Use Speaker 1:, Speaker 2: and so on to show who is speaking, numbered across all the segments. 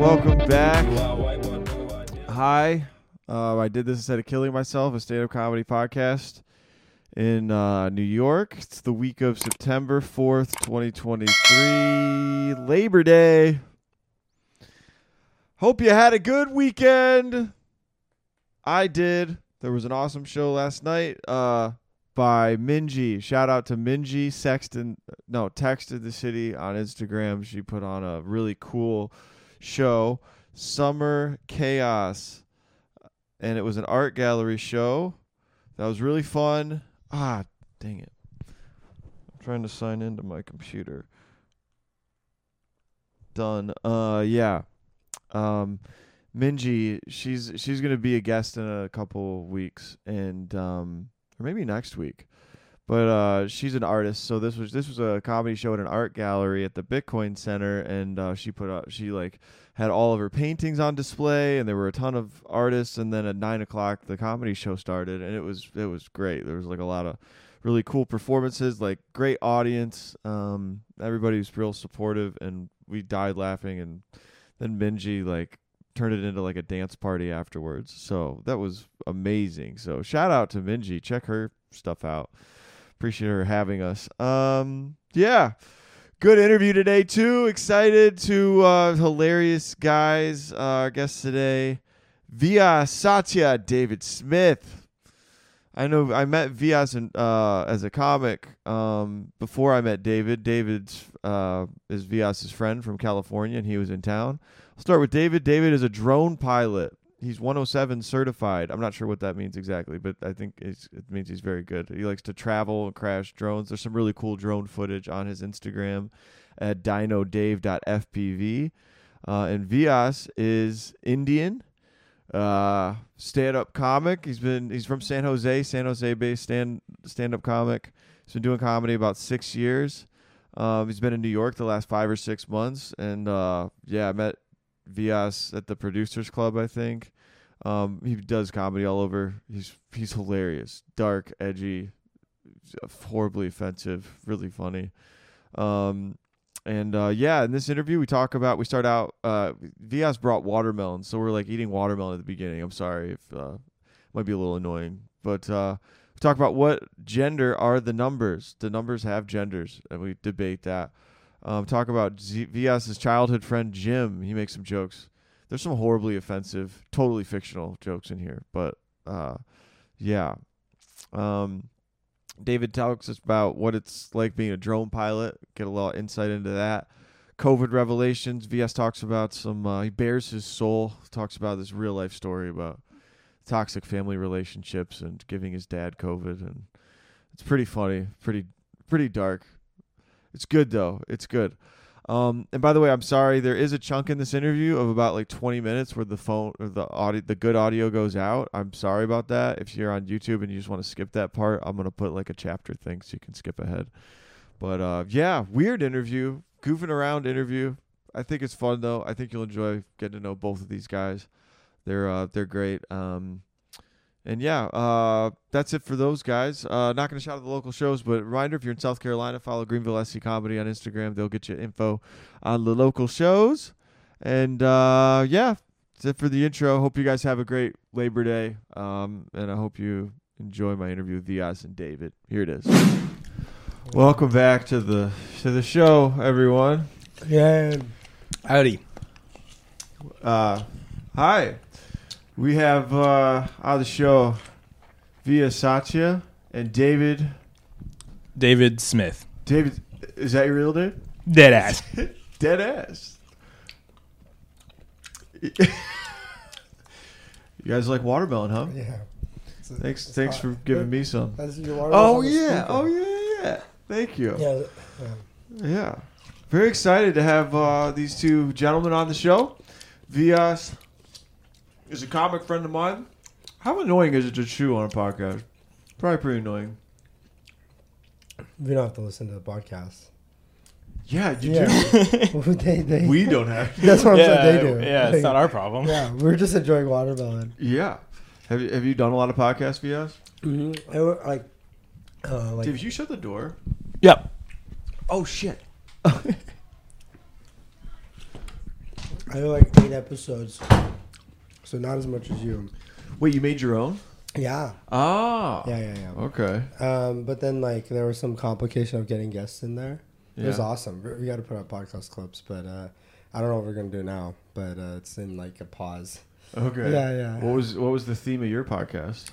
Speaker 1: back. Hi. Uh, I did this instead of killing myself, a stand up comedy podcast in uh, New York. It's the week of September 4th, 2023, Labor Day. Hope you had a good weekend. I did. There was an awesome show last night uh, by Minji. Shout out to Minji Sexton. No, texted the city on Instagram. She put on a really cool show, Summer Chaos, and it was an art gallery show that was really fun. Ah, dang it! I'm trying to sign into my computer. Done. Uh, yeah. Um, Minji, she's she's gonna be a guest in a couple weeks, and um, or maybe next week. But uh, she's an artist, so this was this was a comedy show at an art gallery at the Bitcoin Center, and uh, she put up she like had all of her paintings on display, and there were a ton of artists. And then at nine o'clock, the comedy show started, and it was it was great. There was like a lot of really cool performances, like great audience. Um, everybody was real supportive, and we died laughing. And then Minji like turned it into like a dance party afterwards. So that was amazing. So shout out to Minji. Check her stuff out. Appreciate her having us. Um, yeah. Good interview today too. Excited to uh, hilarious guys. Uh, our guest today, Via Satya David Smith. I know I met Vias in, uh, as a comic um, before I met David. David's uh, is Vias's friend from California, and he was in town. I'll start with David. David is a drone pilot. He's 107 certified. I'm not sure what that means exactly, but I think it's, it means he's very good. He likes to travel and crash drones. There's some really cool drone footage on his Instagram at dinodave.fpv. Uh, and Vias is Indian uh stand-up comic he's been he's from san jose san jose based stand stand-up comic he's been doing comedy about six years um he's been in new york the last five or six months and uh yeah i met vias at the producers club i think um he does comedy all over he's he's hilarious dark edgy horribly offensive really funny um and uh, yeah, in this interview, we talk about we start out. Uh, Vias brought watermelon, so we're like eating watermelon at the beginning. I'm sorry if uh, might be a little annoying, but uh, we talk about what gender are the numbers. The numbers have genders, and we debate that. Um, talk about Z- Vias's childhood friend Jim. He makes some jokes. There's some horribly offensive, totally fictional jokes in here, but uh, yeah. Um, David talks us about what it's like being a drone pilot. Get a lot of insight into that. COVID revelations. VS talks about some. Uh, he bears his soul. Talks about this real life story about toxic family relationships and giving his dad COVID, and it's pretty funny. Pretty pretty dark. It's good though. It's good. Um, and by the way, I'm sorry. There is a chunk in this interview of about like 20 minutes where the phone or the audio, the good audio goes out. I'm sorry about that. If you're on YouTube and you just want to skip that part, I'm gonna put like a chapter thing so you can skip ahead. But uh, yeah, weird interview, goofing around interview. I think it's fun though. I think you'll enjoy getting to know both of these guys. They're uh, they're great. Um, and yeah, uh, that's it for those guys. Uh, not going to shout out the local shows, but reminder if you're in South Carolina, follow Greenville SC Comedy on Instagram. They'll get you info on the local shows. And uh, yeah, that's it for the intro. Hope you guys have a great Labor Day. Um, and I hope you enjoy my interview with Diaz and David. Here it is. Welcome back to the to the show, everyone.
Speaker 2: Yeah.
Speaker 3: Howdy.
Speaker 1: Uh, hi. We have uh, on the show Via Satya and David.
Speaker 3: David Smith.
Speaker 1: David, is that your real name?
Speaker 3: Dead ass.
Speaker 1: Dead ass. you guys like watermelon, huh?
Speaker 2: Yeah. Uh,
Speaker 1: Thanks, thanks for giving me some.
Speaker 2: That's your water
Speaker 1: Oh
Speaker 2: on the
Speaker 1: yeah,
Speaker 2: speaker.
Speaker 1: oh yeah, yeah. Thank you.
Speaker 2: Yeah. yeah.
Speaker 1: Yeah. Very excited to have uh, these two gentlemen on the show. Vias is a comic friend of mine. How annoying is it to chew on a podcast? Probably pretty annoying.
Speaker 2: We don't have to listen to the podcast.
Speaker 1: Yeah, you
Speaker 2: Yeah. they, they,
Speaker 1: do. We don't have.
Speaker 2: that's what I'm
Speaker 3: yeah,
Speaker 2: saying. They do.
Speaker 3: yeah, it's
Speaker 2: Like,
Speaker 3: not our problem.
Speaker 2: Yeah, we're just enjoying watermelon.
Speaker 1: Yeah. Have you, have you done a lot of podcasts, Vias?
Speaker 2: Mm-hmm. They were like, uh, like
Speaker 1: Dave, you shut the door.
Speaker 3: Yep.
Speaker 1: Oh shit.
Speaker 2: I have like eight episodes, so not as much as you.
Speaker 1: Wait, you made your own?
Speaker 2: Yeah,
Speaker 1: Oh.
Speaker 2: yeah, yeah, yeah.
Speaker 1: Okay.
Speaker 2: Um, but then like there was some complication of getting guests in there. It was
Speaker 1: Yeah.
Speaker 2: awesome. We- We got to put out podcast clips, but uh, I don't know what we're gonna do now. But uh, it's in like a pause.
Speaker 1: Okay.
Speaker 2: Yeah, yeah.
Speaker 1: What was what was the theme of your podcast?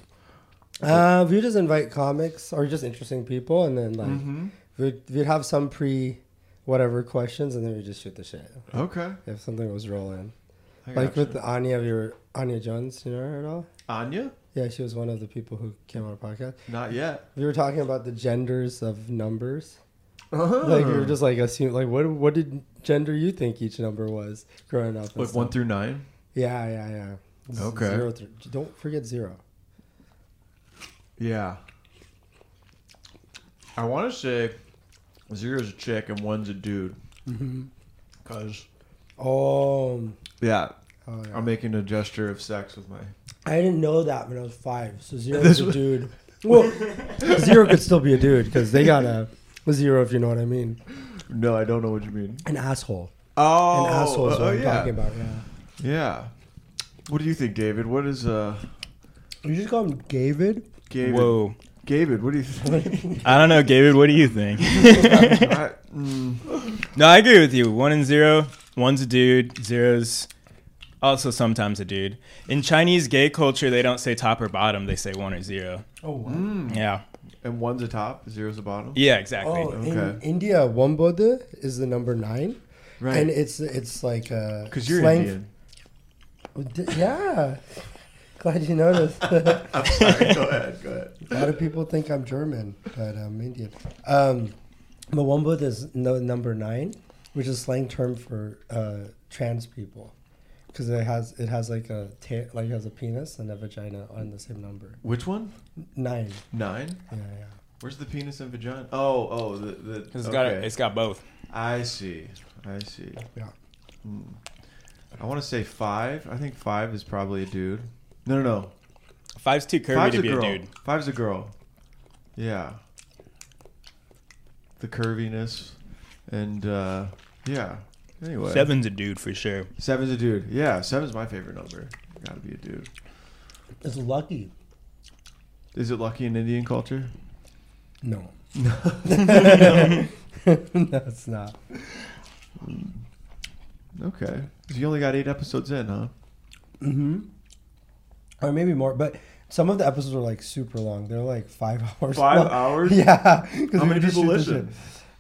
Speaker 2: Uh, we would just invite comics or just interesting people, and then like
Speaker 1: Mm-hmm.
Speaker 2: we'd, we'd have some pre whatever questions, and then we would just shoot the shit
Speaker 1: Okay.
Speaker 2: if something was rolling.
Speaker 1: I
Speaker 2: Like
Speaker 1: gotcha.
Speaker 2: with the Anya, of your Anya Jones, you know her at all?
Speaker 1: Anya?
Speaker 2: Yeah, she was one of the people who came on our podcast.
Speaker 1: Not yet.
Speaker 2: We were talking about the genders of numbers.
Speaker 1: Uh-huh.
Speaker 2: Like we were just like assume like what what did gender you think each number was growing up? and
Speaker 1: like Oh. one
Speaker 2: stuff.
Speaker 1: through nine.
Speaker 2: Yeah, yeah, yeah. Z-
Speaker 1: Okay.
Speaker 2: Zero through, don't forget zero.
Speaker 1: Yeah. I want to say zero's a chick and one's a dude. Mm-hmm. Cause
Speaker 2: Oh,
Speaker 1: yeah,
Speaker 2: oh yeah.
Speaker 1: I'm making a gesture of sex with my.
Speaker 2: I didn't know that when I was five. So zero is a dude. Well, zero could still be a dude because they got a zero if you know what I mean.
Speaker 1: No, I don't know what you mean.
Speaker 2: An asshole.
Speaker 1: Oh,
Speaker 2: An asshole is
Speaker 1: oh,
Speaker 2: what I'm
Speaker 1: yeah,
Speaker 2: talking about. Yeah.
Speaker 1: yeah. What do you think, David? What is uh,
Speaker 2: You just call him David.
Speaker 1: David?
Speaker 3: Whoa.
Speaker 1: David, what do you think?
Speaker 3: I don't know, David. What do you think?
Speaker 1: I, mm,
Speaker 3: no, I agree with you. One and zero. One's a dude. Zero's also sometimes a dude. In Chinese gay culture, they don't say top or bottom. They say one or zero.
Speaker 2: Oh,
Speaker 1: mm.
Speaker 3: Yeah.
Speaker 1: And one's a top, zero's a bottom.
Speaker 3: Yeah, exactly.
Speaker 2: Oh, in
Speaker 1: Okay.
Speaker 2: India, Wambodha is the number nine, and
Speaker 1: right.
Speaker 2: it's it's like uh,
Speaker 1: Because you're
Speaker 2: slang-
Speaker 1: Indian.
Speaker 2: D- Yeah, glad you noticed. a
Speaker 1: I'm Oh, sorry. go ahead. Go ahead.
Speaker 2: lot of people think I'm German, but I'm Indian. Um, but Wambodha is no, number nine, which is slang term for uh, trans people, because it has it has like a ta- like has a penis and a vagina on the same number
Speaker 1: Which one?
Speaker 2: nine.
Speaker 1: Nine.
Speaker 2: Yeah, yeah.
Speaker 1: Where's the penis and vagina? Oh, oh, the the.
Speaker 3: 'Cause it's got
Speaker 1: okay.
Speaker 3: it's got both.
Speaker 1: I see. I see.
Speaker 2: Yeah.
Speaker 1: Mm. I want to say five. I think five is probably a dude. No, no, no.
Speaker 3: Five's too curvy
Speaker 1: Five's
Speaker 3: to be
Speaker 1: girl.
Speaker 3: a dude.
Speaker 1: Five's a girl. Yeah. The curviness, and uh, yeah. Anyway,
Speaker 3: Seven's a dude for sure.
Speaker 1: Seven's a dude. Yeah, seven's my favorite number. Gotta be a dude.
Speaker 2: It's lucky.
Speaker 1: Is it lucky in Indian culture?
Speaker 2: No. no, it's not.
Speaker 1: Okay. So you only got eight episodes in, huh?
Speaker 2: hmm Or maybe more, but some of the episodes are like super long. They're like five hours.
Speaker 1: Five
Speaker 2: long.
Speaker 1: hours?
Speaker 2: Yeah. 'cause we
Speaker 1: How many
Speaker 2: just
Speaker 1: people
Speaker 2: shoot the
Speaker 1: listen?
Speaker 2: shit.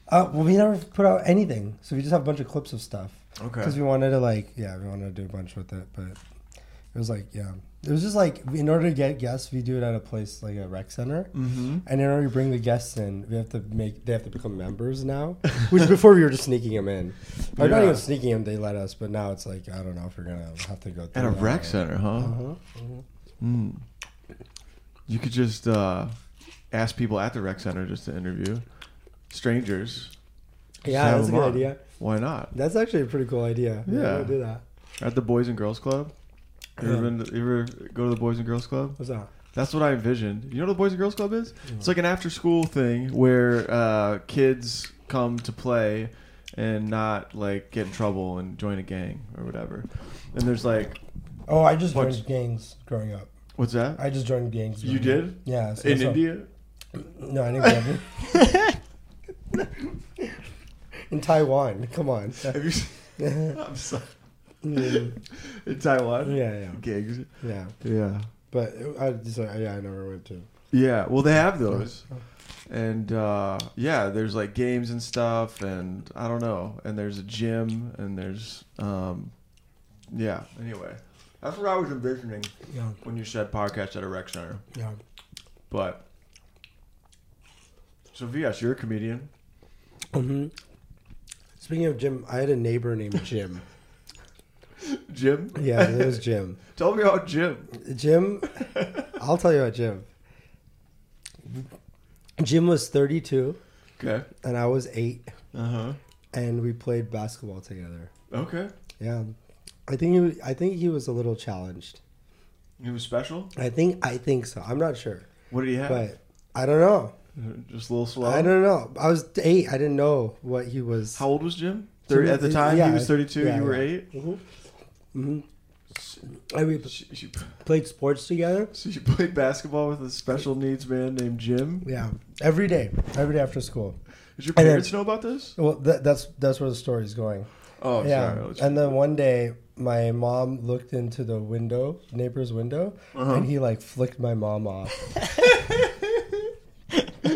Speaker 2: Uh, well, we never put out anything, so we just have a bunch of clips of stuff
Speaker 1: Okay.
Speaker 2: because we wanted to like, yeah, we wanted to do a bunch with it, but it was like, yeah, it was just like in order to get guests, we do it at a place like a rec center.
Speaker 1: Mm-hmm.
Speaker 2: And in order to bring the guests in, we have to make they have to become members now. Which before we were just sneaking them in, or not
Speaker 1: Yeah.
Speaker 2: even sneaking them. They let us, but now it's like I don't know if we're gonna have to go through
Speaker 1: At a
Speaker 2: that
Speaker 1: rec
Speaker 2: way.
Speaker 1: center, huh?
Speaker 2: Uh-huh.
Speaker 1: Mm. You could just uh, ask people at the rec center just to interview strangers. Just
Speaker 2: Yeah,
Speaker 1: have
Speaker 2: that's a
Speaker 1: them
Speaker 2: good
Speaker 1: on.
Speaker 2: idea.
Speaker 1: Why not?
Speaker 2: That's actually a pretty cool idea. Maybe
Speaker 1: Yeah.
Speaker 2: we'll do that.
Speaker 1: At the Boys and Girls Club. You ever,
Speaker 2: Yeah.
Speaker 1: been to, you ever go to the Boys and Girls Club?
Speaker 2: What's that?
Speaker 1: That's what I envisioned. You know what the Boys and Girls Club is? It's like an after school thing where uh, kids come to play and not like get in trouble and join a gang or whatever. And there's like,
Speaker 2: Oh, I just
Speaker 1: What's-
Speaker 2: joined gangs growing up.
Speaker 1: what's that?
Speaker 2: I just joined gangs.
Speaker 1: You
Speaker 2: growing
Speaker 1: did?
Speaker 2: up. Yeah. so
Speaker 1: In
Speaker 2: that's what-
Speaker 1: India?
Speaker 2: No, I didn't. Grab it. In Taiwan, come on.
Speaker 1: Have you seen,
Speaker 2: yeah,
Speaker 1: I'm sorry.
Speaker 2: yeah,
Speaker 1: In Taiwan?
Speaker 2: yeah,
Speaker 1: Gigs.
Speaker 2: yeah.
Speaker 1: Yeah.
Speaker 2: But I just, yeah, I never went to.
Speaker 1: Yeah. Well, they have those. And uh, yeah, there's like games and stuff, and I don't know. And there's a gym, and there's um, yeah. Anyway, that's what I was envisioning
Speaker 2: Yeah,
Speaker 1: when you said podcast at a rec center.
Speaker 2: yeah.
Speaker 1: But so Vias, you're a comedian.
Speaker 2: hmm Speaking of Jim, I had a neighbor named Jim.
Speaker 1: Jim,
Speaker 2: yeah, it was Jim.
Speaker 1: tell me about Jim.
Speaker 2: Jim, I'll tell you about Jim. Jim was 32
Speaker 1: Okay.
Speaker 2: and I was 8
Speaker 1: Uh
Speaker 2: Uh-huh.
Speaker 1: huh.
Speaker 2: and we played basketball together.
Speaker 1: Okay.
Speaker 2: Yeah. I think he was, I think he was a little challenged.
Speaker 1: He was special.
Speaker 2: I think I think so. I'm not sure.
Speaker 1: What did he have?
Speaker 2: But I don't know.
Speaker 1: Just a little slow.
Speaker 2: I don't know. I was 8. I didn't know what he was
Speaker 1: How old was Jim? Thirty at the
Speaker 2: Yeah,
Speaker 1: time.
Speaker 2: yeah,
Speaker 1: he was thirty-two.
Speaker 2: yeah,
Speaker 1: you were
Speaker 2: yeah.
Speaker 1: eight.
Speaker 2: Mhm. hmm And we
Speaker 1: She, she,
Speaker 2: played sports together.
Speaker 1: she played basketball with a special needs man named Jim.
Speaker 2: Yeah, every day, every day after school.
Speaker 1: Did your
Speaker 2: And then-
Speaker 1: parents know about this?
Speaker 2: Well, that, that's that's where the story's going.
Speaker 1: Oh,
Speaker 2: yeah.
Speaker 1: sorry. Let's-
Speaker 2: and then one day, my mom looked into the window, neighbor's window,
Speaker 1: Uh-huh.
Speaker 2: and he like flicked my mom off.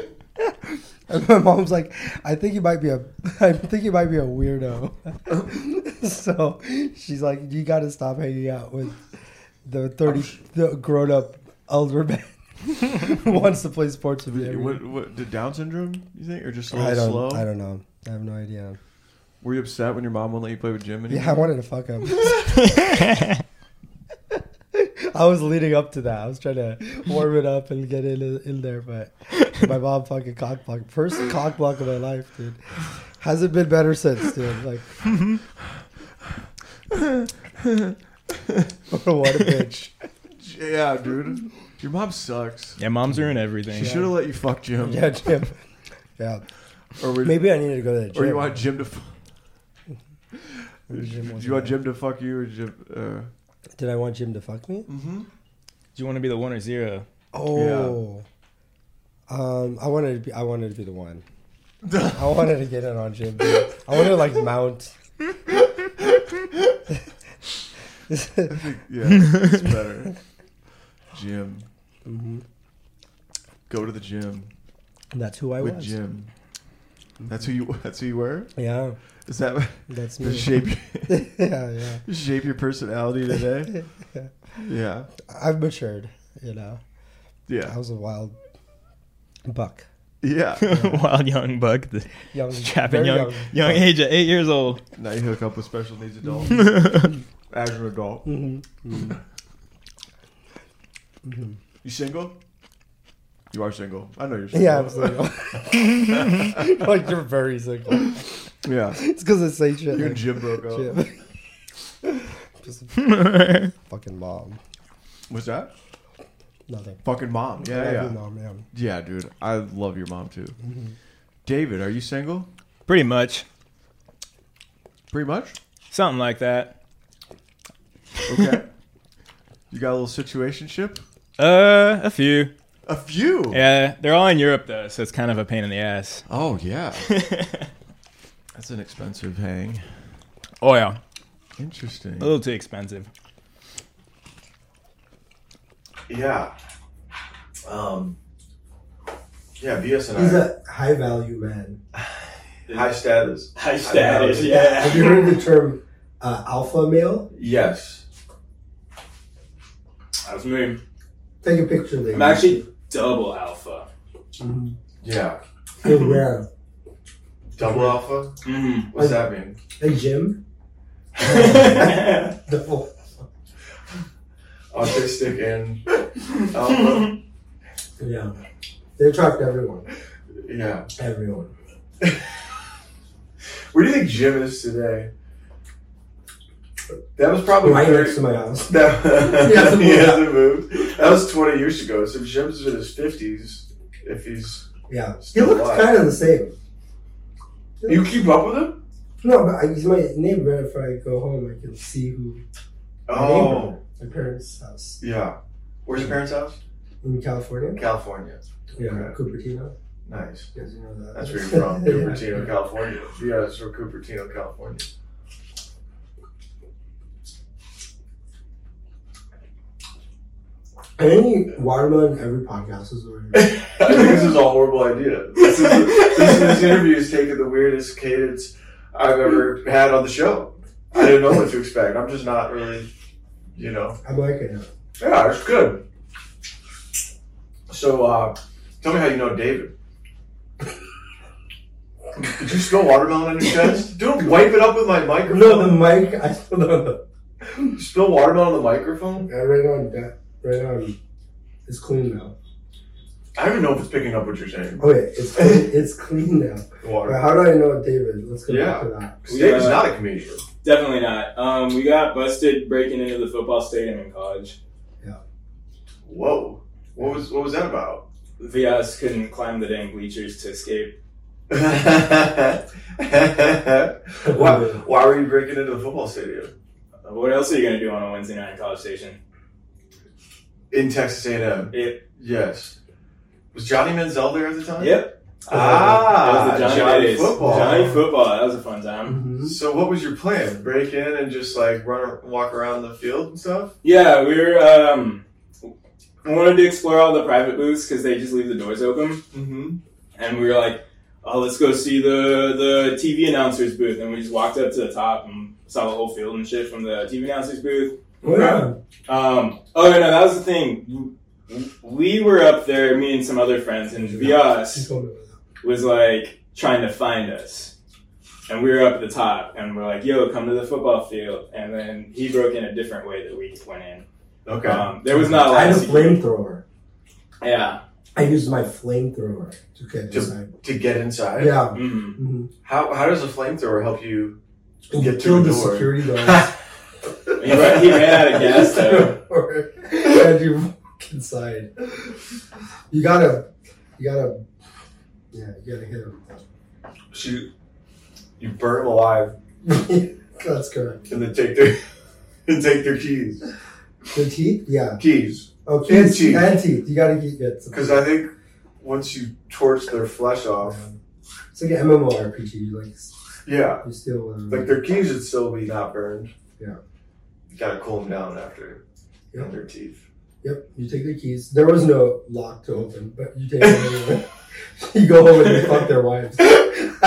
Speaker 2: and my mom's like, "I think you might be a, I think you might be a weirdo." so she's like, "You got to stop hanging out with the
Speaker 1: Oh,
Speaker 2: thirty the grown up elder man who wants to play sports with you." every
Speaker 1: what,
Speaker 2: day."
Speaker 1: what did Down syndrome? You think, or just a little
Speaker 2: I don't,
Speaker 1: slow?
Speaker 2: I don't know. I have no idea.
Speaker 1: Were you upset when your mom wouldn't let you play with Jim anymore?
Speaker 2: Yeah, I wanted to fuck him. I was leading up to that. I was trying to warm it up and get in in there, but my mom fucking cock block. First cock block of my life, dude. Hasn't been better since, dude. Like, what a bitch.
Speaker 1: Yeah, dude. Your mom sucks.
Speaker 3: Yeah, moms ruin everything.
Speaker 1: She should have let you fuck Jim.
Speaker 2: Yeah, Jim. Yeah.
Speaker 1: Or, would-
Speaker 2: Maybe I need to go to the gym.
Speaker 1: or you want Jim to. F- Do
Speaker 2: Jim wasn't
Speaker 1: you want
Speaker 2: there.
Speaker 1: Jim to fuck you or Jim? Uh,
Speaker 2: Did I want Jim to fuck me?
Speaker 1: mm-hmm.
Speaker 3: Do you want to be the one or zero?
Speaker 2: Oh. Um, I wanted to be. I wanted to be the one. I wanted to get in on Jim. dude. I wanted to like mount.
Speaker 1: Yeah, it's better. Jim,
Speaker 2: Mhm.
Speaker 1: go to the gym
Speaker 2: And that's who I
Speaker 1: with
Speaker 2: was.
Speaker 1: Jim. That's who you. That's who you were.
Speaker 2: Yeah,
Speaker 1: Is that
Speaker 2: that's me.
Speaker 1: does shape
Speaker 2: yeah, yeah.
Speaker 1: shape your personality today? Yeah,
Speaker 2: I've matured. You know, I
Speaker 1: yeah,
Speaker 2: was a wild buck,
Speaker 1: yeah.
Speaker 3: Wild young buck, the
Speaker 2: young,
Speaker 3: trapping
Speaker 2: very
Speaker 3: young, young age at eight years old.
Speaker 1: Now you hook up with special needs adult, as an adult.
Speaker 2: Mhm. Mhm.
Speaker 1: You single? You are single. I know you're single.
Speaker 2: Yeah, I'm single. like you're very single.
Speaker 1: yeah.
Speaker 2: It's because I say shit.
Speaker 1: You
Speaker 2: Like,
Speaker 1: and Jim broke up.
Speaker 2: Jim. Just fucking mom.
Speaker 1: What's that?
Speaker 2: Nothing.
Speaker 1: Fucking mom.
Speaker 2: I
Speaker 1: Yeah,
Speaker 2: love
Speaker 1: yeah.
Speaker 2: you, mom. Mm-hmm. Yeah.
Speaker 1: Yeah, dude. I love your mom too. David, are you single?
Speaker 3: Pretty much,
Speaker 1: Pretty much.
Speaker 3: something like that.
Speaker 1: Okay. you got a little situation ship?
Speaker 3: Uh, a few.
Speaker 1: A few.
Speaker 3: Yeah, they're all in Europe though, so it's kind of a pain in the ass.
Speaker 1: Oh yeah. That's an expensive hang.
Speaker 3: Oh yeah,
Speaker 1: Interesting.
Speaker 3: a
Speaker 2: Oh.
Speaker 3: little too expensive.
Speaker 1: Yeah. Um. Yeah, BS and
Speaker 2: He's a high value man.
Speaker 1: high status.
Speaker 3: High
Speaker 1: status,
Speaker 2: Have you heard the term uh, alpha male?
Speaker 1: Yes.
Speaker 3: That's me.
Speaker 2: Take a picture of Mm-hmm. it.
Speaker 3: double alpha.
Speaker 1: Yeah.
Speaker 2: You're rare.
Speaker 1: Double alpha.
Speaker 3: Mm.
Speaker 1: What's that mean?
Speaker 2: Hey, Jim. Double.
Speaker 1: Autistic and alpha.
Speaker 2: Yeah. They attract everyone.
Speaker 1: Yeah.
Speaker 2: Everyone.
Speaker 1: Where do you think Jim is today? That was probably
Speaker 2: Right
Speaker 1: 30
Speaker 2: next to my house.
Speaker 1: That,
Speaker 2: He hasn't
Speaker 1: he
Speaker 2: moved.
Speaker 1: hasn't moved. That was 20 years ago. So Jim's in his 50s. If he's.
Speaker 2: Yeah. He
Speaker 1: Still
Speaker 2: looks
Speaker 1: alive.
Speaker 2: kind of the same.
Speaker 1: You keep up with him?
Speaker 2: No, but I, he's my neighbor. If I go home, I can see who. my
Speaker 1: Oh.
Speaker 2: neighbor, My parents' house
Speaker 1: Yeah. Where's your parents' house?
Speaker 2: in California.
Speaker 1: California.
Speaker 2: Yeah,
Speaker 1: Okay.
Speaker 2: Cupertino.
Speaker 1: Nice.
Speaker 2: You guys know that.
Speaker 1: That's where you're from.
Speaker 2: Yeah.
Speaker 1: Cupertino, California. Yeah, it's from Cupertino, California.
Speaker 2: I think you- watermelon every podcast is weird.
Speaker 1: I think this is a horrible idea. This, is, this, this interview is taking the weirdest cadence I've ever had on the show. I didn't know what to expect. I'm just not really, you know.
Speaker 2: I'm like it now.
Speaker 1: Yeah, it's good. So, uh, tell me how you know David. Did you spill watermelon on your chest? Dude, wipe it up with my microphone.
Speaker 2: No, the mic. I still don't know.
Speaker 1: You spill watermelon on the microphone?
Speaker 2: Yeah, right on that. Right on. It's clean now.
Speaker 1: I don't even know if it's picking up what you're saying.
Speaker 2: Okay, it's clean, it's clean now. But
Speaker 1: Water.
Speaker 2: how do I know David? Let's go
Speaker 1: Yeah.
Speaker 2: back to that.
Speaker 1: David's not a comedian.
Speaker 3: Definitely not. Um, we got busted breaking into the football stadium in college.
Speaker 1: Whoa. What was what was that about?
Speaker 3: Vias couldn't climb the dang bleachers to escape.
Speaker 1: why, why were you breaking into the football stadium?
Speaker 3: What else are you gonna do on a Wednesday night in College Station?
Speaker 1: in Texas A&M.
Speaker 3: It,
Speaker 1: Yes. Was Johnny Manziel there at the time?
Speaker 3: yep.
Speaker 1: Ah,
Speaker 3: That was the
Speaker 1: Johnny
Speaker 3: days.
Speaker 1: football. Mm-hmm.
Speaker 3: Johnny football. That was a fun time.
Speaker 2: Mhm.
Speaker 1: So what was your plan? Break in and just like run, walk around the field and stuff.
Speaker 3: Yeah, we were. Um, I wanted to explore all the private booths because they just leave the doors open,
Speaker 1: Mm-hmm.
Speaker 3: and we were like, "Oh, let's go see the the TV announcers booth." And we just walked up to the top and saw the whole field and shit from the TV announcers booth.
Speaker 2: Wow.
Speaker 3: Um, oh no, that was the thing. We were up there, me and some other friends, and Vias was like trying to find us. And we were up at the top and we're like, yo, come to the football field. And then he broke in a different way that we went in.
Speaker 1: Okay.
Speaker 3: Um, there was not a
Speaker 2: I
Speaker 3: lot
Speaker 1: Oh,
Speaker 2: had
Speaker 3: of
Speaker 2: a
Speaker 3: security.
Speaker 2: flamethrower.
Speaker 3: Yeah.
Speaker 2: I used my flamethrower to get
Speaker 1: Just-
Speaker 2: inside.
Speaker 1: to get inside.
Speaker 2: Yeah.
Speaker 3: Mm.
Speaker 2: Mhm.
Speaker 1: How how does a flamethrower help you?
Speaker 2: And
Speaker 1: Get
Speaker 2: killed
Speaker 1: through
Speaker 2: the
Speaker 1: the door.
Speaker 2: security guards.
Speaker 3: He, ran, he ran out of gas though.
Speaker 2: Or- and you walk inside. You gotta, you gotta, yeah, you gotta hit him.
Speaker 1: Shoot, you burn them alive
Speaker 2: That's correct.
Speaker 1: and then take their and take their keys.
Speaker 2: The teeth, yeah.
Speaker 1: Keys,
Speaker 2: Okay.
Speaker 1: And teeth.
Speaker 2: And teeth. You gotta get get some-
Speaker 1: because I think once you torch their flesh off,
Speaker 2: It's like an MMORPG. You like
Speaker 1: yeah,
Speaker 2: you steal. Um,
Speaker 1: like their keys would still be not burned.
Speaker 2: Yeah.
Speaker 1: you gotta cool them down after
Speaker 2: Yeah.
Speaker 1: their teeth.
Speaker 2: Yep, you take their keys. There was no lock to open, but you take them anyway. you go home and you fuck their wives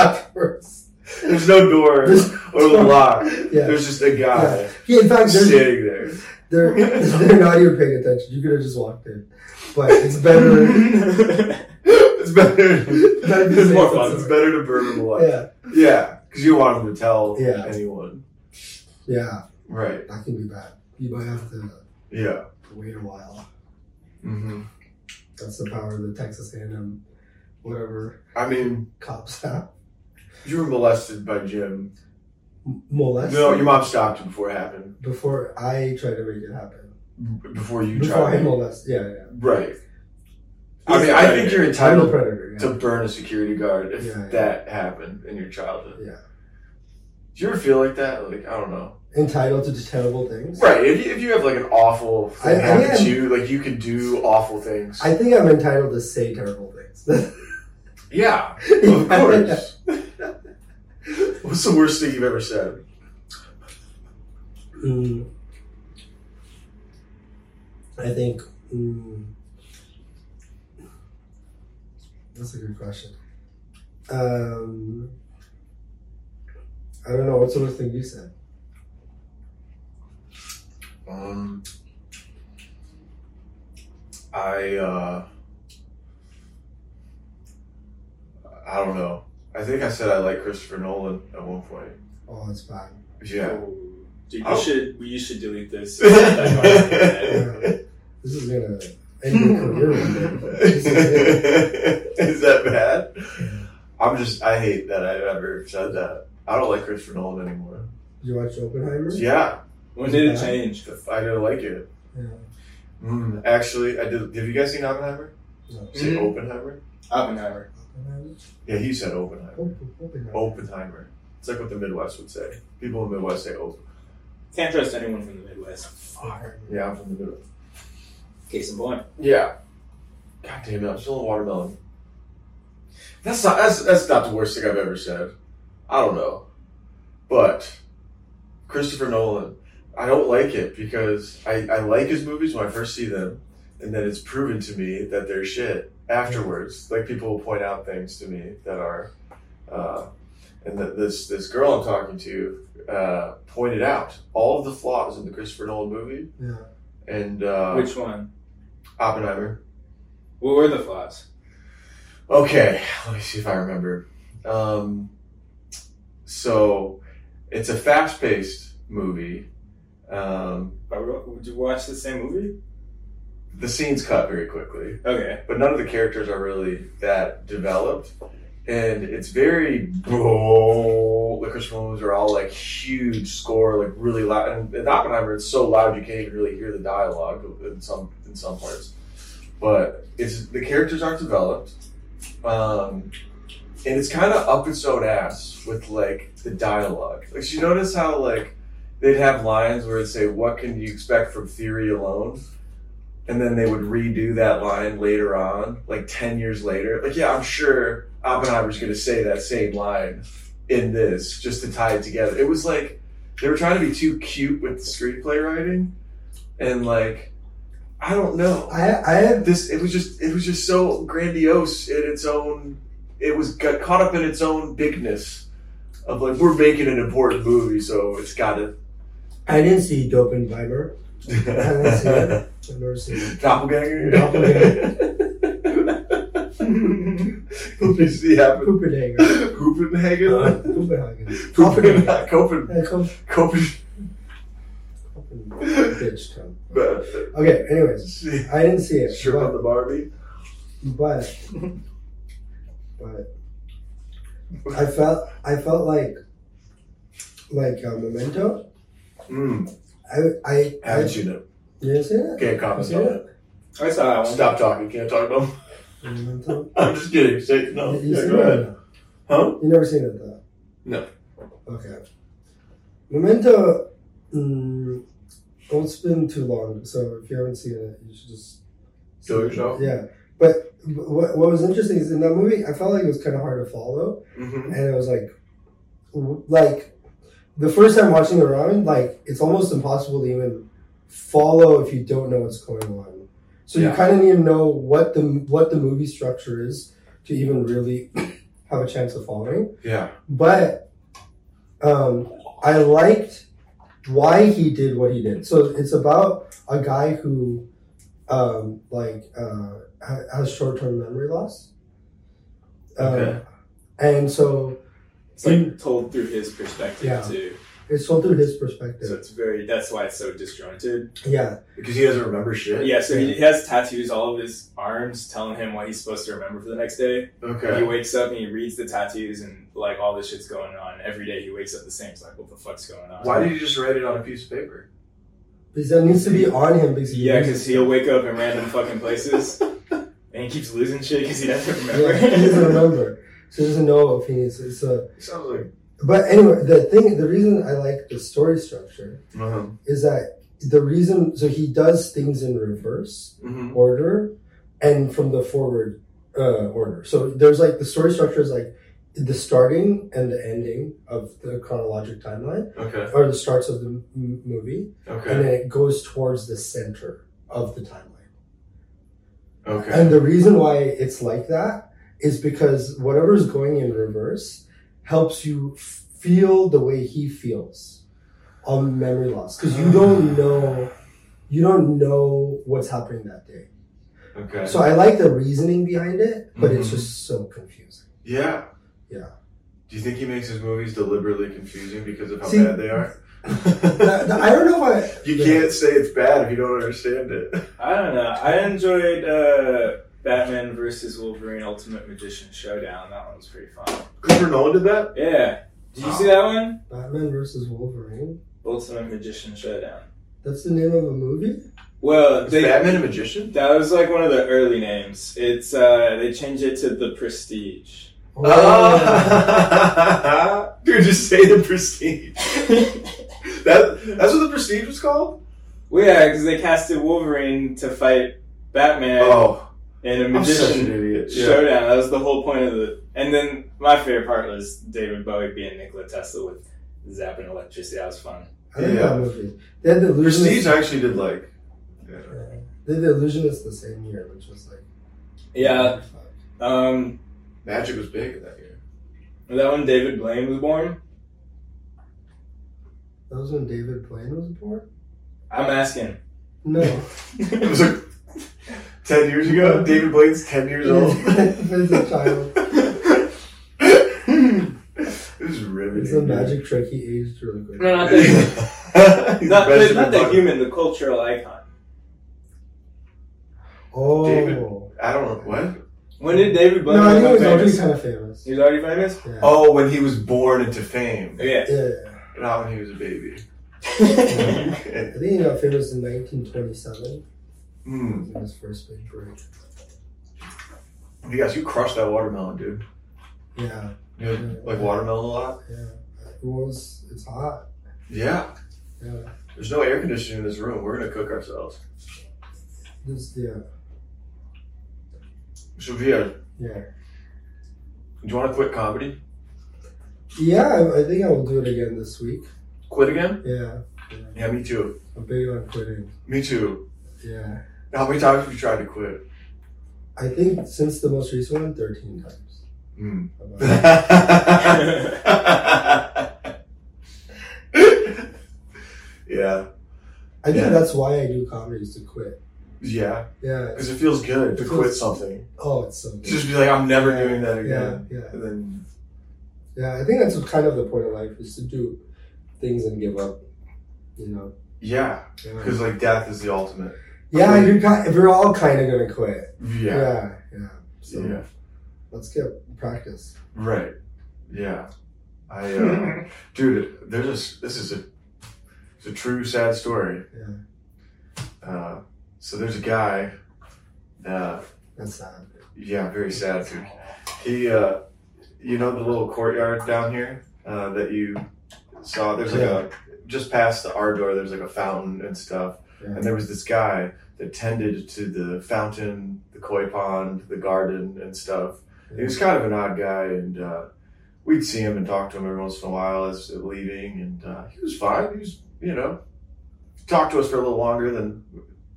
Speaker 2: afterwards.
Speaker 1: There's no door
Speaker 2: There's-
Speaker 1: or lock.
Speaker 2: Yeah.
Speaker 1: There's just a guy
Speaker 2: Yeah, in fact, they're,
Speaker 1: sitting there.
Speaker 2: they're, they're not even paying attention. You could have just walked in. But it's better.
Speaker 1: it's better.
Speaker 2: That'd be
Speaker 1: it's more
Speaker 2: safe.
Speaker 1: fun. It's better to burn them alive.
Speaker 2: Yeah.
Speaker 1: Yeah, because you don't want them to tell
Speaker 2: Yeah.
Speaker 1: anyone.
Speaker 2: Yeah,
Speaker 1: Right.
Speaker 2: that can be bad. You might have to
Speaker 1: Yeah.
Speaker 2: wait a while.
Speaker 1: Mm-hmm.
Speaker 2: That's the power of the Texas A&M, whatever
Speaker 1: I mean,
Speaker 2: cops have.
Speaker 1: you were molested by Jim.
Speaker 2: M- Molested
Speaker 1: No, your mom stopped you before it happened.
Speaker 2: before I tried to make it happen.
Speaker 1: B- Before you
Speaker 2: Before I
Speaker 1: tried.
Speaker 2: molested. Yeah, yeah.
Speaker 1: Right. I
Speaker 3: He's
Speaker 1: mean,
Speaker 3: the
Speaker 1: I
Speaker 3: predator.
Speaker 1: think you're
Speaker 2: I'm the
Speaker 1: entitled
Speaker 2: predator. Yeah.
Speaker 1: to burn a security guard if
Speaker 2: Yeah, yeah.
Speaker 1: that happened in your childhood.
Speaker 2: Yeah.
Speaker 1: Do you ever feel like that? Like, I don't know.
Speaker 2: Entitled to terrible things.
Speaker 1: Right. If you, if you have like an awful
Speaker 2: I-
Speaker 1: thing
Speaker 2: I
Speaker 1: happen
Speaker 2: am-
Speaker 1: to you, like you can do awful things.
Speaker 2: I think I'm entitled to say terrible things.
Speaker 1: yeah. Of course. What's the worst thing you've ever said?
Speaker 2: Mm. I think. Mm, that's a good question. Um, I don't know. What's the worst thing you said?
Speaker 1: Um, I uh, I don't know. I think I said I like Christopher Nolan at one point.
Speaker 2: Oh, it's bad.
Speaker 1: Yeah.
Speaker 3: Dude,
Speaker 1: Oh.
Speaker 3: you should, you should delete this.
Speaker 2: This is gonna end your career one day. This is it.
Speaker 1: Is that bad? I'm just I hate that I've ever said that. I don't like Christopher Nolan anymore.
Speaker 2: Did you watch Oppenheimer?
Speaker 1: Yeah,
Speaker 3: when did it change?
Speaker 1: I didn't like it.
Speaker 2: Yeah.
Speaker 1: Mm, actually, I did. Have you guys seen Oppenheimer?
Speaker 2: No.
Speaker 1: Say
Speaker 3: Mhm.
Speaker 1: Oppenheimer.
Speaker 3: Oppenheimer.
Speaker 2: Oppenheimer?
Speaker 1: Yeah, he said Oppenheimer.
Speaker 2: Oppen- Oppenheimer.
Speaker 1: Oppenheimer. It's like what the Midwest would say. People in the Midwest say Open.
Speaker 3: Can't trust anyone from the Midwest.
Speaker 1: Yeah, I'm from the Midwest.
Speaker 3: Case in point.
Speaker 1: Yeah. God damn it, I'm still a watermelon. That's not that's that's not the worst thing I've ever said. I don't know. But Christopher Nolan, I don't like it because I, I like his movies when I first see them, and then it's proven to me that they're shit afterwards. Like people will point out things to me that are uh, and that this this girl I'm talking to uh, pointed out all of the flaws in the Christopher Nolan movie
Speaker 2: Yeah.
Speaker 1: and uh,
Speaker 3: Which one?
Speaker 1: Oppenheimer.
Speaker 3: What were the flaws?
Speaker 1: Okay, let me see if I remember. Um, so it's a fast-paced movie. Um,
Speaker 3: Would you watch the same movie?
Speaker 1: the scenes cut very quickly,
Speaker 3: Okay.
Speaker 1: but none of the characters are really that developed, and it's very bro. The Christmas movies are all like huge score, like really loud. And, and Oppenheimer, it's so loud you can't even really hear the dialogue in some in some parts. But it's the characters aren't developed. Um, and it's kind of up its own ass with like the dialogue. Like, so you notice how like they'd have lines where it'd say, "What can you expect from theory alone?" And then they would redo that line later on, like ten years later. Like, yeah, I'm sure Oppenheimer's going to say that same line in this just to tie it together. It was like they were trying to be too cute with the screenplay writing, and like, I don't know.
Speaker 4: I I had
Speaker 1: this it was just it was just so grandiose in its own it was got caught up in its own bigness of like we're making an important movie so it's gotta
Speaker 2: I didn't see Dope and Viber. haven't seen it. I've never seen it.
Speaker 1: doppelganger Who's the happen-
Speaker 2: Copenhagen. Uh,
Speaker 1: Copenhagen
Speaker 2: Copenhagen.
Speaker 1: Copenhagen
Speaker 2: Copenhagen.
Speaker 1: Copen
Speaker 2: Yeah, Cop-
Speaker 1: Copen
Speaker 2: Copenhagen. Bitch town.
Speaker 1: but
Speaker 2: Okay, anyways.
Speaker 1: see
Speaker 2: I didn't see it.
Speaker 1: shrimp on the Barbie
Speaker 2: but but I felt I felt like like uh, Memento.
Speaker 1: mm,
Speaker 2: I I, I
Speaker 1: haven't you know
Speaker 2: you didn't see it?
Speaker 1: can't comment on that
Speaker 3: I saw that one.
Speaker 1: stop talking can't talk about
Speaker 2: Memento.
Speaker 1: I'm just kidding say no Oh,
Speaker 2: you
Speaker 1: yeah,
Speaker 2: seen
Speaker 1: go
Speaker 2: it?
Speaker 1: ahead huh
Speaker 2: You never seen it though.
Speaker 1: No.
Speaker 2: Okay. Memento. Mm, well, it's been too long, so if you haven't seen it, you should just
Speaker 1: Kill yourself?
Speaker 2: Yeah, but what, what was interesting is in that movie, I felt like it was kind of hard to follow.
Speaker 1: hmm
Speaker 2: and it was like, w- like, the first time watching it around, like it's almost impossible to even follow if you don't know what's going on. So you
Speaker 1: Yeah.
Speaker 2: kind of need to know what the what the movie structure is to even really have a chance of following.
Speaker 1: yeah
Speaker 2: But um, I liked why he did what he did. So it's about a guy who, um, like, uh, ha- has short term memory loss. Um,
Speaker 1: Okay.
Speaker 2: And so
Speaker 3: It's like told through his perspective
Speaker 2: Yeah.
Speaker 3: too.
Speaker 2: It's told through his
Speaker 3: So
Speaker 2: perspective.
Speaker 3: it's very that's why it's so disjointed.
Speaker 2: Yeah,
Speaker 1: Because he doesn't remember shit.
Speaker 3: Yeah, so he, he has tattoos all of his arms telling him what he's supposed to remember for the next day. He
Speaker 1: Okay.
Speaker 3: wakes up and he reads the tattoos and like all this shit's going on. Every day he wakes up the same. It's like, what the fuck's going on?
Speaker 1: Why did you just write it on a piece of paper?
Speaker 2: because that needs to be on him. Because he
Speaker 3: Yeah, because
Speaker 2: loses
Speaker 3: he'll wake up in random fucking places and he keeps losing shit because he doesn't
Speaker 2: it.
Speaker 3: remember.
Speaker 2: Yeah, he doesn't remember, so he doesn't know if he needs. It's a.
Speaker 1: It sounds like.
Speaker 2: But anyway, the thing, the reason I like the story structure
Speaker 1: Uh-huh.
Speaker 2: is that the reason. So he does things in reverse
Speaker 1: Mm-hmm.
Speaker 2: order, and from the forward uh, order. So there's like the story structure is like the starting and the ending of the chronologic timeline,
Speaker 1: Okay.
Speaker 2: or the starts of the m- movie. and
Speaker 1: Okay.
Speaker 2: then it goes towards the center of the timeline.
Speaker 1: Okay.
Speaker 2: And the reason why it's like that is because whatever's going in reverse helps you f- feel the way he feels on memory loss because you
Speaker 1: Ah.
Speaker 2: don't know you don't know what's happening that day.
Speaker 1: Okay.
Speaker 2: So I like the reasoning behind it, but it's
Speaker 1: Mhm.
Speaker 2: just so confusing.
Speaker 1: yeah.
Speaker 2: Yeah.
Speaker 1: Do you think he makes his movies deliberately confusing because of how
Speaker 2: See-
Speaker 1: bad they are?
Speaker 2: The- the- I don't know why
Speaker 1: you can't say it's bad if you don't understand it.
Speaker 3: I don't know. I enjoyed uh, Batman versus Wolverine Ultimate Magician Showdown. That one was pretty fun.
Speaker 1: Christopher Nolan did that?
Speaker 3: Yeah. Did
Speaker 2: Oh.
Speaker 3: you see that one?
Speaker 2: Batman versus Wolverine.
Speaker 3: Ultimate Magician Showdown.
Speaker 2: That's the name of a movie.
Speaker 3: Well,
Speaker 1: Is
Speaker 3: they,
Speaker 1: Batman a magician?
Speaker 3: that was like one of the early names. It's uh, they changed it to The Prestige.
Speaker 2: Oh,
Speaker 1: Oh. Dude, just say the prestige. that, that's what the prestige was called?
Speaker 3: Well, yeah, because they casted Wolverine to fight Batman
Speaker 1: Oh,
Speaker 3: in a
Speaker 1: I'm such an
Speaker 3: magician
Speaker 1: idiot. Yeah.
Speaker 3: showdown. That was the whole point of the. And then my favorite part was David Bowie being Nikola Tesla with zapping electricity. That was fun.
Speaker 2: I like
Speaker 1: Yeah.
Speaker 2: that movie. They had the
Speaker 1: Prestige
Speaker 2: illusionist.
Speaker 1: actually did like.
Speaker 2: They had the illusionist the same year, which was like.
Speaker 3: Yeah. Um,
Speaker 1: Magic was big in that year.
Speaker 3: that when David Blaine was born.
Speaker 2: That was when David Blaine was born?
Speaker 3: I'm asking.
Speaker 2: No.
Speaker 1: It was like ten years ago. David Blaine's ten years old.
Speaker 2: He's a child.
Speaker 1: this is riveting.
Speaker 2: It's a magic trick. He aged really quick.
Speaker 3: No, not
Speaker 1: He's
Speaker 3: the, not, the,
Speaker 1: Benjamin
Speaker 3: not the
Speaker 1: Button.
Speaker 3: human, the cultural icon.
Speaker 2: Oh.
Speaker 1: David. I don't know what.
Speaker 3: When did David Blaine
Speaker 2: No, I think he
Speaker 3: become
Speaker 2: was already
Speaker 3: famous?
Speaker 2: kind of famous.
Speaker 3: He was already famous?
Speaker 2: Yeah.
Speaker 1: Oh, when he was born into fame,
Speaker 3: Yeah.
Speaker 2: Yeah.
Speaker 1: not when he was a baby.
Speaker 2: I think he got famous in 1927.
Speaker 1: Hmm.
Speaker 2: It was his first big break.
Speaker 1: You guys, you crushed that watermelon, dude.
Speaker 2: Yeah.
Speaker 1: You like watermelon a lot?
Speaker 2: Yeah. It was, it's hot.
Speaker 1: Yeah.
Speaker 2: Yeah.
Speaker 1: There's no air conditioning in this room. We're gonna cook ourselves.
Speaker 2: This, yeah.
Speaker 1: So Via, uh, do
Speaker 2: Yeah.
Speaker 1: you want to quit comedy?
Speaker 2: Yeah, I, I think I will do it again this week.
Speaker 1: Quit again?
Speaker 2: Yeah.
Speaker 1: Yeah, me too.
Speaker 2: I'm big on quitting.
Speaker 1: Me too.
Speaker 2: Yeah.
Speaker 1: How many times have you tried to quit?
Speaker 2: I think since the most recent one, 13 times.
Speaker 1: Hmm.
Speaker 2: About-
Speaker 1: yeah.
Speaker 2: I think
Speaker 1: Yeah.
Speaker 2: that's why I do comedy is to quit.
Speaker 1: Yeah.
Speaker 2: Yeah.
Speaker 1: Because it feels good to
Speaker 2: It
Speaker 1: quit
Speaker 2: feels-
Speaker 1: something.
Speaker 2: Oh, it's so good.
Speaker 1: Just be like, I'm never
Speaker 2: Yeah,
Speaker 1: doing that
Speaker 2: Yeah,
Speaker 1: again.
Speaker 2: yeah.
Speaker 1: And then,
Speaker 2: Yeah, I think that's kind of the point of life is to do things and give up. You know.
Speaker 1: yeah.
Speaker 2: Yeah,
Speaker 1: Because, like, death is the ultimate.
Speaker 2: yeah you're kind, we're all kind of gonna quit.
Speaker 1: Yeah.
Speaker 2: Yeah, yeah. So
Speaker 1: yeah.
Speaker 2: let's get practice.
Speaker 1: Right. Yeah. I, uh, dude, there's a, this is a, it's a true sad story.
Speaker 2: Yeah,
Speaker 1: Uh, so there's a guy, uh,
Speaker 2: that's sad.
Speaker 1: yeah, very sad, dude. He, uh, you know, the little courtyard down here, uh, that you saw, there's like a, just past the Ardor, there's like a fountain and stuff.
Speaker 2: Yeah.
Speaker 1: And there was this guy that tended to the fountain, the koi pond, the garden, and stuff. He was kind of an odd guy, and uh, we'd see him and talk to him every once in a while as leaving, and uh, he was fine. He was, you know, talked to us for a little longer than,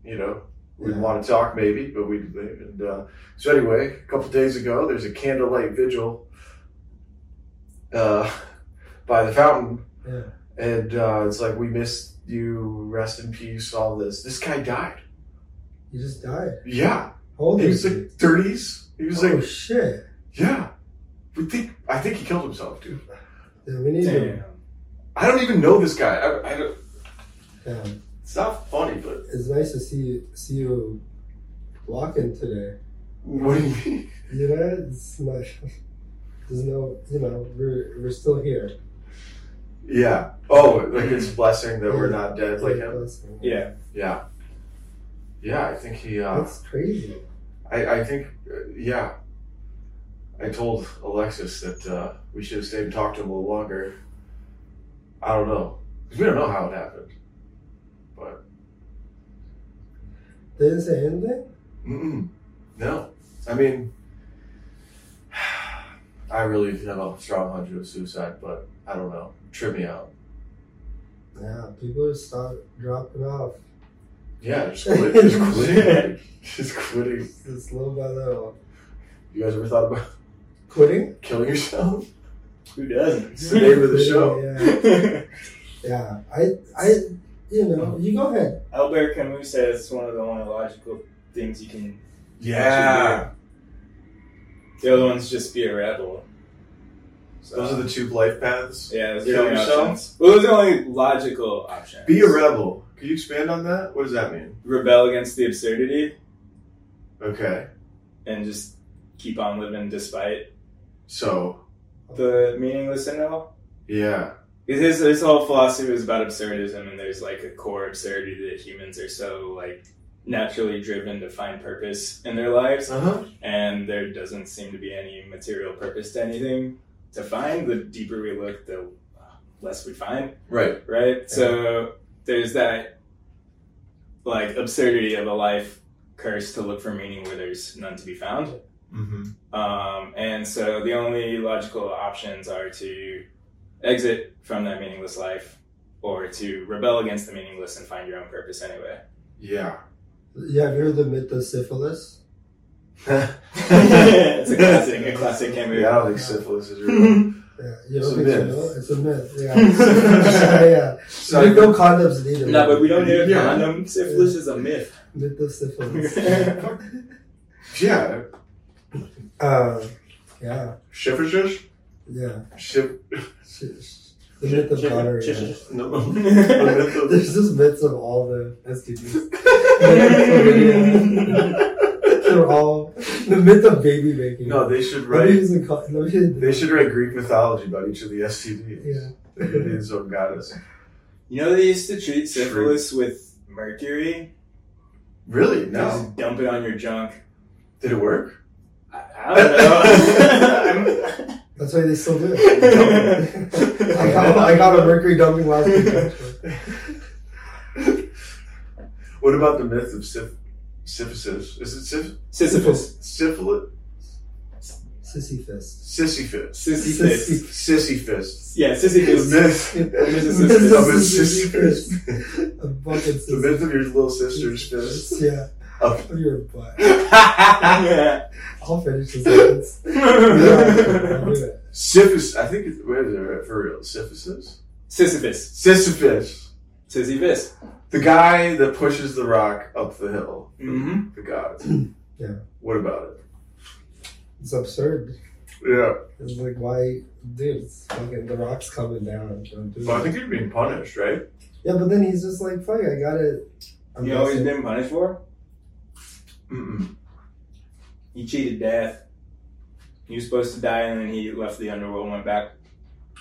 Speaker 1: you know, we'd
Speaker 2: Yeah.
Speaker 1: want to talk maybe, but we'd leave. And uh, so anyway, a couple days ago, there's a candlelight vigil uh, by the fountain,
Speaker 2: Yeah.
Speaker 1: and uh, it's like we missed you, rest in peace, all this. This guy died.
Speaker 2: You just died.
Speaker 1: Yeah,
Speaker 2: How old
Speaker 1: he
Speaker 2: is
Speaker 1: was
Speaker 2: he?
Speaker 1: like 30s. He was
Speaker 2: Oh
Speaker 1: like,
Speaker 2: shit!
Speaker 1: yeah. We think I think he killed himself, dude.
Speaker 2: Yeah, we need to.
Speaker 3: Damn.
Speaker 1: I don't even know this guy. I, I don't,
Speaker 2: Yeah.
Speaker 1: it's not funny, but
Speaker 2: It's nice to see you, see you walking today.
Speaker 1: what do you mean?
Speaker 2: You know, it's not. There's no, you know, we're we're still here.
Speaker 1: Yeah. Oh, like it's a blessing that we're not dead like him.
Speaker 3: Yeah.
Speaker 1: Yeah. Yeah, I think he. Uh,
Speaker 2: that's crazy.
Speaker 1: I I think uh, yeah. I told Alexis that uh, we should have stayed and talked to him a little longer. I don't know because we don't know how it happened.
Speaker 2: They didn't say anything.
Speaker 1: Mm-mm. No, I mean, I really have a strong hunch of suicide, but I don't know. Trip me out.
Speaker 2: Yeah, people just start dropping off.
Speaker 1: Yeah, just quit. Just quitting. just quitting.
Speaker 2: Just little by little.
Speaker 1: You guys ever thought about
Speaker 2: Quitting?
Speaker 1: killing yourself?
Speaker 3: Who
Speaker 1: It's the name of the
Speaker 2: Quitting,
Speaker 1: show.
Speaker 2: Yeah.
Speaker 3: doesn't?
Speaker 2: yeah. I, I, you know, you go ahead.
Speaker 3: Albert Camus says it's one of the only logical things you can.
Speaker 1: Yeah.
Speaker 3: The other one's just be a rebel. So,
Speaker 1: Those are the two life paths.
Speaker 3: yeah. Those are
Speaker 1: Kill
Speaker 3: the only
Speaker 1: yourself?
Speaker 3: options. Well, those are the only logical options.
Speaker 1: Be a rebel. Can you expand on that? What does that mean?
Speaker 3: rebel against the absurdity
Speaker 1: Okay.
Speaker 3: and just keep on living despite
Speaker 1: So,
Speaker 3: the meaningless and all.
Speaker 1: yeah.
Speaker 3: Because his, his whole philosophy was about absurdism, and there's like a core absurdity that humans are so like naturally driven to find purpose in their lives,
Speaker 1: Uh huh.
Speaker 3: and there doesn't seem to be any material purpose to anything to find. The deeper we look, the less we find,
Speaker 1: Right.
Speaker 3: right? So there's that like absurdity of a life cursed to look for meaning where there's none to be found.
Speaker 1: Mm-hmm.
Speaker 3: Um, and so the only logical options are to exit from that meaningless life or to rebel against the meaningless and find your own purpose anyway.
Speaker 1: Yeah.
Speaker 2: Yeah, have you heard the myth of syphilis?
Speaker 3: it's a classic, a classic Camus.
Speaker 1: Yeah, I don't think syphilis is real.
Speaker 2: Yeah, you
Speaker 1: It's
Speaker 2: don't
Speaker 1: a
Speaker 2: think so,
Speaker 1: myth.
Speaker 2: no? It's a myth. Yeah. yeah, yeah. There's
Speaker 1: so,
Speaker 2: no condoms needed.
Speaker 3: No, but we don't need a
Speaker 1: Yeah.
Speaker 3: condom. Syphilis is a myth.
Speaker 2: myth of syphilis.
Speaker 1: yeah.
Speaker 2: uh, yeah,
Speaker 1: Shifrishish?
Speaker 2: yeah.
Speaker 1: Shif.
Speaker 2: Sh- sh- The myth of gonorrhea.
Speaker 1: No.
Speaker 2: There's just myths of all the STDs. They're all the myth of baby making.
Speaker 1: no, they should
Speaker 2: Nobody
Speaker 1: write.
Speaker 2: uses con- nobody-
Speaker 1: They should write Greek mythology about each of the STDs.
Speaker 2: Yeah.
Speaker 1: They could be its own goddess.
Speaker 3: You know, they used to treat syphilis with mercury.
Speaker 1: Really?
Speaker 3: They Just dump it on your junk.
Speaker 1: Did it work?
Speaker 3: I, I don't know. I'm-
Speaker 2: That's why they still do it. I got, I got a mercury dumping last week. actually.
Speaker 1: what about the myth of syph- syphilis? Is it syph-
Speaker 3: Sisyphus.
Speaker 1: syphilis?
Speaker 2: Sissy fist.
Speaker 1: Sissy fist.
Speaker 3: Sisyphus.
Speaker 1: Sissy
Speaker 2: Sissy-
Speaker 1: fist.
Speaker 3: Yeah,
Speaker 1: The
Speaker 3: Sisyphus.
Speaker 1: myth.
Speaker 3: Mrs.
Speaker 1: Of a
Speaker 2: Sissy
Speaker 1: sissy fist.
Speaker 2: fist. A bucket
Speaker 1: The
Speaker 2: sissy
Speaker 1: myth of your little sister's fist.
Speaker 2: fist. Yeah.
Speaker 1: Okay.
Speaker 2: Of your butt.
Speaker 3: yeah.
Speaker 2: I'll finish the sentence. Yeah, I'll do it.
Speaker 1: Syphis. I think it's, where is it for real? Syphilis?
Speaker 3: Sisyphus.
Speaker 1: Sisyphus.
Speaker 3: Sisyphus.
Speaker 1: The guy that pushes the rock up the hill.
Speaker 3: Mm-hmm.
Speaker 1: The gods.
Speaker 2: Yeah.
Speaker 1: What about it?
Speaker 2: It's absurd.
Speaker 1: Yeah.
Speaker 2: It's like, why, dude? It's fucking, the rock's coming down. Don't do
Speaker 1: Well, I
Speaker 2: it.
Speaker 1: think you're being punished, right?
Speaker 2: Yeah, but then he's just like, fuck, I got it. I'm
Speaker 3: You know what he's
Speaker 2: guessing.
Speaker 3: been punished for?
Speaker 1: Mm-mm.
Speaker 3: He cheated death. He was supposed to die, and then he left the underworld, went back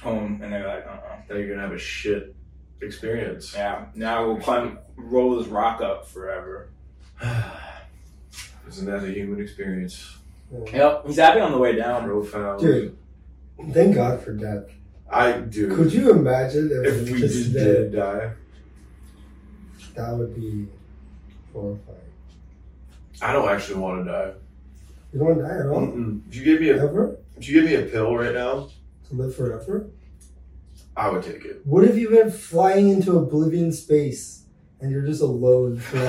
Speaker 3: home, and they're like, uh-uh.
Speaker 1: Now you're gonna have a shit experience.
Speaker 3: Yeah, now we'll climb, roll this rock up forever.
Speaker 1: Isn't that a human experience?
Speaker 3: Yep, he's happy on the way down.
Speaker 1: Profound.
Speaker 2: Dude, thank God for death.
Speaker 1: I do.
Speaker 2: Could you imagine if,
Speaker 1: if
Speaker 2: we
Speaker 1: we
Speaker 2: just
Speaker 1: just
Speaker 2: did?
Speaker 1: did die,
Speaker 2: That would be horrifying.
Speaker 1: I don't actually want to die.
Speaker 2: You don't want to die at all?
Speaker 1: Mm-mm. If you give me a
Speaker 2: Ever?
Speaker 1: if you give me a pill right now,
Speaker 2: To live forever?
Speaker 1: I would take it.
Speaker 2: What if you've been flying into oblivion space and you're just alone forever?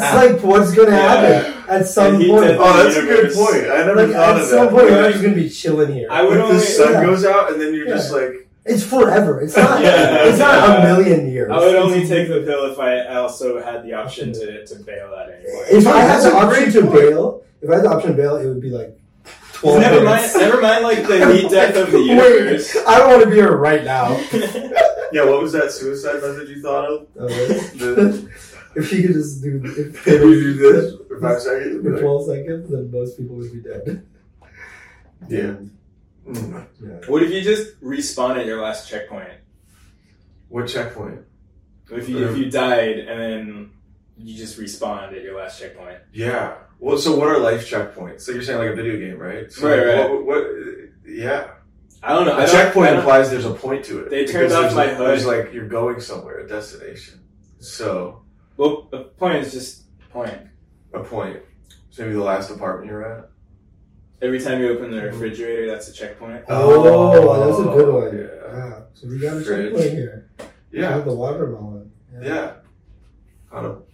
Speaker 1: that's
Speaker 2: like what's gonna happen at some
Speaker 3: He
Speaker 2: point.
Speaker 3: did-
Speaker 1: oh, that's a good
Speaker 3: Universe.
Speaker 1: point. I never
Speaker 2: Like
Speaker 1: thought
Speaker 2: at
Speaker 1: of
Speaker 2: some
Speaker 1: that.
Speaker 2: point,
Speaker 1: Like,
Speaker 2: you're just gonna be chilling here.
Speaker 3: I would
Speaker 1: like the
Speaker 3: only,
Speaker 1: sun
Speaker 2: yeah.
Speaker 1: goes out, and then you're just like,
Speaker 2: it's forever. It's not.
Speaker 3: Yeah.
Speaker 2: it's not a million years.
Speaker 3: I would only take the pill if I also had the option to, to bail at any point.
Speaker 2: If I had
Speaker 1: That's
Speaker 2: the
Speaker 1: a
Speaker 2: option
Speaker 1: great
Speaker 2: to
Speaker 1: point.
Speaker 2: bail, if I had the option to bail, it would be like twelve.
Speaker 3: Never mind,
Speaker 2: minutes.
Speaker 3: never mind, like the heat death of the
Speaker 2: Wait,
Speaker 3: universe.
Speaker 2: I don't want to be here right now.
Speaker 1: yeah, what was that suicide method you thought of?
Speaker 2: Okay.
Speaker 1: The,
Speaker 2: if you could just do
Speaker 1: if
Speaker 2: if
Speaker 1: you do this for five seconds, it'd be
Speaker 2: for
Speaker 1: like,
Speaker 2: twelve seconds, then most people would be dead.
Speaker 1: yeah. Mm.
Speaker 2: Yeah.
Speaker 3: what if you just respawn at your last checkpoint?
Speaker 1: What checkpoint?
Speaker 3: If you if you died and then you just respawned at your last checkpoint.
Speaker 1: Yeah. Well, so what are life checkpoints? So you're saying like a video game, right? So
Speaker 3: Right, right.
Speaker 1: What, what, yeah.
Speaker 3: I don't know. I
Speaker 1: A
Speaker 3: don't, I
Speaker 1: checkpoint
Speaker 3: don't-
Speaker 1: implies there's a point to it.
Speaker 3: They turned
Speaker 1: because
Speaker 3: off
Speaker 1: there's
Speaker 3: my
Speaker 1: a-
Speaker 3: HUD.
Speaker 1: There's like you're going somewhere, a destination. So
Speaker 3: Well, the point is just point.
Speaker 1: a point. So maybe the last apartment you're at.
Speaker 3: Every time you open the refrigerator, that's a checkpoint.
Speaker 2: Oh, that's a good one.
Speaker 1: Yeah.
Speaker 2: Wow. So we got a
Speaker 1: Fridge.
Speaker 2: checkpoint here. We
Speaker 1: Yeah.
Speaker 2: have the watermelon.
Speaker 1: Yeah. I don't.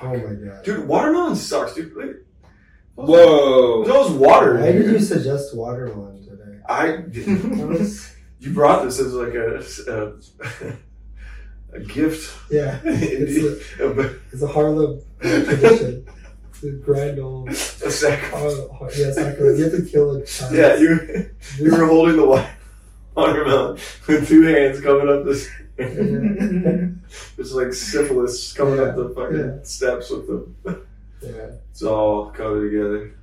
Speaker 2: Oh my god.
Speaker 1: Dude, watermelon sucks, dude. Like,
Speaker 3: Whoa!
Speaker 1: Those water.
Speaker 2: Why did
Speaker 1: dude.
Speaker 2: you suggest watermelon today?
Speaker 1: I didn't.
Speaker 2: That was-
Speaker 1: You brought this as like a a, a gift.
Speaker 2: yeah, It's
Speaker 1: a,
Speaker 2: it's a Harlem uh, tradition. It's a grand old.
Speaker 1: sacrifice.
Speaker 2: Har- Har- yeah, Sakura. You have to kill a child.
Speaker 1: Yeah, you. You were holding the wa- watermelon with two hands coming up this. it's like syphilis coming up the fucking
Speaker 2: Yeah.
Speaker 1: steps with them.
Speaker 2: yeah.
Speaker 1: It's all coming together.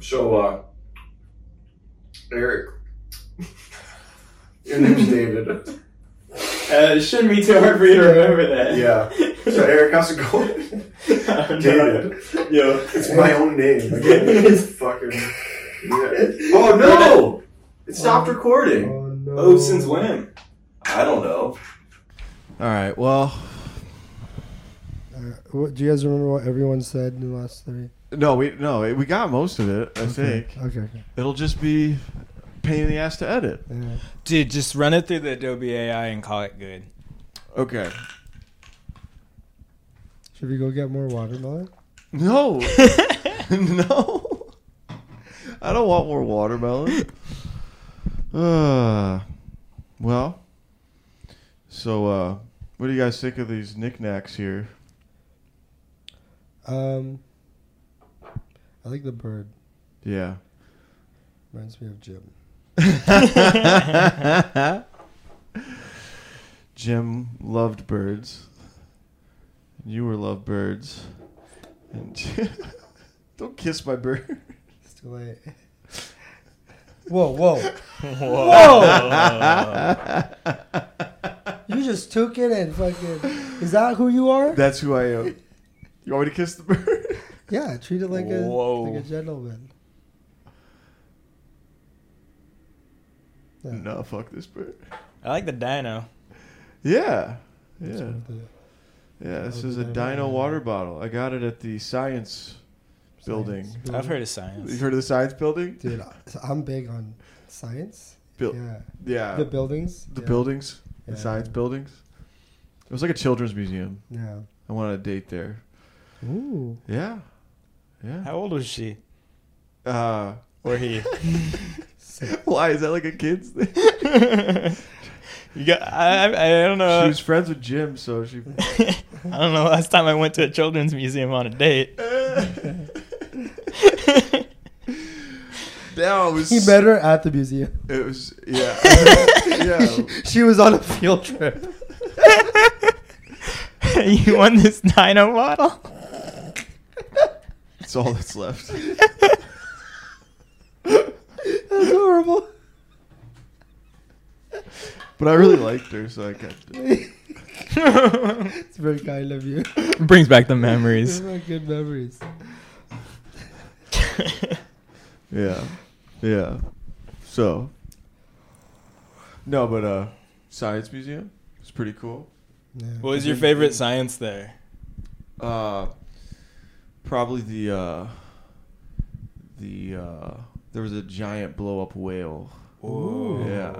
Speaker 1: So, uh, Eric, your name's David.
Speaker 3: Uh, it shouldn't be too hard for you to remember that.
Speaker 1: Yeah. So, Eric, how's it going?
Speaker 3: Oh, no.
Speaker 1: David.
Speaker 3: Yo.
Speaker 1: It's my own name. fucking. Yeah. Oh no! It stopped recording.
Speaker 2: Oh no.
Speaker 3: Oh, since when?
Speaker 1: I don't know.
Speaker 5: All right. Well,
Speaker 2: Uh, what, do you guys remember what everyone said in the last three?
Speaker 5: no, we no, we got most of it. I think
Speaker 2: Okay. okay.
Speaker 5: it'll just be pain in the ass to edit.
Speaker 2: Yeah.
Speaker 3: Dude, just run it through the Adobe AI and call it good.
Speaker 5: Okay.
Speaker 2: Should we go get more watermelon?
Speaker 5: No. no. I don't want more watermelon. Uh, well, so uh, what do you guys think of these knickknacks here?
Speaker 2: Um, I like the bird.
Speaker 5: Yeah.
Speaker 2: Reminds me of Jim.
Speaker 5: Jim loved birds. You were loved birds. And don't kiss my bird.
Speaker 2: It's too late. Whoa, whoa. You just took it and fucking. Is that who you are?
Speaker 5: That's who I am. You want me to kiss the bird?
Speaker 2: Yeah, treat it like a
Speaker 3: Whoa.
Speaker 2: like a gentleman. Yeah.
Speaker 1: No, fuck this bird.
Speaker 3: I like the dino.
Speaker 1: Yeah.
Speaker 2: That's
Speaker 1: Yeah.
Speaker 2: what they-
Speaker 1: Yeah, this
Speaker 2: Oh,
Speaker 1: is a
Speaker 2: dino.
Speaker 1: dino water bottle. I got it at the science building.
Speaker 2: Science.
Speaker 3: I've heard of
Speaker 1: You
Speaker 3: science.
Speaker 1: heard of the science building?
Speaker 2: Dude, I- so I'm big on science.
Speaker 1: Buil-
Speaker 2: yeah.
Speaker 1: yeah.
Speaker 2: The buildings.
Speaker 1: the
Speaker 2: yeah.
Speaker 1: buildings, the
Speaker 2: Yeah.
Speaker 1: science buildings. It was like a children's museum.
Speaker 2: Yeah.
Speaker 1: I went on a date there.
Speaker 2: Ooh.
Speaker 1: Yeah, yeah.
Speaker 3: How old was she?
Speaker 1: Uh,
Speaker 3: Or he?
Speaker 2: Sick.
Speaker 1: why is that like a kids thing?
Speaker 3: you got? I, I I don't know.
Speaker 1: she was friends with Jim, so she.
Speaker 3: I don't know. Last time I went to a children's museum on a date.
Speaker 1: Yeah, it was.
Speaker 2: He met her at the museum.
Speaker 1: It was yeah, yeah.
Speaker 2: she was on a field trip.
Speaker 3: you won this dino model.
Speaker 1: It's all that's left.
Speaker 2: That's horrible.
Speaker 1: But I really liked her, so I kept it.
Speaker 2: It's very kind of you.
Speaker 3: Brings back the
Speaker 2: These
Speaker 3: memories.
Speaker 2: are good memories.
Speaker 1: Yeah. Yeah. So. No, but uh science museum It's pretty cool.
Speaker 2: Yeah.
Speaker 3: what was your favorite science there?
Speaker 1: Uh probably the uh the uh there was a giant blow up whale
Speaker 3: Ooh.
Speaker 1: Yeah.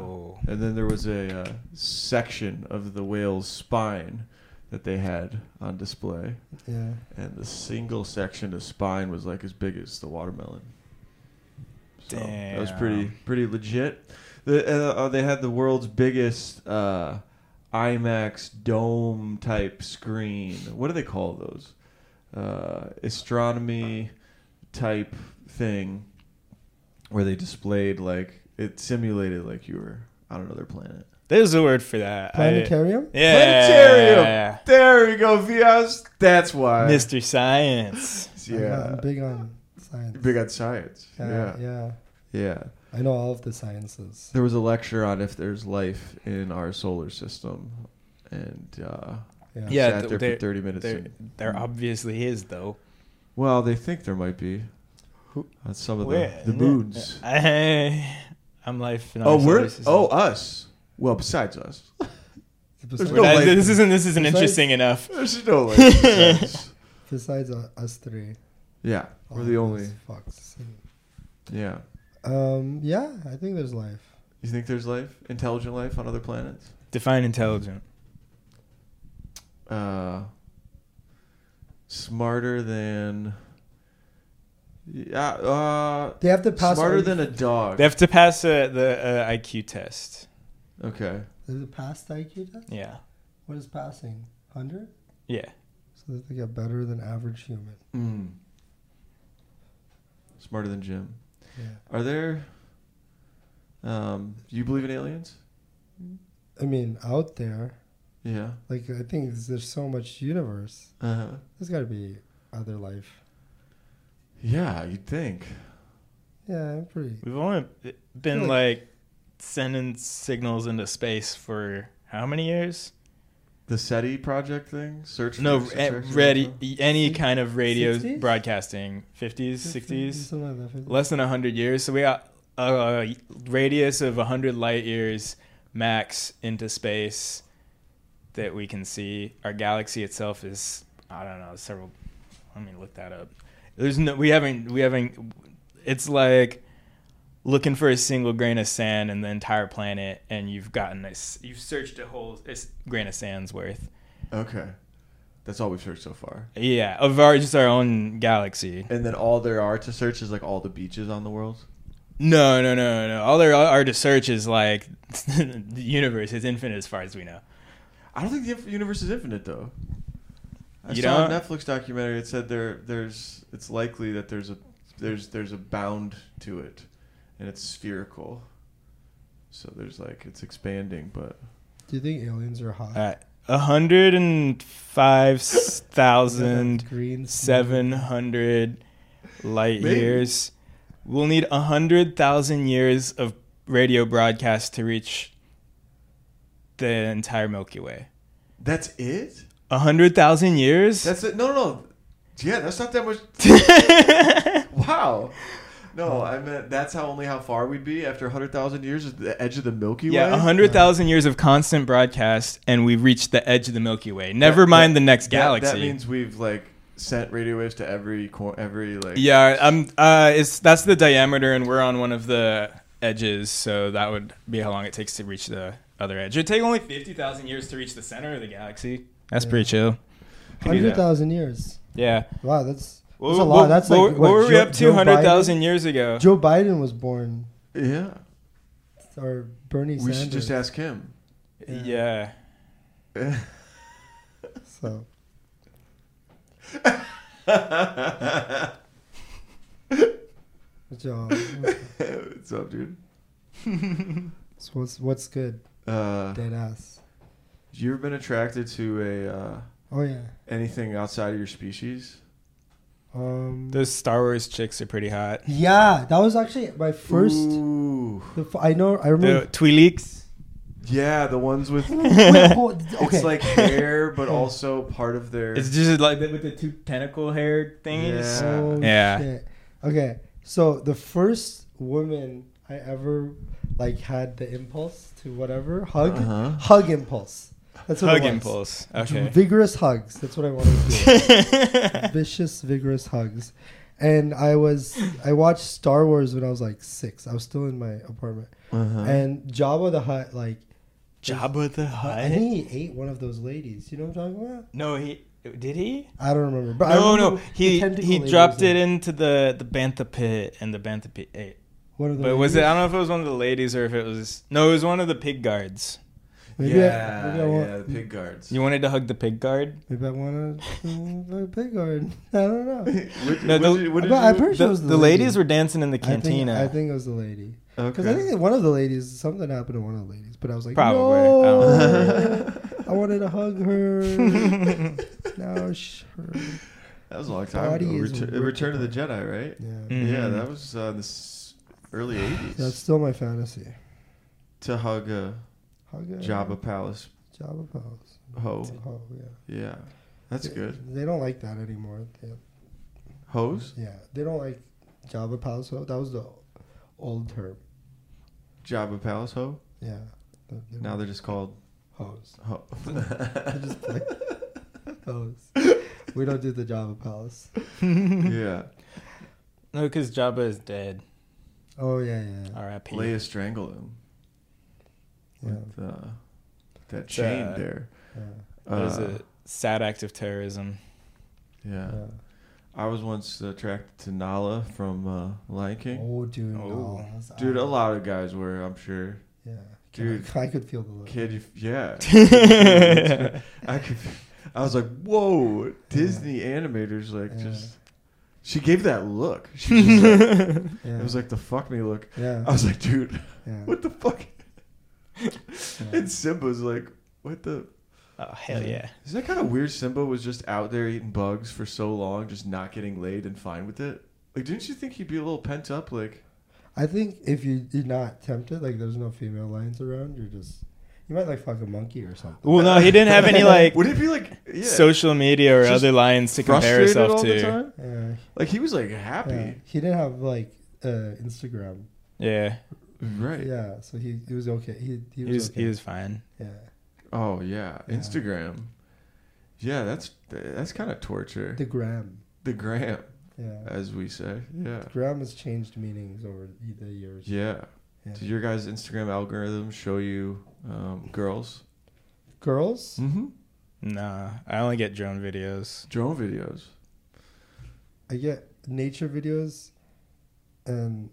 Speaker 1: and then there was a uh, section of the whale's spine that they had on display
Speaker 2: Yeah.
Speaker 1: and the single section of spine was like as big as the watermelon. So that was pretty
Speaker 3: Damn.
Speaker 1: pretty legit. The, uh, uh, they had the world's biggest uh, IMAX dome type screen. What do they call those? Uh, astronomy type thing where they displayed like it simulated like you were on another planet.
Speaker 3: There's a word for that. I-
Speaker 2: Planetarium?
Speaker 3: yeah.
Speaker 1: Planetarium. There we go, Vias. That's why.
Speaker 3: Mr. Science.
Speaker 2: I'm not- I'm
Speaker 1: Yeah.
Speaker 2: big on science.
Speaker 1: Big on science.
Speaker 2: yeah.
Speaker 1: Yeah.
Speaker 2: Yeah.
Speaker 1: Yeah.
Speaker 2: I know all of the sciences.
Speaker 1: There was a lecture on if there's life in our solar system. And uh,
Speaker 2: Yeah.
Speaker 3: Yeah,
Speaker 1: sat
Speaker 3: th-
Speaker 1: there
Speaker 3: there-
Speaker 1: for 30 minutes.
Speaker 3: There,
Speaker 1: and-
Speaker 3: there obviously is though.
Speaker 1: well, they think there might be.
Speaker 3: Who-
Speaker 1: On some of
Speaker 3: Where?
Speaker 1: the, the moons.
Speaker 3: I, I'm life. and
Speaker 1: Oh,
Speaker 3: I'm
Speaker 1: we're.
Speaker 3: solar
Speaker 1: Oh,
Speaker 3: system.
Speaker 1: us. Well, besides us.
Speaker 2: Besides,
Speaker 1: no
Speaker 3: That-
Speaker 1: life.
Speaker 3: this isn't. This isn't
Speaker 2: Besides-
Speaker 3: interesting enough.
Speaker 1: There's no life. besides us.
Speaker 2: besides uh, us three.
Speaker 1: Yeah. We're
Speaker 2: all
Speaker 1: the
Speaker 2: of
Speaker 1: only.
Speaker 2: us fucks.
Speaker 1: Yeah.
Speaker 2: Um, yeah, I think there's life.
Speaker 1: You think there's life? Intelligent life on other planets?
Speaker 3: Define intelligent.
Speaker 1: uh, smarter than yeah uh
Speaker 2: They have to pass
Speaker 1: smarter
Speaker 2: all-
Speaker 1: than a dog
Speaker 3: They have to pass uh, the uh, IQ test.
Speaker 1: okay
Speaker 2: Is it past IQ test?
Speaker 3: Yeah.
Speaker 2: What is passing? 100?
Speaker 3: Yeah.
Speaker 2: So that they get better than average human.
Speaker 1: mm. smarter than jim
Speaker 2: Yeah.
Speaker 1: are there um do you believe in aliens
Speaker 2: I mean, out there,
Speaker 1: yeah
Speaker 2: like, I think there's so much universe.
Speaker 1: uh-huh
Speaker 2: There's got to be other life.
Speaker 1: yeah you'd think
Speaker 2: Yeah, I'm pretty.
Speaker 3: We've only been like sending signals into space for how many years?
Speaker 1: the seti project thing search for
Speaker 3: No,
Speaker 1: extraterrestrial
Speaker 3: a- ready
Speaker 1: life?
Speaker 3: any kind of radio
Speaker 2: 60s?
Speaker 3: broadcasting, 50s, 60s,
Speaker 2: Something like that, 50.
Speaker 3: less than 100 years. So we got a radius of 100 light years max into space that we can see. Our galaxy itself is I don't know, several let me look that up. There's no we haven't we haven't it's like looking for a single grain of sand in the entire planet and you've gotten this you've searched a whole s- grain of sand's worth.
Speaker 1: okay that's all we've searched so far
Speaker 3: Yeah, of our just our own galaxy.
Speaker 1: and then all there are to search is like all the beaches on the world
Speaker 3: No, no, no, no. All there are to search is like the universe is infinite as far as we know.
Speaker 1: I don't think the inf- universe is infinite, though. I
Speaker 3: You
Speaker 1: saw
Speaker 3: don't?
Speaker 1: a Netflix documentary that said there there's it's likely that there's a there's there's a bound to it, and it's spherical. So there's like it's expanding, but
Speaker 2: Do you think aliens are hot?
Speaker 3: Alright. A hundred and five thousand
Speaker 2: green
Speaker 3: seven hundred light
Speaker 1: Maybe.
Speaker 3: years. We'll need a hundred thousand years of radio broadcast to reach the entire Milky Way.
Speaker 1: that's it.
Speaker 3: A hundred thousand years?
Speaker 1: That's it. No, no, no. Yeah, that's not that much. Wow. No, I meant that's how only how far we'd be after 100,000 years is the edge of the Milky Way.
Speaker 6: Yeah, 100,000 years of constant broadcast, and we've reached the edge of the Milky Way. Never
Speaker 1: That-
Speaker 6: mind
Speaker 1: that-
Speaker 6: the next
Speaker 1: that-
Speaker 6: galaxy.
Speaker 1: That, means we've like sent radio waves to every cor- every like
Speaker 6: yeah, um, uh, it's, that's the diameter, and we're on one of the edges, so that would be how long it takes to reach the other edge. It'd take only 50,000 years to reach the center of the galaxy. That's
Speaker 2: Yeah.
Speaker 6: pretty chill. Could do that.
Speaker 2: Hundred thousand years.
Speaker 6: Yeah.
Speaker 2: Wow, that's, that's
Speaker 6: What,
Speaker 2: a lot.
Speaker 6: what-
Speaker 2: that's
Speaker 6: what,
Speaker 2: like
Speaker 6: what were we
Speaker 2: Joe-
Speaker 6: up to
Speaker 2: Joe
Speaker 6: 100,000
Speaker 2: Biden-
Speaker 6: years ago?
Speaker 2: Joe Biden was born,
Speaker 1: Yeah.
Speaker 2: or Bernie
Speaker 1: We
Speaker 2: Sanders.
Speaker 1: should just ask him.
Speaker 2: Yeah.
Speaker 6: yeah.
Speaker 2: So Joe,
Speaker 1: What's up, dude?
Speaker 2: so what's what's good?
Speaker 1: Uh,
Speaker 2: Dead ass.
Speaker 1: you ever been attracted to a uh,
Speaker 2: Oh yeah.
Speaker 1: anything outside of your species?
Speaker 2: Um.
Speaker 6: Those Star Wars chicks are pretty hot.
Speaker 2: yeah, that was actually my first.
Speaker 1: Ooh.
Speaker 2: The, f- I know. I remember.
Speaker 6: The Twi'leks.
Speaker 1: Yeah, the ones with
Speaker 2: Wait, hold- okay.
Speaker 1: it's like hair, but also part of their.
Speaker 6: It's just like with the two tentacle hair things.
Speaker 1: Yeah.
Speaker 2: Oh,
Speaker 6: Yeah.
Speaker 2: Shit. Okay. So the first woman I ever like had the impulse to whatever hug,
Speaker 1: Uh-huh.
Speaker 2: hug impulse. That's what
Speaker 6: Hug
Speaker 2: it was.
Speaker 6: impulse. Okay.
Speaker 2: Vigorous hugs. That's what I wanted to
Speaker 6: Oh.
Speaker 2: do. Vicious, vigorous hugs. And I was I watched Star Wars when I was like six. I was still in my apartment.
Speaker 1: Uh-huh.
Speaker 2: And Jabba the Hutt, like
Speaker 6: Jabba the
Speaker 2: I
Speaker 6: Hutt.
Speaker 2: think he ate one of those ladies. You know what I'm talking about?
Speaker 6: No, he did he?
Speaker 2: I don't remember. But I
Speaker 6: No,
Speaker 2: remember
Speaker 6: no.
Speaker 2: the
Speaker 6: He
Speaker 2: tentacle
Speaker 6: he
Speaker 2: lady
Speaker 6: dropped
Speaker 2: was in
Speaker 6: it into the the bantha pit, and the bantha pit ate.
Speaker 2: One of the
Speaker 6: But was it?
Speaker 2: ladies.
Speaker 6: I don't know if it was one of the ladies or if it was. No, it was one of the pig guards.
Speaker 2: Maybe I,
Speaker 1: yeah,
Speaker 2: maybe I want,
Speaker 1: yeah, the pig guards.
Speaker 6: You wanted to hug the pig guard.
Speaker 2: Maybe I want a pig garden. I don't know.
Speaker 1: What-
Speaker 6: No,
Speaker 1: what
Speaker 6: the-
Speaker 1: did you- what did
Speaker 2: But I'm
Speaker 1: you-
Speaker 2: pretty sure it
Speaker 6: The,
Speaker 2: was the,
Speaker 6: the
Speaker 2: lady.
Speaker 6: ladies were dancing in the
Speaker 2: I think,
Speaker 6: cantina.
Speaker 2: I think it was the lady. Because I
Speaker 1: Okay.
Speaker 2: think that one of the ladies, something happened to one of the ladies, but I was like,
Speaker 6: Probably. I
Speaker 2: No!
Speaker 6: don't
Speaker 2: I wanted to hug her.
Speaker 6: Mm-hmm.
Speaker 2: now sh- her.
Speaker 1: That was a long time
Speaker 2: Body
Speaker 1: ago.
Speaker 2: is
Speaker 1: Retur-
Speaker 2: ripped
Speaker 1: Return of the Jedi, right?
Speaker 2: Yeah.
Speaker 1: Yeah,
Speaker 6: Mhm.
Speaker 1: that was uh, in the s- early 80s.
Speaker 2: That's still my fantasy.
Speaker 1: to hug a
Speaker 2: Hug her.
Speaker 1: Jabba Palace
Speaker 2: Jabba pals.
Speaker 1: hoe.
Speaker 2: Oh, yeah.
Speaker 1: Yeah, that's
Speaker 2: They-
Speaker 1: good.
Speaker 2: They don't like that anymore. They,
Speaker 1: Hose?
Speaker 2: yeah. They don't like Jabba pals. So that was the old term.
Speaker 1: Jabba Palace hoe?
Speaker 2: Yeah. They- they
Speaker 1: Now they're just called
Speaker 2: hoes.
Speaker 1: hoe.
Speaker 2: just play. Hoes. We don't do the Jabba palace.
Speaker 1: yeah.
Speaker 6: no, because Jabba is dead.
Speaker 2: Oh yeah, yeah,
Speaker 1: Uh,
Speaker 2: yeah.
Speaker 6: R.I.P.
Speaker 1: Leia strangled him
Speaker 2: yeah.
Speaker 1: with uh, that
Speaker 6: It's,
Speaker 1: chain
Speaker 6: uh,
Speaker 1: there.
Speaker 2: yeah,
Speaker 6: That was
Speaker 1: Uh,
Speaker 6: a sad act of terrorism.
Speaker 1: yeah.
Speaker 2: yeah.
Speaker 1: I was once attracted to Nala from uh, Lion King.
Speaker 2: Oh, dude,
Speaker 6: Oh.
Speaker 2: no, that's-
Speaker 1: Dude, a lot of guys were, I'm sure.
Speaker 2: Yeah,
Speaker 1: Dude.
Speaker 2: I could feel the look.
Speaker 1: Kid, you, yeah. I could. I was like, whoa, Disney animators like
Speaker 2: Yeah.
Speaker 1: just. She gave that look. She just like,
Speaker 2: Yeah,
Speaker 1: it was like uh, the fuck me look.
Speaker 2: yeah,
Speaker 1: I was like, dude,
Speaker 2: yeah.
Speaker 1: what the fuck?
Speaker 2: yeah.
Speaker 1: And Simba's like, what the?
Speaker 6: Oh hell yeah!
Speaker 1: Is that kind of weird? Simba was just out there eating bugs for so long, just not getting laid and fine with it. Like, didn't you think he'd be a little pent up? Like,
Speaker 2: I think if you you're not tempted, like there's no female lions around, you're just you might like fuck a monkey or something.
Speaker 6: Well, no, he didn't have any like
Speaker 1: would it be like yeah,
Speaker 6: social media or
Speaker 1: Just
Speaker 6: other lines to compare
Speaker 1: frustrated
Speaker 6: himself
Speaker 1: all the
Speaker 6: to.
Speaker 1: time?
Speaker 2: Yeah,
Speaker 1: Like, he was like
Speaker 2: yeah.
Speaker 1: happy,
Speaker 2: He didn't have like uh, Instagram.
Speaker 6: Yeah,
Speaker 1: right?
Speaker 2: Yeah, so he he was okay. He he
Speaker 6: he
Speaker 2: was,
Speaker 6: was
Speaker 2: okay.
Speaker 6: he was fine.
Speaker 2: yeah.
Speaker 1: Oh yeah,
Speaker 2: Yeah.
Speaker 1: Instagram. Yeah, that's that's kind of torture.
Speaker 2: The gram.
Speaker 1: The gram,
Speaker 2: Yeah,
Speaker 1: as we say. Yeah,
Speaker 2: gram has changed meanings over the years.
Speaker 1: yeah.
Speaker 2: Yeah.
Speaker 1: Do your guys' Instagram algorithms show you um, girls?
Speaker 2: Girls.
Speaker 1: Mm-hmm.
Speaker 6: Nah, I only get drone videos.
Speaker 1: Drone videos.
Speaker 2: I get nature videos, and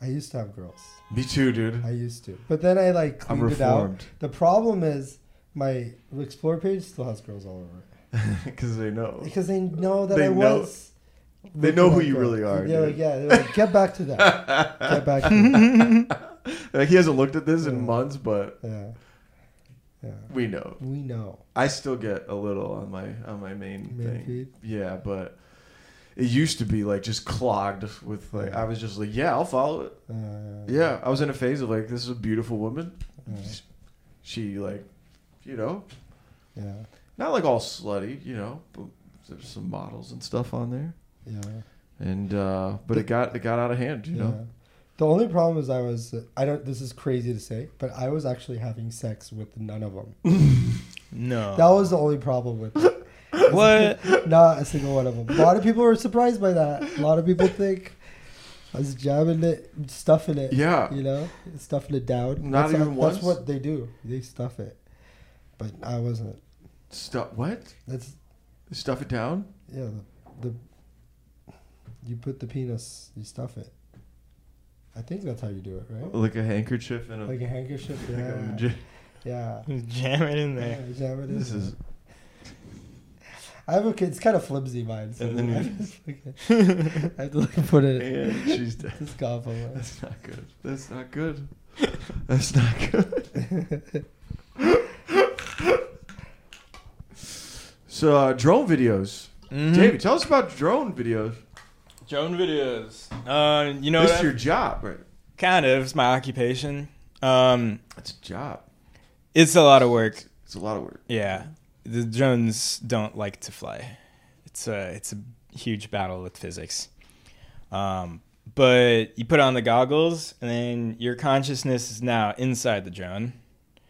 Speaker 2: I used to have girls.
Speaker 1: Me too, dude.
Speaker 2: I used to, but then I like
Speaker 1: I'm
Speaker 2: cleaned it out.
Speaker 1: reformed
Speaker 2: The problem is my explore page still has girls all over it
Speaker 1: because they know.
Speaker 2: because they know that
Speaker 1: They
Speaker 2: I
Speaker 1: know-
Speaker 2: was.
Speaker 1: they know who
Speaker 2: like
Speaker 1: you
Speaker 2: that.
Speaker 1: really are,
Speaker 2: They're
Speaker 1: dude.
Speaker 2: like, yeah, they're like, get back to that. Get back. To that.
Speaker 1: Like he hasn't looked at this
Speaker 2: Yeah.
Speaker 1: in months, but
Speaker 2: Yeah, yeah.
Speaker 1: we know.
Speaker 2: We know.
Speaker 1: I still get a little on my on my main,
Speaker 2: Main
Speaker 1: thing.
Speaker 2: feed?
Speaker 1: Yeah, but it used to be like just clogged with like I was just like, yeah, I'll follow it.
Speaker 2: Uh, uh,
Speaker 1: Yeah, I was in a phase of like, this is a beautiful woman.
Speaker 2: Yeah.
Speaker 1: She like, you know,
Speaker 2: Yeah.
Speaker 1: not like all slutty, you know, but there's some models and stuff on there.
Speaker 2: Yeah.
Speaker 1: and uh, but it got it got out of hand. You know,
Speaker 2: The only problem is I was I don't this is crazy to say, but I was actually having sex with none of them.
Speaker 6: Oh.
Speaker 3: No.
Speaker 2: That was the only problem with it.
Speaker 3: what?
Speaker 2: Not a single one of them. A lot of people were surprised by that. A lot of people think I was jabbing it, stuffing it.
Speaker 1: Yeah.
Speaker 2: You know, stuffing it down.
Speaker 1: Not
Speaker 2: that's,
Speaker 1: even once?
Speaker 2: That's what they do. They stuff it. But I wasn't.
Speaker 1: stuff what
Speaker 2: That's
Speaker 1: stuff it down.
Speaker 2: yeah. The, the you put the penis, you stuff it. I think that's how you do it, right?
Speaker 1: Like a handkerchief and a.
Speaker 2: Like a handkerchief.
Speaker 1: Oh, like a
Speaker 2: Yeah.
Speaker 1: j-
Speaker 2: Yeah.
Speaker 3: Jam it in
Speaker 2: yeah
Speaker 3: there.
Speaker 2: jab it in
Speaker 1: this
Speaker 2: there.
Speaker 1: is
Speaker 2: I have a kid. It's kind of flimsy mine. So
Speaker 1: And then you-
Speaker 2: I, just, I have to like put it.
Speaker 1: and she's dead.
Speaker 2: This compliment.
Speaker 1: That's not good. That's not good. That's not good. So uh, drone videos,
Speaker 3: Mhm.
Speaker 1: David. Tell us about drone videos.
Speaker 3: Drone videos. Uh, you know,
Speaker 1: this
Speaker 3: what
Speaker 1: is
Speaker 3: I-
Speaker 1: your job, right?
Speaker 3: kind of. It's my occupation. Um,
Speaker 1: That's a job.
Speaker 3: it's a lot of work.
Speaker 1: It's a lot of work.
Speaker 3: Yeah, the drones don't like to fly. It's a it's a huge battle with physics. Um, but you put on the goggles, and then your consciousness is now inside the drone.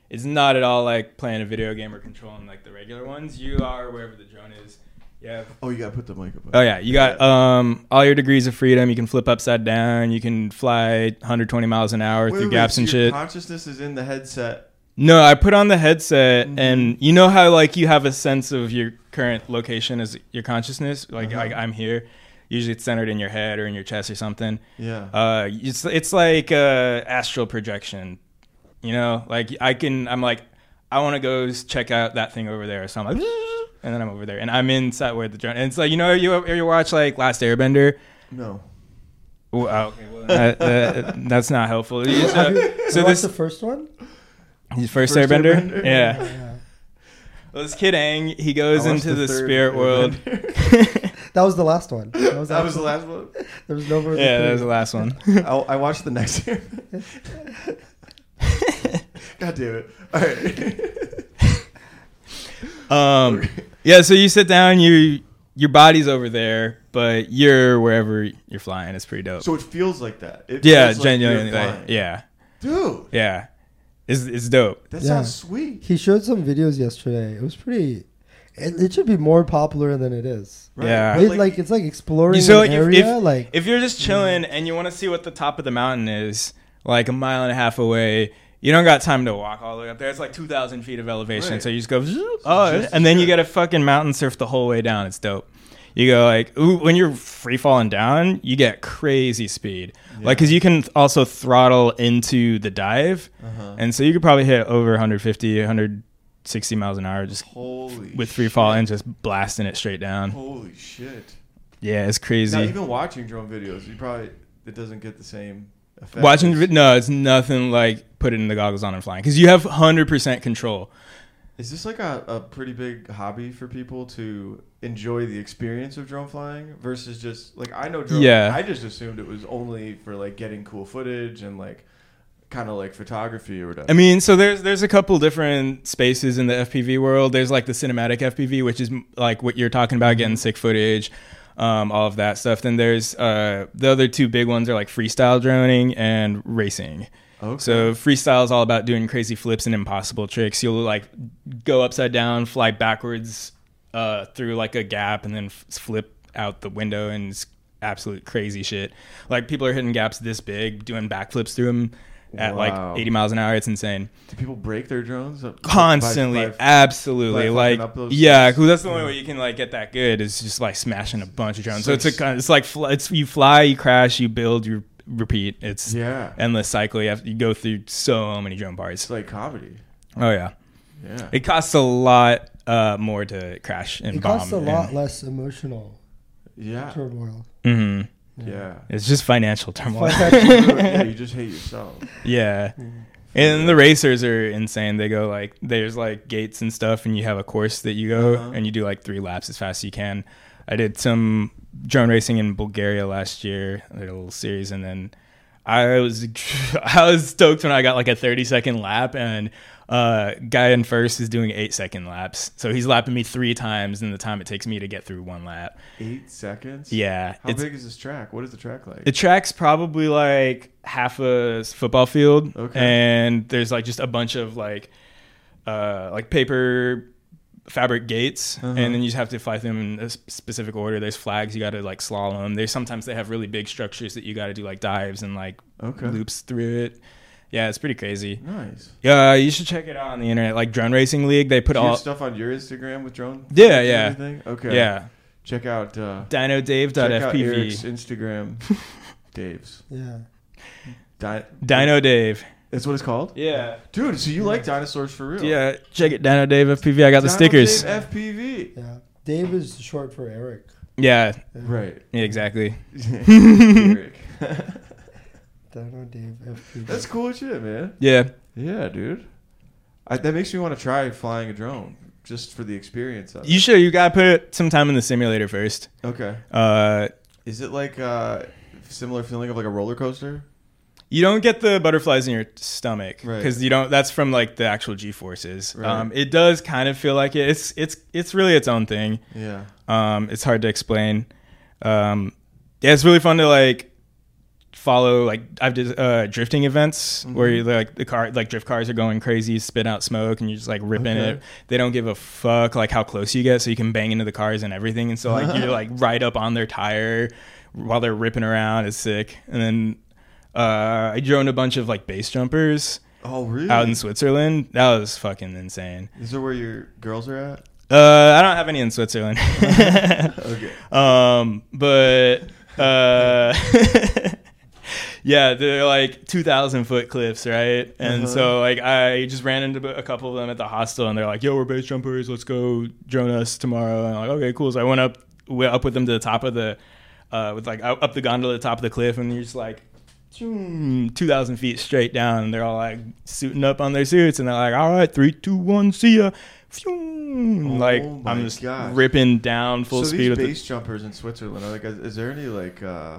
Speaker 3: It's not at all like playing a video game or controlling like the regular ones. You are wherever the drone is. You have
Speaker 1: Oh, you gotta put the mic up.
Speaker 3: Oh yeah, you got um all your degrees of freedom. You can flip upside down. You can fly 120 miles an hour
Speaker 1: Wait,
Speaker 3: through
Speaker 1: wait,
Speaker 3: gaps
Speaker 1: so
Speaker 3: and
Speaker 1: your
Speaker 3: shit.
Speaker 1: Consciousness is in the headset.
Speaker 3: no, I put on the headset,
Speaker 1: Mm-hmm.
Speaker 3: and you know how like you have a sense of your current location as your consciousness. Like
Speaker 1: Uh-huh.
Speaker 3: like I'm here. Usually it's centered in your head or in your chest or something.
Speaker 1: Yeah.
Speaker 3: Uh, it's it's like uh, astral projection. You know, like I can. I'm like, I want to go s- check out that thing over there. So I'm like, and then I'm over there, and I'm inside where the drone. And it's like you know, you you watch like Last Airbender.
Speaker 1: no.
Speaker 3: Ooh, oh, okay, well, uh, that, that- that's not helpful. You just, uh,
Speaker 2: Have you-
Speaker 3: so
Speaker 2: you
Speaker 3: this
Speaker 2: watched the first one? Oh,
Speaker 3: his first,
Speaker 1: first
Speaker 3: airbender?
Speaker 1: Airbender?
Speaker 3: yeah.
Speaker 2: Yeah.
Speaker 3: Well, this kid Aang, he goes
Speaker 1: I watched
Speaker 3: into the,
Speaker 1: third
Speaker 3: spirit world.
Speaker 2: That was the last one. That was,
Speaker 1: that was the last one.
Speaker 2: There was no further.
Speaker 3: yeah, that
Speaker 2: three.
Speaker 3: was the last one.
Speaker 1: I, I watched the next here. God damn it! All right.
Speaker 3: Um, yeah, so you sit down, you your body's over there, but you're wherever you're flying. It's pretty dope.
Speaker 1: so it feels like that. It
Speaker 3: yeah,
Speaker 1: feels like you're
Speaker 3: genuinely, like,
Speaker 1: flying.
Speaker 3: yeah,
Speaker 1: Dude,
Speaker 3: yeah, it's it's dope.
Speaker 1: that
Speaker 2: Yeah.
Speaker 1: sounds sweet.
Speaker 2: He showed some videos yesterday. It was pretty. It, it should be more popular than it is.
Speaker 1: Right?
Speaker 3: Yeah.
Speaker 1: But
Speaker 2: It, like it's like exploring
Speaker 3: so
Speaker 2: an
Speaker 3: if-
Speaker 2: area.
Speaker 3: if-
Speaker 2: like
Speaker 3: If you're just chilling and you want to see what the top of the mountain is, like a mile and a half away, you don't got time to walk all the way up there. It's like 2,000 feet of elevation.
Speaker 1: Right.
Speaker 3: So you just go, zoop, oh,
Speaker 1: just
Speaker 3: and then you
Speaker 1: good.
Speaker 3: get a fucking mountain surf the whole way down. It's dope. You go like, ooh, when you're free falling down, you get crazy speed. Like 'cause Like, cause you can also throttle into the dive.
Speaker 1: Uh-huh.
Speaker 3: And so you could probably hit over 150, 160 miles an hour just
Speaker 1: holy
Speaker 3: with free
Speaker 1: shit.
Speaker 3: fall and just blasting it straight down.
Speaker 1: Holy shit!
Speaker 3: Yeah, it's crazy.
Speaker 1: Now even watching drone videos, you probably it doesn't get the same effect.
Speaker 3: Watching
Speaker 1: It's-
Speaker 3: vid- no, it's nothing like putting the goggles on and flying because you have hundred percent control.
Speaker 1: Is this like a, a pretty big hobby for people to enjoy the experience of drone flying versus just like I know drone
Speaker 3: Yeah.
Speaker 1: I just assumed it was only for like getting cool footage and like kind of like photography or whatever.
Speaker 3: I mean, so there's there's a couple different spaces in the FPV world. There's like the cinematic FPV, which is m- like what you're talking about,
Speaker 1: Mm-hmm.
Speaker 3: getting sick footage, um, all of that stuff. Then there's uh, the other two big ones are like freestyle droning and racing.
Speaker 1: Okay.
Speaker 3: So freestyle is all about doing crazy flips and impossible tricks. You'll like go upside down, fly backwards uh, through like a gap, and then f- flip out the window, and it's absolute crazy shit. Like people are hitting gaps this big, doing backflips through them at
Speaker 1: Wow.
Speaker 3: like 80 miles an hour. It's insane.
Speaker 1: Do people break their drones up-
Speaker 3: Constantly,
Speaker 1: by- by- by
Speaker 3: absolutely,
Speaker 1: fucking
Speaker 3: like
Speaker 1: up those
Speaker 3: yeah,
Speaker 1: things?
Speaker 3: because that's the only way you can like get that good is just like smashing a bunch of drones. So it's a kind of- it's like fl- it's you fly, you crash, you build, you repeat. It's
Speaker 1: yeah.
Speaker 3: endless cycle. You have you go through so many drone parts.
Speaker 1: It's like comedy.
Speaker 3: Oh yeah,
Speaker 1: Yeah.
Speaker 3: it costs a lot uh, more to crash and
Speaker 2: it
Speaker 3: bomb.
Speaker 2: costs a lot less emotional
Speaker 1: Yeah.
Speaker 2: turmoil.
Speaker 3: hmm
Speaker 1: Yeah.
Speaker 3: It's just financial turmoil.
Speaker 1: yeah, you just hate yourself.
Speaker 3: yeah.
Speaker 2: Mm,
Speaker 3: And the racers are insane. They go like there's like gates and stuff, and you have a course that you go
Speaker 1: Uh-huh.
Speaker 3: and you do like three laps as fast as you can. I did some drone racing in Bulgaria last year, I did a little series, and then I was I was stoked when I got like a 30 second lap, and Uh, guy in first is doing eight second laps, so he's lapping me three times in the time it takes me to get through one lap.
Speaker 1: Eight seconds.
Speaker 3: Yeah,
Speaker 1: How
Speaker 3: it's
Speaker 1: big is this track? What is the track like?
Speaker 3: the track's probably like half a s- football field,
Speaker 1: Okay.
Speaker 3: and there's like just a bunch of like, uh, like paper fabric gates,
Speaker 1: Uh-huh.
Speaker 3: and then you just have to fly through them in a s- specific order. There's flags you got to like slalom. There's sometimes they have really big structures that you got to do like dives and like
Speaker 1: Okay.
Speaker 3: loops through it. Yeah, it's pretty crazy.
Speaker 1: nice.
Speaker 3: Yeah, you should check it out on the internet. Like Drone Racing League, they put
Speaker 1: Do you
Speaker 3: all
Speaker 1: have stuff on your Instagram with drone?
Speaker 3: Yeah,
Speaker 1: pics and
Speaker 3: yeah.
Speaker 1: everything? Okay.
Speaker 3: yeah.
Speaker 1: Check out. Uh, check out Eric's
Speaker 3: DinoDave.fpv.
Speaker 1: Instagram. Dave's.
Speaker 2: Yeah.
Speaker 1: Di-
Speaker 3: Dino Dave.
Speaker 1: That's what it's called.
Speaker 3: Yeah.
Speaker 1: Dude, so you like dinosaurs for real?
Speaker 3: Yeah, check it. Dino Dave FPV. I got the
Speaker 1: Donald
Speaker 3: stickers.
Speaker 1: Dave FPV.
Speaker 2: Yeah. Dave is short for Eric.
Speaker 3: yeah,
Speaker 1: Right.
Speaker 3: yeah, exactly.
Speaker 1: Eric.
Speaker 2: Dino Dave FPV.
Speaker 1: That's cool shit, man.
Speaker 3: Yeah,
Speaker 1: Yeah, dude. I, that makes me want to try flying a drone just for the experience of
Speaker 3: you
Speaker 1: it.
Speaker 3: should. You gotta put some time in the simulator first.
Speaker 1: Okay.
Speaker 3: Uh,
Speaker 1: Is it like uh similar feeling of like a roller coaster?
Speaker 3: you don't get the butterflies in your stomach
Speaker 1: Right.
Speaker 3: because you don't. That's from like the actual G forces.
Speaker 1: Right.
Speaker 3: Um, it does kind of feel like it. It's it's it's really its own thing.
Speaker 1: Yeah.
Speaker 3: Um, it's hard to explain. Um, yeah, it's really fun to like follow like I've did uh, drifting events where you like the car like drift cars are going crazy, spit out smoke, and you're just like ripping
Speaker 1: Okay.
Speaker 3: it. They don't give a fuck like how close you get, so you can bang into the cars and everything. And so like you're like right up on their tire while they're ripping around. It's sick. And then uh, I droned a bunch of like base jumpers
Speaker 1: Oh, really?
Speaker 3: out in Switzerland. That was fucking insane.
Speaker 1: Is that where your girls are at?
Speaker 3: Uh, I don't have any in Switzerland. okay. Um, but uh, yeah, they're like two thousand foot cliffs, right? And so like I just ran into a couple of them at the hostel, and they're like, "Yo, we're base jumpers. Let's go drone us tomorrow." And I'm like, "Okay, cool." So I went up, went up with them to the top of the, uh, with like up up the gondola to the top of the cliff, and you're just like. Two thousand feet straight down, and they're all like suiting up on their suits, and they're like, "All right, three, two, one, see ya." Phew. like
Speaker 1: Oh my
Speaker 3: I'm just
Speaker 1: gosh.
Speaker 3: ripping down full
Speaker 1: so
Speaker 3: speed
Speaker 1: these
Speaker 3: with the
Speaker 1: base jumpers in Switzerland are like, is, is there any like uh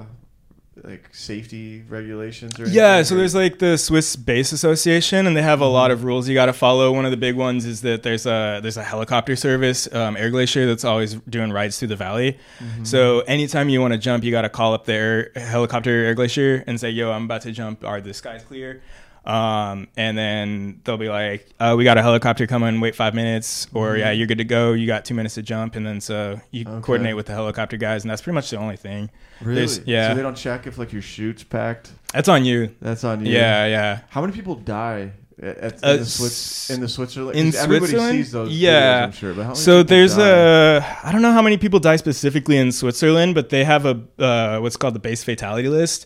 Speaker 1: like safety regulations or anything?
Speaker 3: Yeah, so
Speaker 1: Or-
Speaker 3: there's like the Swiss Base Association, and they have a lot of rules you got to follow. One of the big ones is that there's a there's a helicopter service, um, Air Glacier, that's always doing rides through the valley. So anytime you want to jump, you got to call up their helicopter Air Glacier and say, "Yo, I'm about to jump. Are the skies clear?" Um, and then they'll be like, uh, "We got a helicopter coming. Wait five minutes, or yeah, you're good to go. You got two minutes to jump." And then so you coordinate with the helicopter guys, and that's pretty much the only thing.
Speaker 1: really
Speaker 3: there's- yeah.
Speaker 1: So they don't check if like your chute's packed.
Speaker 3: That's on you.
Speaker 1: That's on you.
Speaker 3: Yeah, yeah.
Speaker 1: How many people die at, at,
Speaker 3: Uh,
Speaker 1: in, the Swiss,
Speaker 3: s-
Speaker 1: in the Switzerland?
Speaker 3: in
Speaker 1: 'Cause everybody
Speaker 3: Switzerland?
Speaker 1: sees those.
Speaker 3: Yeah.
Speaker 1: videos, I'm sure. But how many
Speaker 3: So
Speaker 1: people
Speaker 3: there's
Speaker 1: die?
Speaker 3: a I don't know how many people die specifically in Switzerland, but they have a uh, what's called the base fatality list.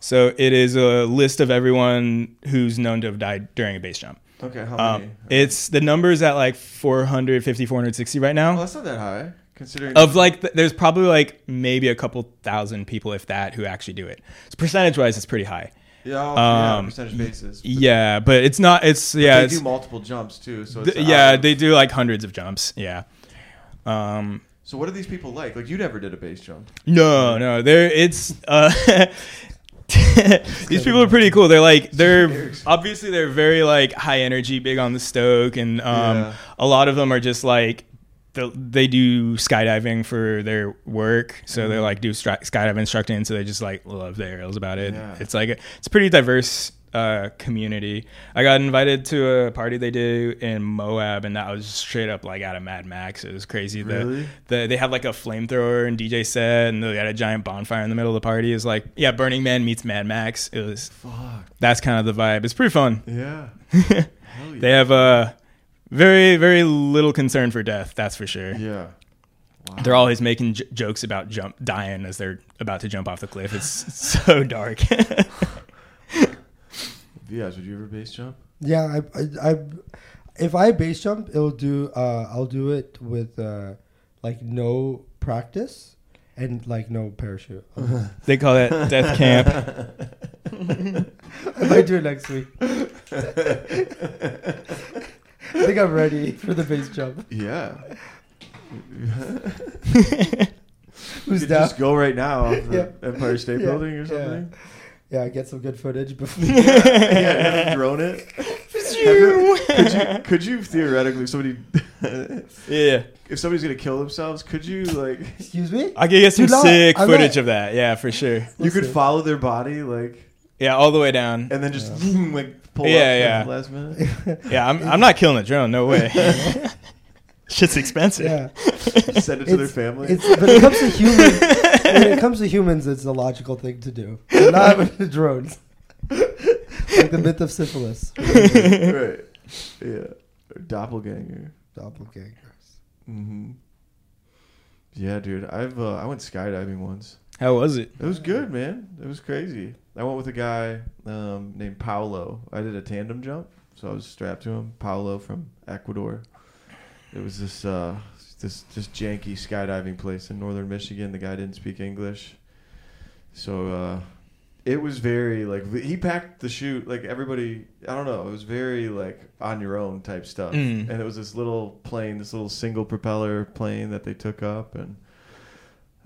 Speaker 3: So it is a list of everyone who's known to have died during a base jump.
Speaker 1: okay. How
Speaker 3: Um,
Speaker 1: many?
Speaker 3: It's the numbers at like 450, 460 right
Speaker 1: well,
Speaker 3: now.
Speaker 1: that's not that high considering.
Speaker 3: Of like, th- there's probably like maybe a couple thousand people, if that, who actually do it. So percentage wise, it's pretty high.
Speaker 1: yeah, oh, yeah,
Speaker 3: um,
Speaker 1: percentage basis. But
Speaker 3: Yeah, but it's not. It's yeah.
Speaker 1: They
Speaker 3: it's,
Speaker 1: do multiple jumps too. So
Speaker 3: th-
Speaker 1: it's
Speaker 3: yeah,
Speaker 1: odd.
Speaker 3: they do like hundreds of jumps. Yeah. Um,
Speaker 1: So what are these people like? Like you never did a base jump.
Speaker 3: No, no, they're it's uh, these people are pretty cool. They're like they're obviously they're very like high energy, big on the stoke, and um,
Speaker 1: Yeah.
Speaker 3: a lot of them are just like the, they do skydiving for their work, so they're like do stri- skydive instructing, so they just like love their rails about it.
Speaker 1: Yeah.
Speaker 3: It's like a, it's a pretty diverse uh, community. I got invited to a party they do in Moab, and that was just straight up like out of Mad Max. It was crazy. The-
Speaker 1: Really?
Speaker 3: the, they had like a flamethrower and DJ set, and they had a giant bonfire in the middle of the party. Is like, yeah, Burning Man meets Mad Max. It was
Speaker 1: Fuck.
Speaker 3: that's kind of the vibe. It's pretty fun.
Speaker 1: Yeah. Hell yeah.
Speaker 3: They have uh, very very little concern for death. That's for sure.
Speaker 1: yeah.
Speaker 3: They're always making j- jokes about jump dying as they're about to jump off the cliff. It's so dark.
Speaker 1: Vias, would you ever base jump?
Speaker 2: Yeah, I, I, I, if I base jump, it'll do. Uh, I'll do it with uh, like no practice and like no parachute.
Speaker 3: they call that death camp.
Speaker 2: I might do it next week. I think I'm ready for the base jump.
Speaker 1: Yeah.
Speaker 2: Who's
Speaker 1: Could
Speaker 2: down?
Speaker 1: just go right now off the
Speaker 2: Yeah.
Speaker 1: Empire State
Speaker 2: Yeah,
Speaker 1: Building or
Speaker 2: yeah.
Speaker 1: something.
Speaker 2: Yeah, get some good footage before.
Speaker 1: Yeah. yeah. Drone it.
Speaker 6: you.
Speaker 1: could you could you theoretically if somebody
Speaker 6: yeah.
Speaker 1: if somebody's gonna kill themselves could you like
Speaker 2: Excuse me.
Speaker 6: I could get some
Speaker 2: You're not-
Speaker 6: sick
Speaker 2: I'm
Speaker 6: footage
Speaker 2: not-
Speaker 6: of that. Yeah, for sure.
Speaker 1: you could
Speaker 2: Listen.
Speaker 1: follow their body like
Speaker 6: Yeah, all the way down.
Speaker 1: and then just like pull
Speaker 6: Yeah,
Speaker 1: up at
Speaker 6: yeah.
Speaker 1: the last minute
Speaker 6: Yeah, I'm, I'm not killing a drone. No way. Shit's expensive.
Speaker 2: Yeah.
Speaker 1: send it to their family
Speaker 2: It's, but it comes to humans, when it comes to humans, it's the logical thing to do. Not with the drones. like the myth of syphilis.
Speaker 1: right yeah or doppelganger
Speaker 2: Doppelgangers.
Speaker 1: hmm yeah dude I've uh, I went skydiving once
Speaker 6: How was it?
Speaker 1: It was good, man. It was crazy. I went with a guy um, named Paolo. I did a tandem jump, so I was strapped to him. Paolo from Ecuador. It was this uh, this this janky skydiving place in northern Michigan. The guy didn't speak English, so uh, it was very like he packed the chute. Like everybody, I don't know. It was very like on your own type stuff.
Speaker 6: Mm.
Speaker 1: And it was this little plane, this little single propeller plane that they took up and.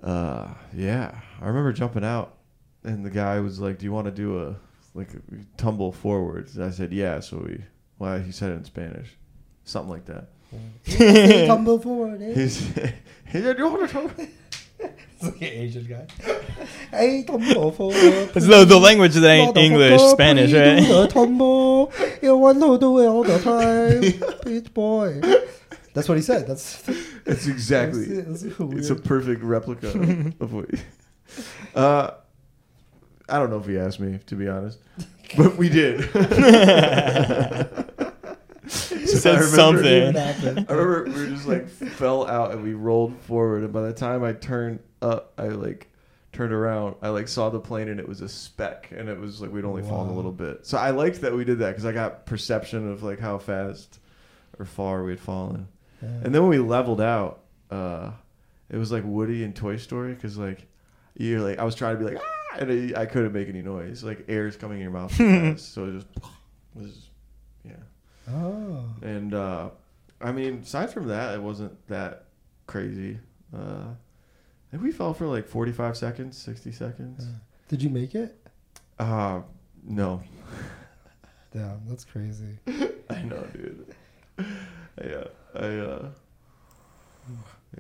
Speaker 1: Uh, yeah. I remember jumping out, and the guy was like, "Do you want to do a like a tumble forwards?" And I said, "Yeah." So we, well, he said it in Spanish, something like that.
Speaker 2: Tumble forward, eh?
Speaker 1: He's, he said, "Do you want to tumble?"
Speaker 2: It's like an Asian guy. Hey, tumble forward.
Speaker 6: It's the, the language that ain't English, Spanish,
Speaker 2: please do the
Speaker 6: right?
Speaker 2: tumble. You want to do it all the time. Bitch boy. That's what he said. That's
Speaker 1: It's exactly.
Speaker 2: That's- that's
Speaker 1: It's a
Speaker 2: weird.
Speaker 1: perfect replica of what. Uh, I don't know if he asked me to be honest, but we did. So I
Speaker 6: Said
Speaker 1: remember-
Speaker 6: something.
Speaker 1: I remember we were just like fell out and we rolled forward and by the time I turned up I like turned around I like saw the plane and it was a speck and it was like we'd only fallen a
Speaker 2: Wow.
Speaker 1: little bit. So I liked that we did that cuz I got perception of like how fast or far we had fallen. And then when we leveled out uh it was like Woody in Toy Story cuz like you're like I was trying to be like ah! and I, I couldn't make any noise. Like air's coming in your mouth too fast. so it just it was yeah.
Speaker 2: Oh.
Speaker 1: And uh, I mean, aside from that, it wasn't that crazy. Uh, and we fell for like 45 seconds, 60 seconds.
Speaker 2: Did you make it?
Speaker 1: Uh, no,
Speaker 2: Damn, that's crazy.
Speaker 1: I know, dude. yeah, I uh,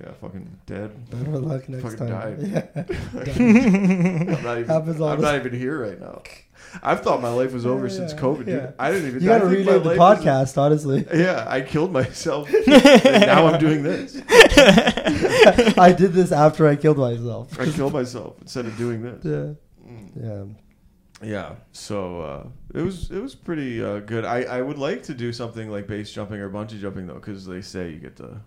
Speaker 1: yeah, fucking dead.
Speaker 2: Better luck next
Speaker 1: Fucking
Speaker 2: time.
Speaker 1: died.
Speaker 2: Yeah.
Speaker 1: I'm not even.
Speaker 2: Happens all
Speaker 1: I'm
Speaker 2: the
Speaker 1: not even here right now. I've thought my life was over since
Speaker 2: Yeah,
Speaker 1: COVID,
Speaker 2: yeah.
Speaker 1: dude. I didn't even.
Speaker 2: You gotta
Speaker 1: I think
Speaker 2: rename
Speaker 1: my
Speaker 2: the
Speaker 1: life is-
Speaker 2: podcast, honestly.
Speaker 1: Yeah, I killed myself. and now I'm doing this.
Speaker 2: I did this after I killed myself.
Speaker 1: I killed myself instead of doing this.
Speaker 2: Yeah.
Speaker 1: Mm.
Speaker 2: Yeah.
Speaker 1: Yeah. So uh, it was it was pretty uh, good. I, I would like to do something like base jumping or bungee jumping though, because they say you get the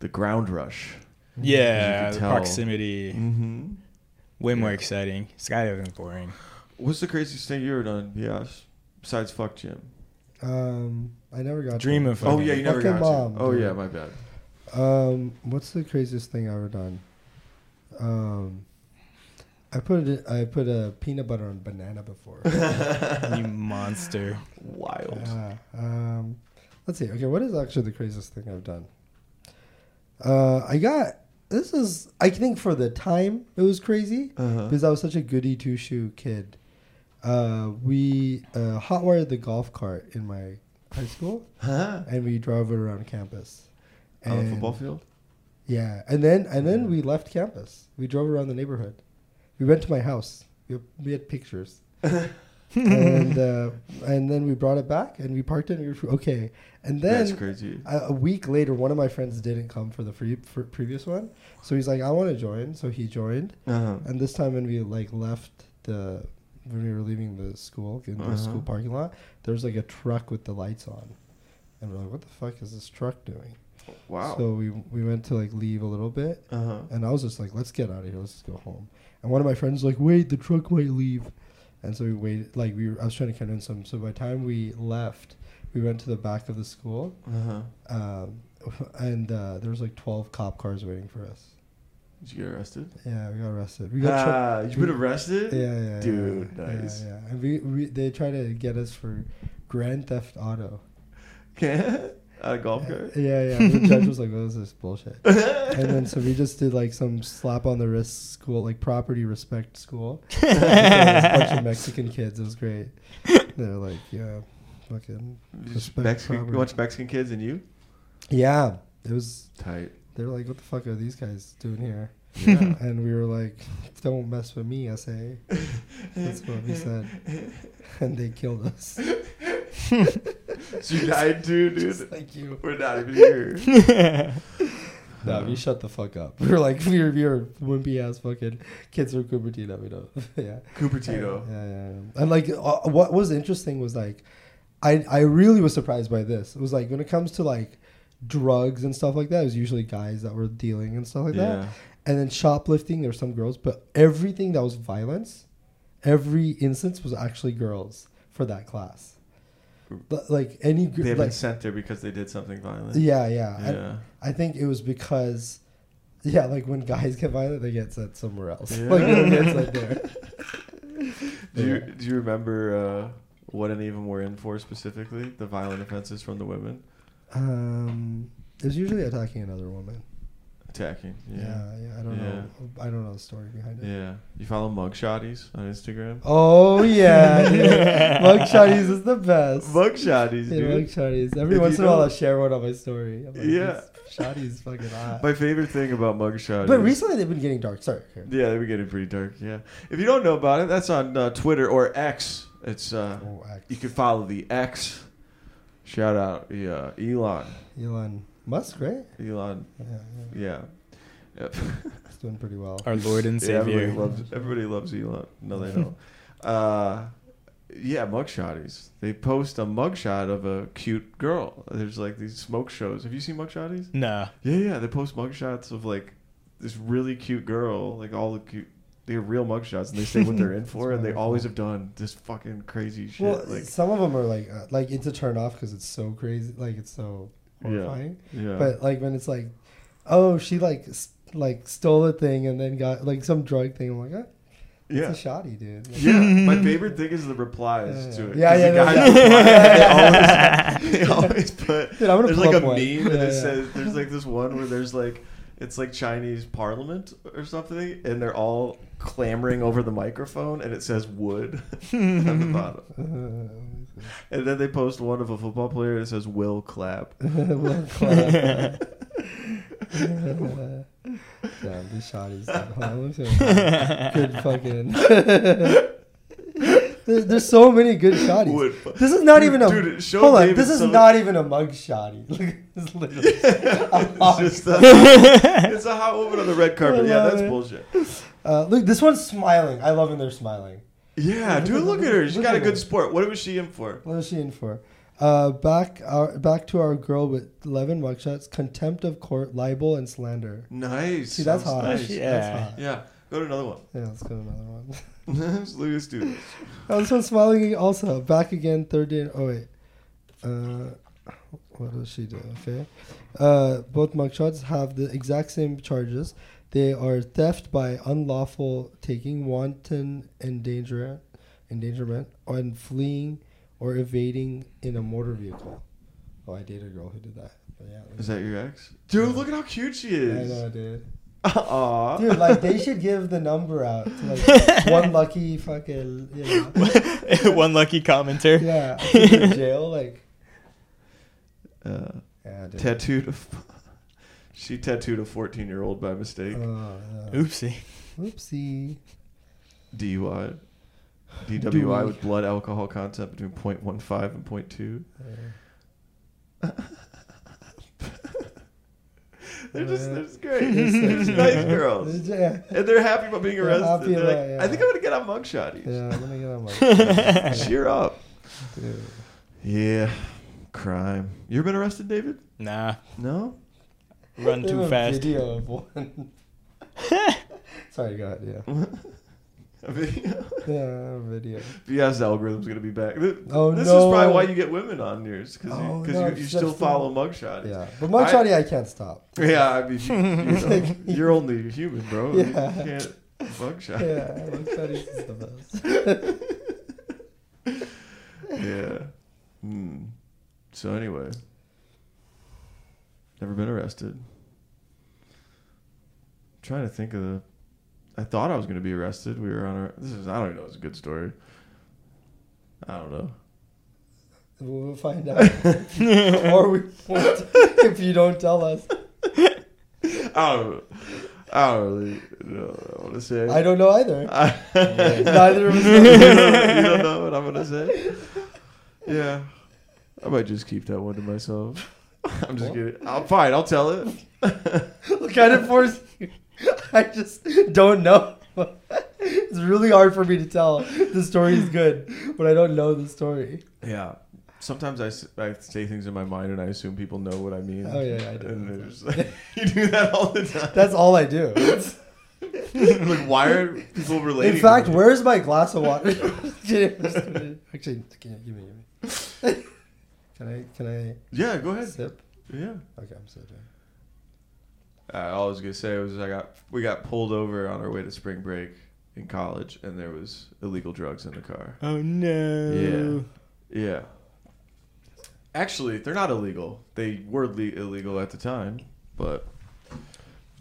Speaker 1: the ground rush.
Speaker 6: Yeah,
Speaker 1: As you can
Speaker 6: the
Speaker 1: tell.
Speaker 6: proximity.
Speaker 1: Mm-hmm.
Speaker 6: Way more exciting. Skydiving's boring.
Speaker 1: What's the craziest thing you ever done? Yes. Besides fuck Jim.
Speaker 2: Um, I never got
Speaker 6: Dream
Speaker 2: that.
Speaker 6: of
Speaker 1: Oh yeah, you never
Speaker 2: Fucking
Speaker 1: got
Speaker 2: mom,
Speaker 1: to. Oh
Speaker 2: dude.
Speaker 1: yeah, my bad.
Speaker 2: Um, what's the craziest thing I ever done? Um, I put it, I put a peanut butter on banana before.
Speaker 6: you monster.
Speaker 1: Wild.
Speaker 2: yeah. Um, let's see. Okay, what is actually the craziest thing I've done? Uh, I got this is I think for the time it was crazy
Speaker 1: Uh-huh.
Speaker 2: because I was such a goody two shoe kid. Uh, we uh, hotwired the golf cart in my high school
Speaker 1: Huh?
Speaker 2: and we drove it around campus.
Speaker 1: On a
Speaker 2: And-
Speaker 1: football field.
Speaker 2: yeah, and then and then we left campus. We drove around the neighborhood. We went to my house. We, we had pictures, and uh, and then we brought it back and we parked it. And we were okay, and then
Speaker 1: That's crazy.
Speaker 2: a, a week later, one of my friends didn't come for the free, for previous one, so he's like, "I want to join," so he joined.
Speaker 1: Uh-huh.
Speaker 2: And this time when we like left the when we were leaving the school in
Speaker 1: Uh-huh.
Speaker 2: the school parking lot, there was like a truck with the lights on, and we're like, "What the fuck is this truck doing?"
Speaker 1: Wow.
Speaker 2: So we we went to like leave a little bit,
Speaker 1: uh-huh.
Speaker 2: and I was just like, "Let's get out of here. Let's just go home." And one of my friends was like, "Wait, the truck might leave," and so we waited. Like we, were, I was trying to convince him. So by the time we left, we went to the back of the school,
Speaker 1: Uh-huh.
Speaker 2: um, and uh, there was like twelve cop cars waiting for us.
Speaker 1: Did you get arrested?
Speaker 2: Yeah, we got arrested. We got. tra-
Speaker 1: Ah, you've been
Speaker 2: we-
Speaker 1: arrested?
Speaker 2: yeah, yeah, yeah,
Speaker 1: Dude,
Speaker 2: yeah,
Speaker 1: nice.
Speaker 2: Yeah, yeah. And we, we they tried to get us for grand theft auto.
Speaker 1: Can't a golf cart?
Speaker 2: Yeah, yeah. The judge was like, "What is this bullshit?" and then so we just did like some slap on the wrist school, like property respect school. It was a bunch of Mexican kids. It was great. They're like, yeah, fucking
Speaker 1: Just
Speaker 2: Respect
Speaker 1: Mexican,
Speaker 2: proper.
Speaker 1: you watch Mexican kids and you
Speaker 2: yeah. It was
Speaker 1: tight.
Speaker 2: they were like, "What the fuck are these guys doing here?"
Speaker 1: Yeah.
Speaker 2: And we were like, "Don't mess with me," I say. That's what we said. And they killed us.
Speaker 1: so you died too, dude.
Speaker 2: Thank you.
Speaker 1: We're not even here.
Speaker 2: No, you shut the fuck up. We were like, we were, we were wimpy ass fucking kids from Cupertino. We know. yeah.
Speaker 1: Cupertino.
Speaker 2: Yeah, yeah, yeah. And like, uh, what was interesting was like, I I really was surprised by this. It was like when it comes to like drugs and stuff like that, it was usually guys that were dealing and stuff like that.
Speaker 1: Yeah.
Speaker 2: And then shoplifting, there were some girls, but everything that was violence, every instance was actually girls for that class. But, like any gr-
Speaker 1: They've been
Speaker 2: like,
Speaker 1: sent there because they did something violent.
Speaker 2: yeah, yeah. I-
Speaker 1: Yeah.
Speaker 2: I, think it was because. Yeah, like when guys get violent, they get sent somewhere else.
Speaker 1: Yeah.
Speaker 2: Like they don't get sent there.
Speaker 1: Do you do you remember uh, what any of them were in for specifically? The violent offenses from the women
Speaker 2: Um, it was usually attacking another woman.
Speaker 1: attacking. Yeah.
Speaker 2: Yeah, yeah. I don't
Speaker 1: Yeah.
Speaker 2: know. I don't know the story behind it.
Speaker 1: Yeah. You follow Mugshotties on Instagram?
Speaker 2: Oh yeah, dude. mug shotties is the best.
Speaker 1: Mugshotties,
Speaker 2: Yeah, mug
Speaker 1: dude.
Speaker 2: shotties. Every
Speaker 1: If
Speaker 2: once
Speaker 1: you
Speaker 2: in a while, I
Speaker 1: don't-
Speaker 2: will share one on my story. I'm like,
Speaker 1: Yeah.
Speaker 2: this shotties fucking hot.
Speaker 1: My favorite thing about Mugshotties.
Speaker 2: But recently they've been getting dark. Sorry. okay.
Speaker 1: Yeah, they were getting pretty dark. Yeah. If you don't know about it, that's on uh, Twitter or X. It's uh,
Speaker 2: Oh, X.
Speaker 1: you can follow the X. Shout out, yeah, Elon.
Speaker 2: Elon Musk, right?
Speaker 1: Elon,
Speaker 2: Yeah, yeah.
Speaker 1: yeah. Yep.
Speaker 2: He's doing pretty well.
Speaker 6: Our Lord and
Speaker 1: Yeah,
Speaker 6: Savior.
Speaker 1: everybody loves everybody loves Elon. No, they don't. uh, yeah, mugshotties. They post a mugshot of a cute girl. There's like these smoke shows. Have you seen mugshotties?
Speaker 6: no.
Speaker 1: Yeah, yeah. They post mugshots of like this really cute girl, like all the cute. They're real mugshots, and they say what they're in for, and they always have done this fucking crazy shit.
Speaker 2: Well,
Speaker 1: like,
Speaker 2: some of them are like, uh, like it's a turn off because it's so crazy. Like it's so
Speaker 1: Yeah.
Speaker 2: horrifying.
Speaker 1: yeah,
Speaker 2: But like when it's like, oh, she like s- like stole a thing and then got like some drug thing. I'm like, eh,
Speaker 1: yeah,
Speaker 2: it's a shoddy dude. Like,
Speaker 1: yeah. My favorite thing is the replies
Speaker 2: Yeah,
Speaker 1: to it.
Speaker 2: yeah.
Speaker 1: 'cause
Speaker 2: Yeah,
Speaker 1: the
Speaker 2: yeah,
Speaker 1: guys reply, and they, always, they always put.
Speaker 2: Dude, I'm gonna
Speaker 1: there's
Speaker 2: pull
Speaker 1: like
Speaker 2: up
Speaker 1: a
Speaker 2: one.
Speaker 1: meme,
Speaker 2: Yeah,
Speaker 1: and it
Speaker 2: yeah.
Speaker 1: says there's like this one where there's like it's like Chinese Parliament or something, and they're all clamoring over the microphone, and it says "wood" on the bottom. And then they post one of a football player that says Will Clap.
Speaker 2: Will Clark. Damn, this shot is good fucking. There- There's so many good shotties.
Speaker 1: Wood.
Speaker 2: This is not even a
Speaker 1: Dude, show
Speaker 2: hold on.
Speaker 1: David
Speaker 2: This is
Speaker 1: some-
Speaker 2: not even a mug shotty. Look, it's literally
Speaker 1: it's just a, it's a hot woman on the red carpet. Yeah,
Speaker 2: love
Speaker 1: that's
Speaker 2: it.
Speaker 1: bullshit.
Speaker 2: uh, look. This one's smiling. I love when they're smiling.
Speaker 1: Yeah, dude, look at her. She's
Speaker 2: Look
Speaker 1: got a
Speaker 2: at her.
Speaker 1: good sport. What was she in for?
Speaker 2: What is she in for? Uh, back our, back to our girl with eleven mugshots, contempt of court, libel, and slander.
Speaker 1: Nice.
Speaker 2: See, that's
Speaker 1: Sounds
Speaker 2: hot.
Speaker 1: Nice.
Speaker 6: Yeah.
Speaker 2: That's hot.
Speaker 1: Yeah, go to another one.
Speaker 2: Yeah, let's go to another one.
Speaker 1: Let's look at this dude.
Speaker 2: Oh, this one's smiling also. Back again, third day. Oh wait. Uh, what does she do? Okay. Uh, both mugshots have the exact same charges. They are theft by unlawful taking, wanton endangerment, endangerment, and fleeing or evading in a motor vehicle. Oh, I dated a girl who did that. But yeah,
Speaker 1: Is that your ex? Dude, look at how cute she
Speaker 2: I
Speaker 1: is.
Speaker 2: know, dude.
Speaker 1: Aw.
Speaker 2: Dude, like they should give the number out to like one lucky fucking you know.
Speaker 6: One lucky commenter.
Speaker 2: yeah I think in jail like
Speaker 1: Uh,
Speaker 2: yeah dude.
Speaker 1: tattooed. A, she tattooed a 14 year old by mistake.
Speaker 2: Oh, yeah.
Speaker 6: Oopsie.
Speaker 2: Oopsie.
Speaker 1: DUI.
Speaker 2: DUI.
Speaker 1: DWI with blood alcohol content between 0.15 and 0.2.
Speaker 2: Uh,
Speaker 1: they're just, they're just great. They're just nice girls.
Speaker 2: Yeah.
Speaker 1: And they're happy about being
Speaker 2: They're
Speaker 1: arrested.
Speaker 2: happy
Speaker 1: They're like,
Speaker 2: about- yeah.
Speaker 1: I think I'm going to get on mugshot.
Speaker 2: Yeah, I'm gonna get on my
Speaker 1: Cheer up.
Speaker 2: Dude.
Speaker 1: Yeah. Crime. You ever been arrested, David?
Speaker 6: Nah.
Speaker 1: No?
Speaker 6: Run
Speaker 2: They have
Speaker 6: too
Speaker 2: a
Speaker 6: fast.
Speaker 2: Video of one. Sorry, go ahead. Yeah.
Speaker 1: I mean,
Speaker 2: Yeah, a video.
Speaker 1: BS algorithm's going to be back. Th-
Speaker 2: Oh,
Speaker 1: this
Speaker 2: no.
Speaker 1: is probably why you get women on yours because you,
Speaker 2: Oh,
Speaker 1: 'cause
Speaker 2: no,
Speaker 1: you, you
Speaker 2: it's
Speaker 1: still
Speaker 2: just-
Speaker 1: follow mugshot.
Speaker 2: Yeah, but my shotty, I can't stop.
Speaker 1: Yeah, I mean, you, you are only human, bro. You
Speaker 2: Yeah.
Speaker 1: can't bug shot.
Speaker 2: Yeah, my shotties is the best.
Speaker 1: Yeah. Hmm. So anyway, never been arrested. trying to think of the. I thought I was going to be arrested. We were on our. This is. I don't even know. It's a good story. I don't know.
Speaker 2: We'll find out. or we won't if you don't tell us.
Speaker 1: I don't. I don't really know want to say.
Speaker 2: I don't know either.
Speaker 1: Neither
Speaker 2: Neither of us
Speaker 1: you, don't, you don't know what I'm gonna say. Yeah, I might just keep that one to myself. I'm just kidding. I'm fine. I'll tell it.
Speaker 2: Look at it force you. I just don't know. it's really hard for me to tell. The story is good, but I don't know the story.
Speaker 1: Yeah. Sometimes I, s- I say things in my mind and I assume people know what I mean.
Speaker 2: Oh, yeah, I do.
Speaker 1: And they're just like, you do that all the time.
Speaker 2: That's all I do.
Speaker 1: like, why are people relating?
Speaker 2: In fact,
Speaker 1: to me?
Speaker 2: where's my glass of water? Actually, can you give me, give me. Can I? Can
Speaker 1: yeah, go
Speaker 2: I
Speaker 1: ahead.
Speaker 2: sip?
Speaker 1: Yeah.
Speaker 2: Okay, I'm sipping.
Speaker 1: Uh, all I was gonna say was I got we got pulled over on our way to spring break in college, and there was illegal drugs in the car.
Speaker 6: Oh no.
Speaker 1: Yeah. Actually, they're not illegal. They were le- illegal at the time, but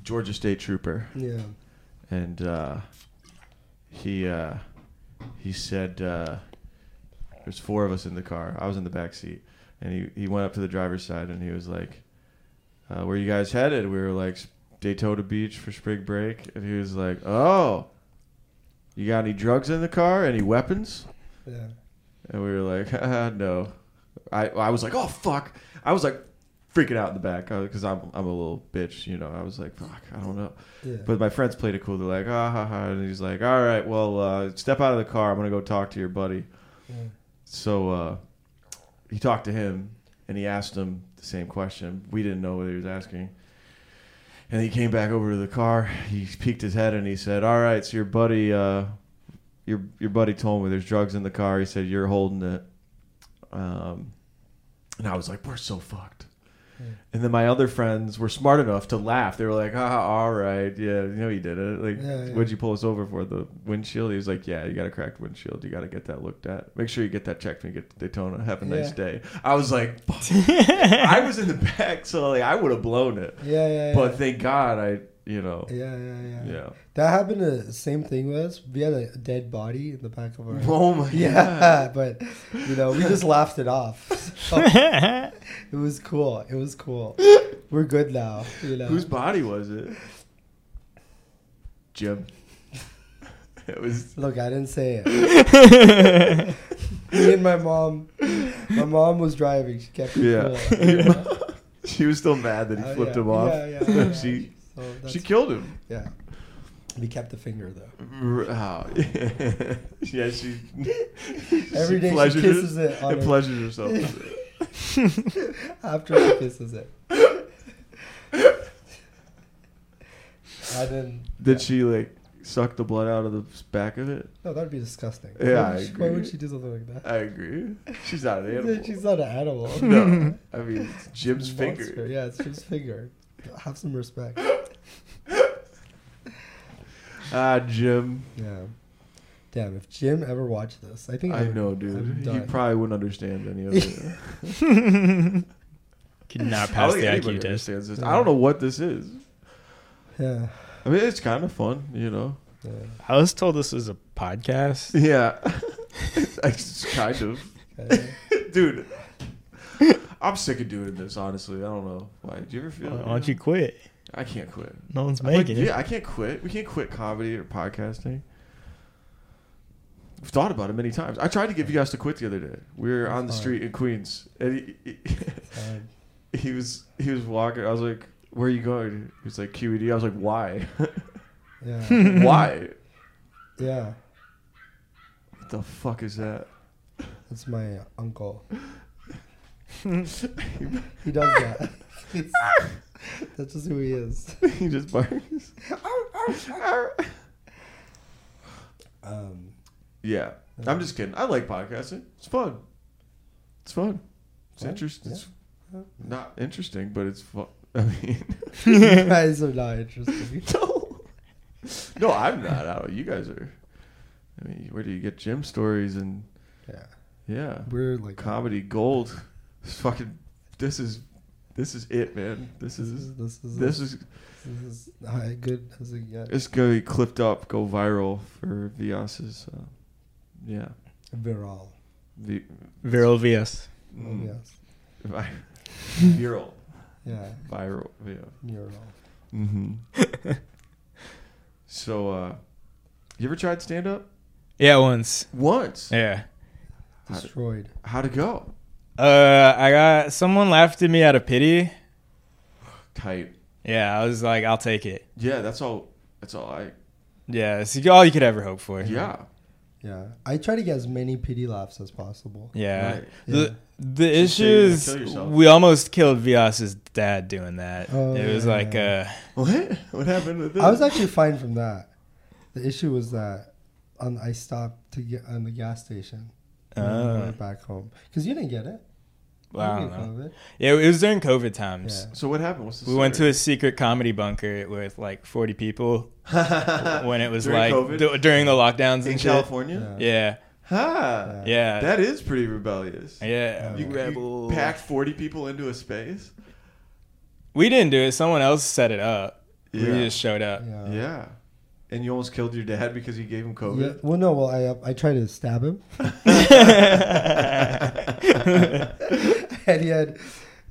Speaker 1: Georgia State Trooper
Speaker 2: Yeah.
Speaker 1: and uh, he uh, he said uh, there's four of us in the car. I was in the back seat, and he, he went up to the driver's side and he was like, uh, "Where you guys headed?" We were like Daytona Beach for spring break, and he was like, "Oh, you got any drugs in the car? Any weapons?"
Speaker 2: Yeah.
Speaker 1: And we were like, ah, no. I I was like, oh fuck. I was like freaking out in the back because I'm I'm a little bitch, you know. I was like, fuck, I don't know.
Speaker 2: Yeah.
Speaker 1: But my friends played it cool. They're like, ah ha ha, and he's like, all right, well, uh, step out of the car. I'm gonna go talk to your buddy.
Speaker 2: Yeah.
Speaker 1: So uh, he talked to him and he asked him the same question. We didn't know what he was asking. And he came back over to the car. He peeked his head and he said, "All right, so your buddy, uh, your your buddy told me there's drugs in the car. He said you're holding it." Um, and I was like, "We're so fucked."
Speaker 2: Hmm.
Speaker 1: And then my other friends were smart enough to laugh. They were like, "Ah, all right, yeah, you know you did it. Like,
Speaker 2: Yeah, yeah.
Speaker 1: what'd you pull us over for? The windshield?" He was like, "Yeah, you got a cracked windshield. You got to get that looked at. Make sure you get that checked when you get to Daytona. Have a nice
Speaker 2: Yeah.
Speaker 1: day." I was like, "Fuck." "I was in the back, so like I would have blown it."
Speaker 2: Yeah. Yeah.
Speaker 1: But thank God I, you know,
Speaker 2: yeah, yeah, yeah,
Speaker 1: yeah.
Speaker 2: That happened. To, same thing was we had a dead body in the back of our.
Speaker 1: Oh my
Speaker 2: Yeah, but you know, we just laughed it off.
Speaker 1: Oh.
Speaker 2: So, it was cool. It was cool. We're good now. You know,
Speaker 1: Whose body was it? Jim. it was.
Speaker 2: look, I didn't say it. Me and my mom. My mom was driving. She kept it
Speaker 1: Yeah.
Speaker 2: cool. you know?
Speaker 1: she was still mad that he
Speaker 2: Oh,
Speaker 1: flipped
Speaker 2: yeah.
Speaker 1: him off.
Speaker 2: Yeah, yeah, yeah.
Speaker 1: she
Speaker 2: So that's,
Speaker 1: she killed him.
Speaker 2: yeah. We kept the finger though.
Speaker 1: R- Oh. yeah, she.
Speaker 2: Every day she
Speaker 1: pleasured
Speaker 2: kisses
Speaker 1: her-
Speaker 2: it on
Speaker 1: and
Speaker 2: her-
Speaker 1: pleasures herself. with it.
Speaker 2: After she kisses it. I didn't.
Speaker 1: Did she like suck the blood out of the back of it?
Speaker 2: No, that'd be disgusting.
Speaker 1: Yeah,
Speaker 2: Why would,
Speaker 1: I
Speaker 2: she, why would
Speaker 1: agree. Uh,
Speaker 2: she do something like that?
Speaker 1: I agree. She's not an animal.
Speaker 2: She's not an animal.
Speaker 1: no, I mean it's Jim's
Speaker 2: It's a
Speaker 1: finger.
Speaker 2: monster. Yeah, it's Jim's finger. Have some respect.
Speaker 1: Ah, Jim.
Speaker 2: Yeah. Damn, if Jim ever watched this, I think
Speaker 1: I
Speaker 2: would-
Speaker 1: know,
Speaker 2: I'm
Speaker 1: dude. You
Speaker 2: done.
Speaker 1: probably wouldn't understand any of it.
Speaker 6: Could not
Speaker 1: I don't
Speaker 6: pass
Speaker 1: think
Speaker 6: the
Speaker 1: anybody
Speaker 6: IQ test.
Speaker 1: understands this. I don't know what this is.
Speaker 2: yeah,
Speaker 1: I mean, it's kind of fun, you know.
Speaker 2: yeah,
Speaker 6: I was told this was a podcast.
Speaker 1: Yeah, it's kind of,
Speaker 2: okay.
Speaker 1: dude. I'm sick of doing this, honestly. I don't know why. Do you ever feel?
Speaker 6: Why
Speaker 1: like
Speaker 6: don't
Speaker 1: that?
Speaker 6: you quit?
Speaker 1: I can't quit.
Speaker 6: No one's
Speaker 1: I'm like,
Speaker 6: making
Speaker 1: yeah, I can't quit. We can't quit comedy or podcasting. I've thought about it many times. I tried to get you guys to quit the other day. We were on the
Speaker 2: That's hard.
Speaker 1: street in Queens, and he,
Speaker 2: Fine.
Speaker 1: he, he was he was walking. I was like, "Where are you going?" He was like, "QED." I was like, "Why?
Speaker 2: yeah,
Speaker 1: Why?
Speaker 2: yeah.
Speaker 1: What the fuck is that?"
Speaker 2: That's my uncle.
Speaker 1: He,
Speaker 2: He does that. It's- that's just who he is.
Speaker 1: he just barks.
Speaker 2: Um, uh,
Speaker 1: yeah, I'm just kidding. I like podcasting. It's fun. It's fun. It's
Speaker 2: Fun?
Speaker 1: interesting.
Speaker 2: Yeah.
Speaker 1: It's not interesting, but it's fun. I mean,
Speaker 2: you guys are not interesting.
Speaker 1: no, no, I'm not. I don't. You guys are. I mean, where do you get gym stories and
Speaker 2: Yeah,
Speaker 1: yeah,
Speaker 2: we're like
Speaker 1: comedy gold? It's fucking. This is. This is it, man. This is.
Speaker 2: This is
Speaker 1: This is.
Speaker 2: This is high, good as it gets.
Speaker 1: It's gonna be clipped up, go viral for Vias's. Uh, yeah.
Speaker 2: Viral.
Speaker 1: V-
Speaker 6: Viral VS.
Speaker 1: Mm.
Speaker 2: Yes.
Speaker 1: Vi- viral,
Speaker 2: Yeah.
Speaker 1: viral, yeah.
Speaker 2: Mural.
Speaker 1: Mm-hmm. so, uh, you ever tried stand up?
Speaker 6: Yeah, once.
Speaker 1: Once.
Speaker 6: Yeah.
Speaker 1: How'd-
Speaker 2: Destroyed.
Speaker 1: How'd it go?
Speaker 6: Uh, I got someone laughed at me out of pity.
Speaker 1: Tight.
Speaker 6: Yeah, I was like, I'll take it.
Speaker 1: Yeah, that's all. That's all I.
Speaker 6: Yeah, it's all you could ever hope for.
Speaker 1: Yeah.
Speaker 2: Yeah. I try to get as many pity laughs as possible.
Speaker 6: Yeah.
Speaker 1: Right.
Speaker 6: The the
Speaker 1: Just say
Speaker 6: issue
Speaker 1: you're gonna
Speaker 6: is
Speaker 1: kill yourself.
Speaker 6: we almost killed Vias's dad doing that.
Speaker 2: Oh,
Speaker 6: it was
Speaker 2: yeah.
Speaker 6: like uh
Speaker 1: What? What happened with this?
Speaker 2: I was actually fine from that. The issue was that on, I stopped to get on the gas station. and then I
Speaker 6: Oh.
Speaker 2: went back home because you didn't get it.
Speaker 6: well, I
Speaker 2: You
Speaker 6: don't
Speaker 2: didn't
Speaker 6: know.
Speaker 2: get COVID.
Speaker 6: Yeah, it was during COVID times.
Speaker 2: Yeah.
Speaker 1: So what happened? What's the
Speaker 6: We went to a secret comedy bunker with like 40 people
Speaker 1: a
Speaker 6: when it was
Speaker 1: During
Speaker 6: like
Speaker 1: COVID?
Speaker 6: du- during the lockdowns
Speaker 1: in
Speaker 6: and shit.
Speaker 1: California.
Speaker 6: Yeah.
Speaker 1: Ha!
Speaker 2: Yeah.
Speaker 6: Yeah.
Speaker 1: That is pretty rebellious.
Speaker 6: yeah.
Speaker 1: You, you packed forty people into a space.
Speaker 6: We didn't do it. Someone else set it up.
Speaker 1: Yeah.
Speaker 6: We just showed up.
Speaker 2: Yeah. yeah.
Speaker 1: Yeah. And you almost killed your dad because you gave him COVID.
Speaker 2: Well, no. Well, I I tried to stab him, and he had,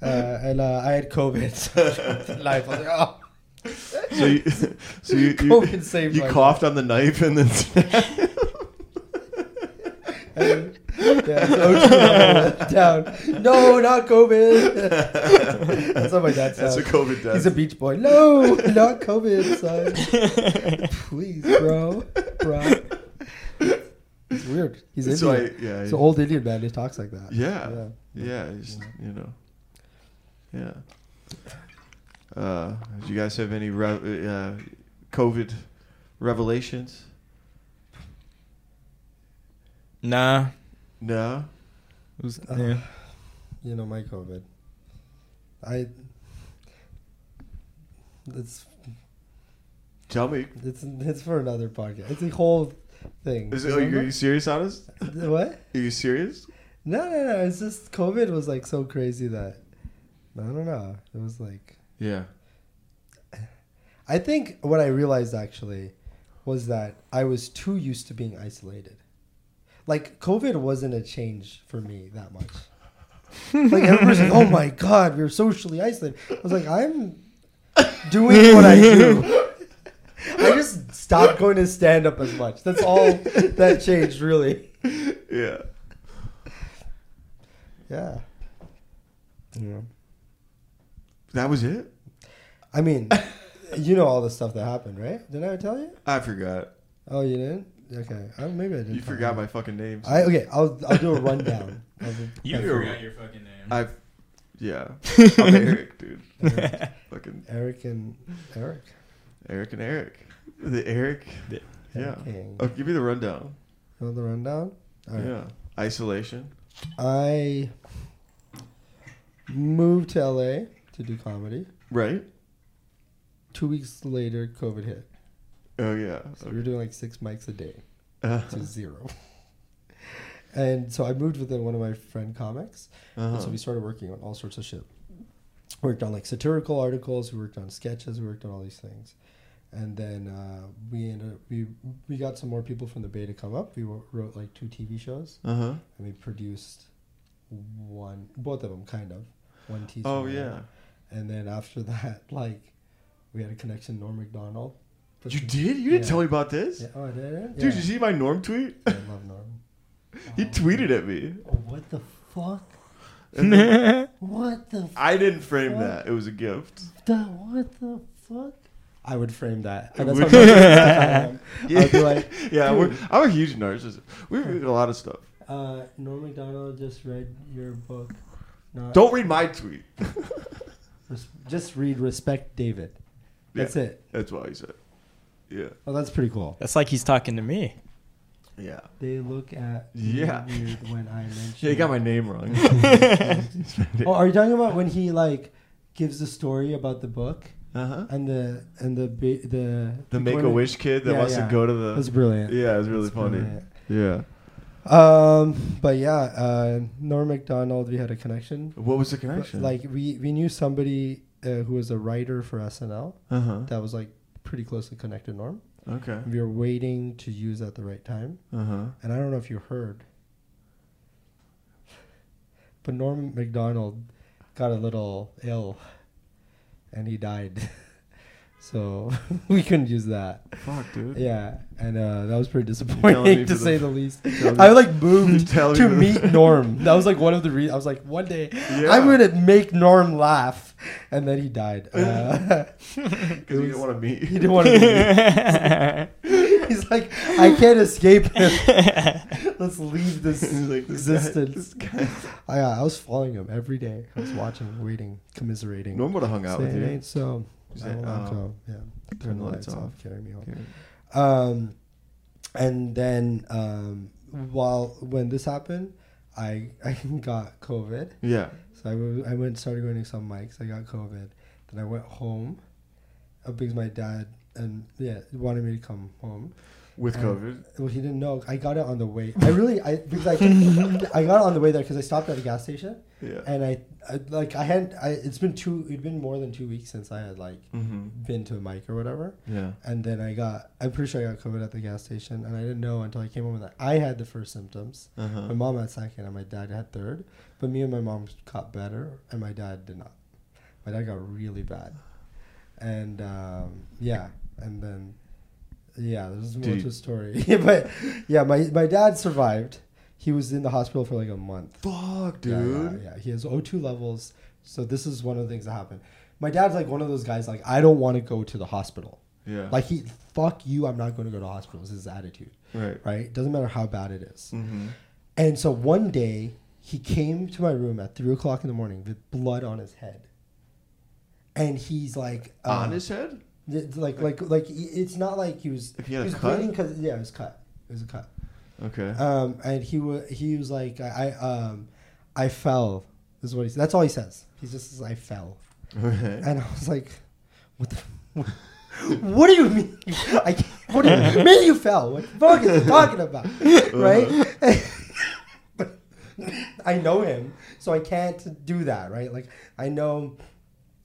Speaker 2: uh, and uh, I had COVID. So I dropped the knife. I was like, oh.
Speaker 1: So you, so you,
Speaker 2: COVID saved
Speaker 1: you,
Speaker 2: my
Speaker 1: you coughed on the knife and then.
Speaker 2: And, yeah, so it's down. No, not COVID. That's not my dad's
Speaker 1: That's a
Speaker 2: sound.
Speaker 1: COVID death.
Speaker 2: He's a beach boy. No, not COVID, son. Please, bro, bro. It's weird. He's Indian.
Speaker 1: so I, yeah,
Speaker 2: It's
Speaker 1: I-
Speaker 2: an old Indian man. He talks like that.
Speaker 1: yeah, yeah,
Speaker 2: Yeah.
Speaker 1: it's- you know, yeah. Uh, do you guys have any re- uh, COVID revelations?
Speaker 6: Nah.
Speaker 1: No.
Speaker 6: It was,
Speaker 2: Uh,
Speaker 6: yeah.
Speaker 2: You know my COVID. I. It's
Speaker 1: Tell me,
Speaker 2: it's it's for another podcast. It's a whole thing.
Speaker 1: is, oh,
Speaker 2: You
Speaker 1: are you, are
Speaker 2: remember?
Speaker 1: you serious, honest?
Speaker 2: what?
Speaker 1: Are you serious?
Speaker 2: No, no, no. It's just COVID was like so crazy that I don't know. It was like
Speaker 1: Yeah.
Speaker 2: I think what I realized actually was that I was too used to being isolated. Like COVID wasn't a change for me that much. Like everybody's like, "Oh my god, we're socially isolated." I was like, "I'm doing what I do." I just stopped going to stand up as much. That's all that changed, really.
Speaker 1: Yeah.
Speaker 2: Yeah. Yeah.
Speaker 1: That was it.
Speaker 2: I mean, you know all the stuff that happened, right? Did I tell you?
Speaker 1: I forgot.
Speaker 2: Oh, you didn't? Okay. I, maybe I didn't.
Speaker 1: You forgot my fucking names.
Speaker 2: I okay. I'll I'll do a rundown. of the-
Speaker 6: You
Speaker 2: of
Speaker 6: forgot your fucking name.
Speaker 1: I've. Yeah. I'm Eric, dude.
Speaker 2: Eric,
Speaker 1: Fucking
Speaker 2: Eric and Eric.
Speaker 1: Eric and Eric. The Eric.
Speaker 6: The-
Speaker 1: yeah.
Speaker 2: King.
Speaker 1: Oh, give me the rundown.
Speaker 2: You want the rundown? All right.
Speaker 1: Yeah. Isolation.
Speaker 2: I moved to LA to do comedy.
Speaker 1: Right.
Speaker 2: Two weeks later, COVID hit.
Speaker 1: Oh yeah.
Speaker 2: So we were doing like six mics a day
Speaker 1: Uh,
Speaker 2: to zero. And so I moved with uh, one of my friend comics, And
Speaker 1: uh-huh.
Speaker 2: so we started working on all sorts of shit. Worked on like satirical articles. We worked on sketches. We worked on all these things, and then uh, we ended up, we we got some more people from the Bay to come up. We wrote, wrote like two TV shows,
Speaker 1: Uh-huh.
Speaker 2: and we produced one, both of them, kind of one teaser.
Speaker 1: Oh yeah.
Speaker 2: And then after that, like we had a connection, Norm Macdonald.
Speaker 1: You did? You didn't
Speaker 2: Yeah.
Speaker 1: tell me about this?
Speaker 2: Yeah. Oh, I did.
Speaker 1: Dude, you see my Norm tweet?
Speaker 2: I love Norm. Um,
Speaker 1: he tweeted at me.
Speaker 2: Oh, what the fuck?
Speaker 1: And then-
Speaker 2: What the
Speaker 1: I didn't frame that. It was a gift.
Speaker 2: The, what the fuck? I would frame that.
Speaker 1: It
Speaker 2: That's
Speaker 1: would-
Speaker 2: how I would be like,
Speaker 1: yeah, we're,
Speaker 2: dude.
Speaker 1: I'm a huge narcissist. We read a lot of stuff.
Speaker 2: uh, Norm McDonald just read your book. Not
Speaker 1: Don't read my tweet.
Speaker 2: res- just read Respect David. That's
Speaker 1: Yeah.
Speaker 2: it.
Speaker 1: That's what he said. Yeah.
Speaker 2: Oh, that's pretty cool.
Speaker 6: That's like he's talking to me.
Speaker 1: Yeah.
Speaker 2: They look at me
Speaker 1: Yeah.
Speaker 2: weird when I mention.
Speaker 1: Yeah, you got my name wrong.
Speaker 2: Oh, are you talking about when he like gives the story about the book
Speaker 1: uh-huh.
Speaker 2: and the and the ba- the
Speaker 1: The
Speaker 2: one
Speaker 1: Make a Wish kid that
Speaker 2: Yeah,
Speaker 1: wants
Speaker 2: yeah.
Speaker 1: to go to
Speaker 2: That was
Speaker 1: the.
Speaker 2: brilliant.
Speaker 1: Yeah, it was really
Speaker 2: That's
Speaker 1: funny.
Speaker 2: brilliant.
Speaker 1: Yeah.
Speaker 2: Um, but yeah, uh, Norm Macdonald, we had a connection
Speaker 1: What was the
Speaker 2: But,
Speaker 1: connection?
Speaker 2: Like we we knew somebody uh, who was a writer for SNL
Speaker 1: uh huh.
Speaker 2: that was like pretty closely connected to Norm.
Speaker 1: Okay. Uh-huh.
Speaker 2: We were waiting to use at the right time,
Speaker 1: Uh huh.
Speaker 2: and I don't know if you heard, but but Norm McDonald got a little ill, and he died. so we couldn't use that.
Speaker 1: Fuck, dude.
Speaker 2: Yeah, and uh, that was pretty
Speaker 1: telling me
Speaker 2: disappointing
Speaker 1: for
Speaker 2: to
Speaker 1: the-
Speaker 2: say the least.
Speaker 1: telling me-
Speaker 2: I like moved
Speaker 1: telling
Speaker 2: to
Speaker 1: me for the-
Speaker 2: meet Norm. That was like one of the reasons. I was like, one day
Speaker 1: Yeah.
Speaker 2: I'm gonna make Norm laugh, and then he died. Uh,
Speaker 1: Because you didn't want to meet.
Speaker 2: he didn't want to. Be, he's like, I can't escape him. Let's leave this,
Speaker 1: He's like, "This guy-
Speaker 2: existence. I, uh, I was following him every day. I was watching, waiting, commiserating.
Speaker 1: Norm would have hung out
Speaker 2: Say,
Speaker 1: with
Speaker 2: "It
Speaker 1: you.
Speaker 2: ain't so.
Speaker 1: He's
Speaker 2: I
Speaker 1: like,
Speaker 2: won't
Speaker 1: "Oh,
Speaker 2: let go." Yeah.
Speaker 1: turn the lights off.
Speaker 2: Carry me home.
Speaker 1: Okay.
Speaker 2: Um, and then um, while when this happened, I I got COVID.
Speaker 1: Yeah.
Speaker 2: So I, w- I went started going to some mics. I got COVID. Then I went home uh, because my dad and yeah wanted me to come home.
Speaker 1: With
Speaker 2: Um,
Speaker 1: COVID.
Speaker 2: Well, he didn't know. I got it on the way. I really I because I I got it on the way there because I stopped at a gas station
Speaker 1: Yeah.
Speaker 2: and I, I like I had I, it's been two it'd been more than two weeks since I had like
Speaker 1: Mm-hmm.
Speaker 2: been to a mic or whatever.
Speaker 1: Yeah.
Speaker 2: And then I got, I'm pretty sure I got COVID at the gas station, and I didn't know until I came home that I had the first symptoms.
Speaker 1: Uh-huh.
Speaker 2: My mom had second, and my dad had third. But me and my mom got better, and my dad did not. My dad got really bad, and um, yeah, and then yeah, there's more
Speaker 1: Dude.
Speaker 2: to the story. but yeah, my my dad survived. He was in the hospital for like a month.
Speaker 1: Fuck,
Speaker 2: Yeah,
Speaker 1: dude.
Speaker 2: Yeah, yeah, he has O2 levels. So this is one of the things that happened. My dad's like one of those guys like I don't want to go to the hospital.
Speaker 1: Yeah.
Speaker 2: Like he, fuck you, I'm not going to go to hospitals. His attitude,
Speaker 1: right.
Speaker 2: right? Doesn't matter how bad it is.
Speaker 1: Mm-hmm.
Speaker 2: And so one day he came to my room at three o'clock in the morning with blood on his head, and he's like, uh,
Speaker 1: On his head?
Speaker 2: th- like, like, like he- it's not like he was.
Speaker 1: If he had a
Speaker 2: was
Speaker 1: cut?
Speaker 2: because yeah, it was cut. It was a cut.
Speaker 1: Okay.
Speaker 2: Um, and he was he was like, I, I um, I fell. Is what he. That's all he says. He just says, I fell.
Speaker 1: okay.
Speaker 2: And I was like, what the. What do you mean? I can't, what do you mean you fell? What the fuck is he talking about? Right? but I know him, so I can't do that, right? Like, I know.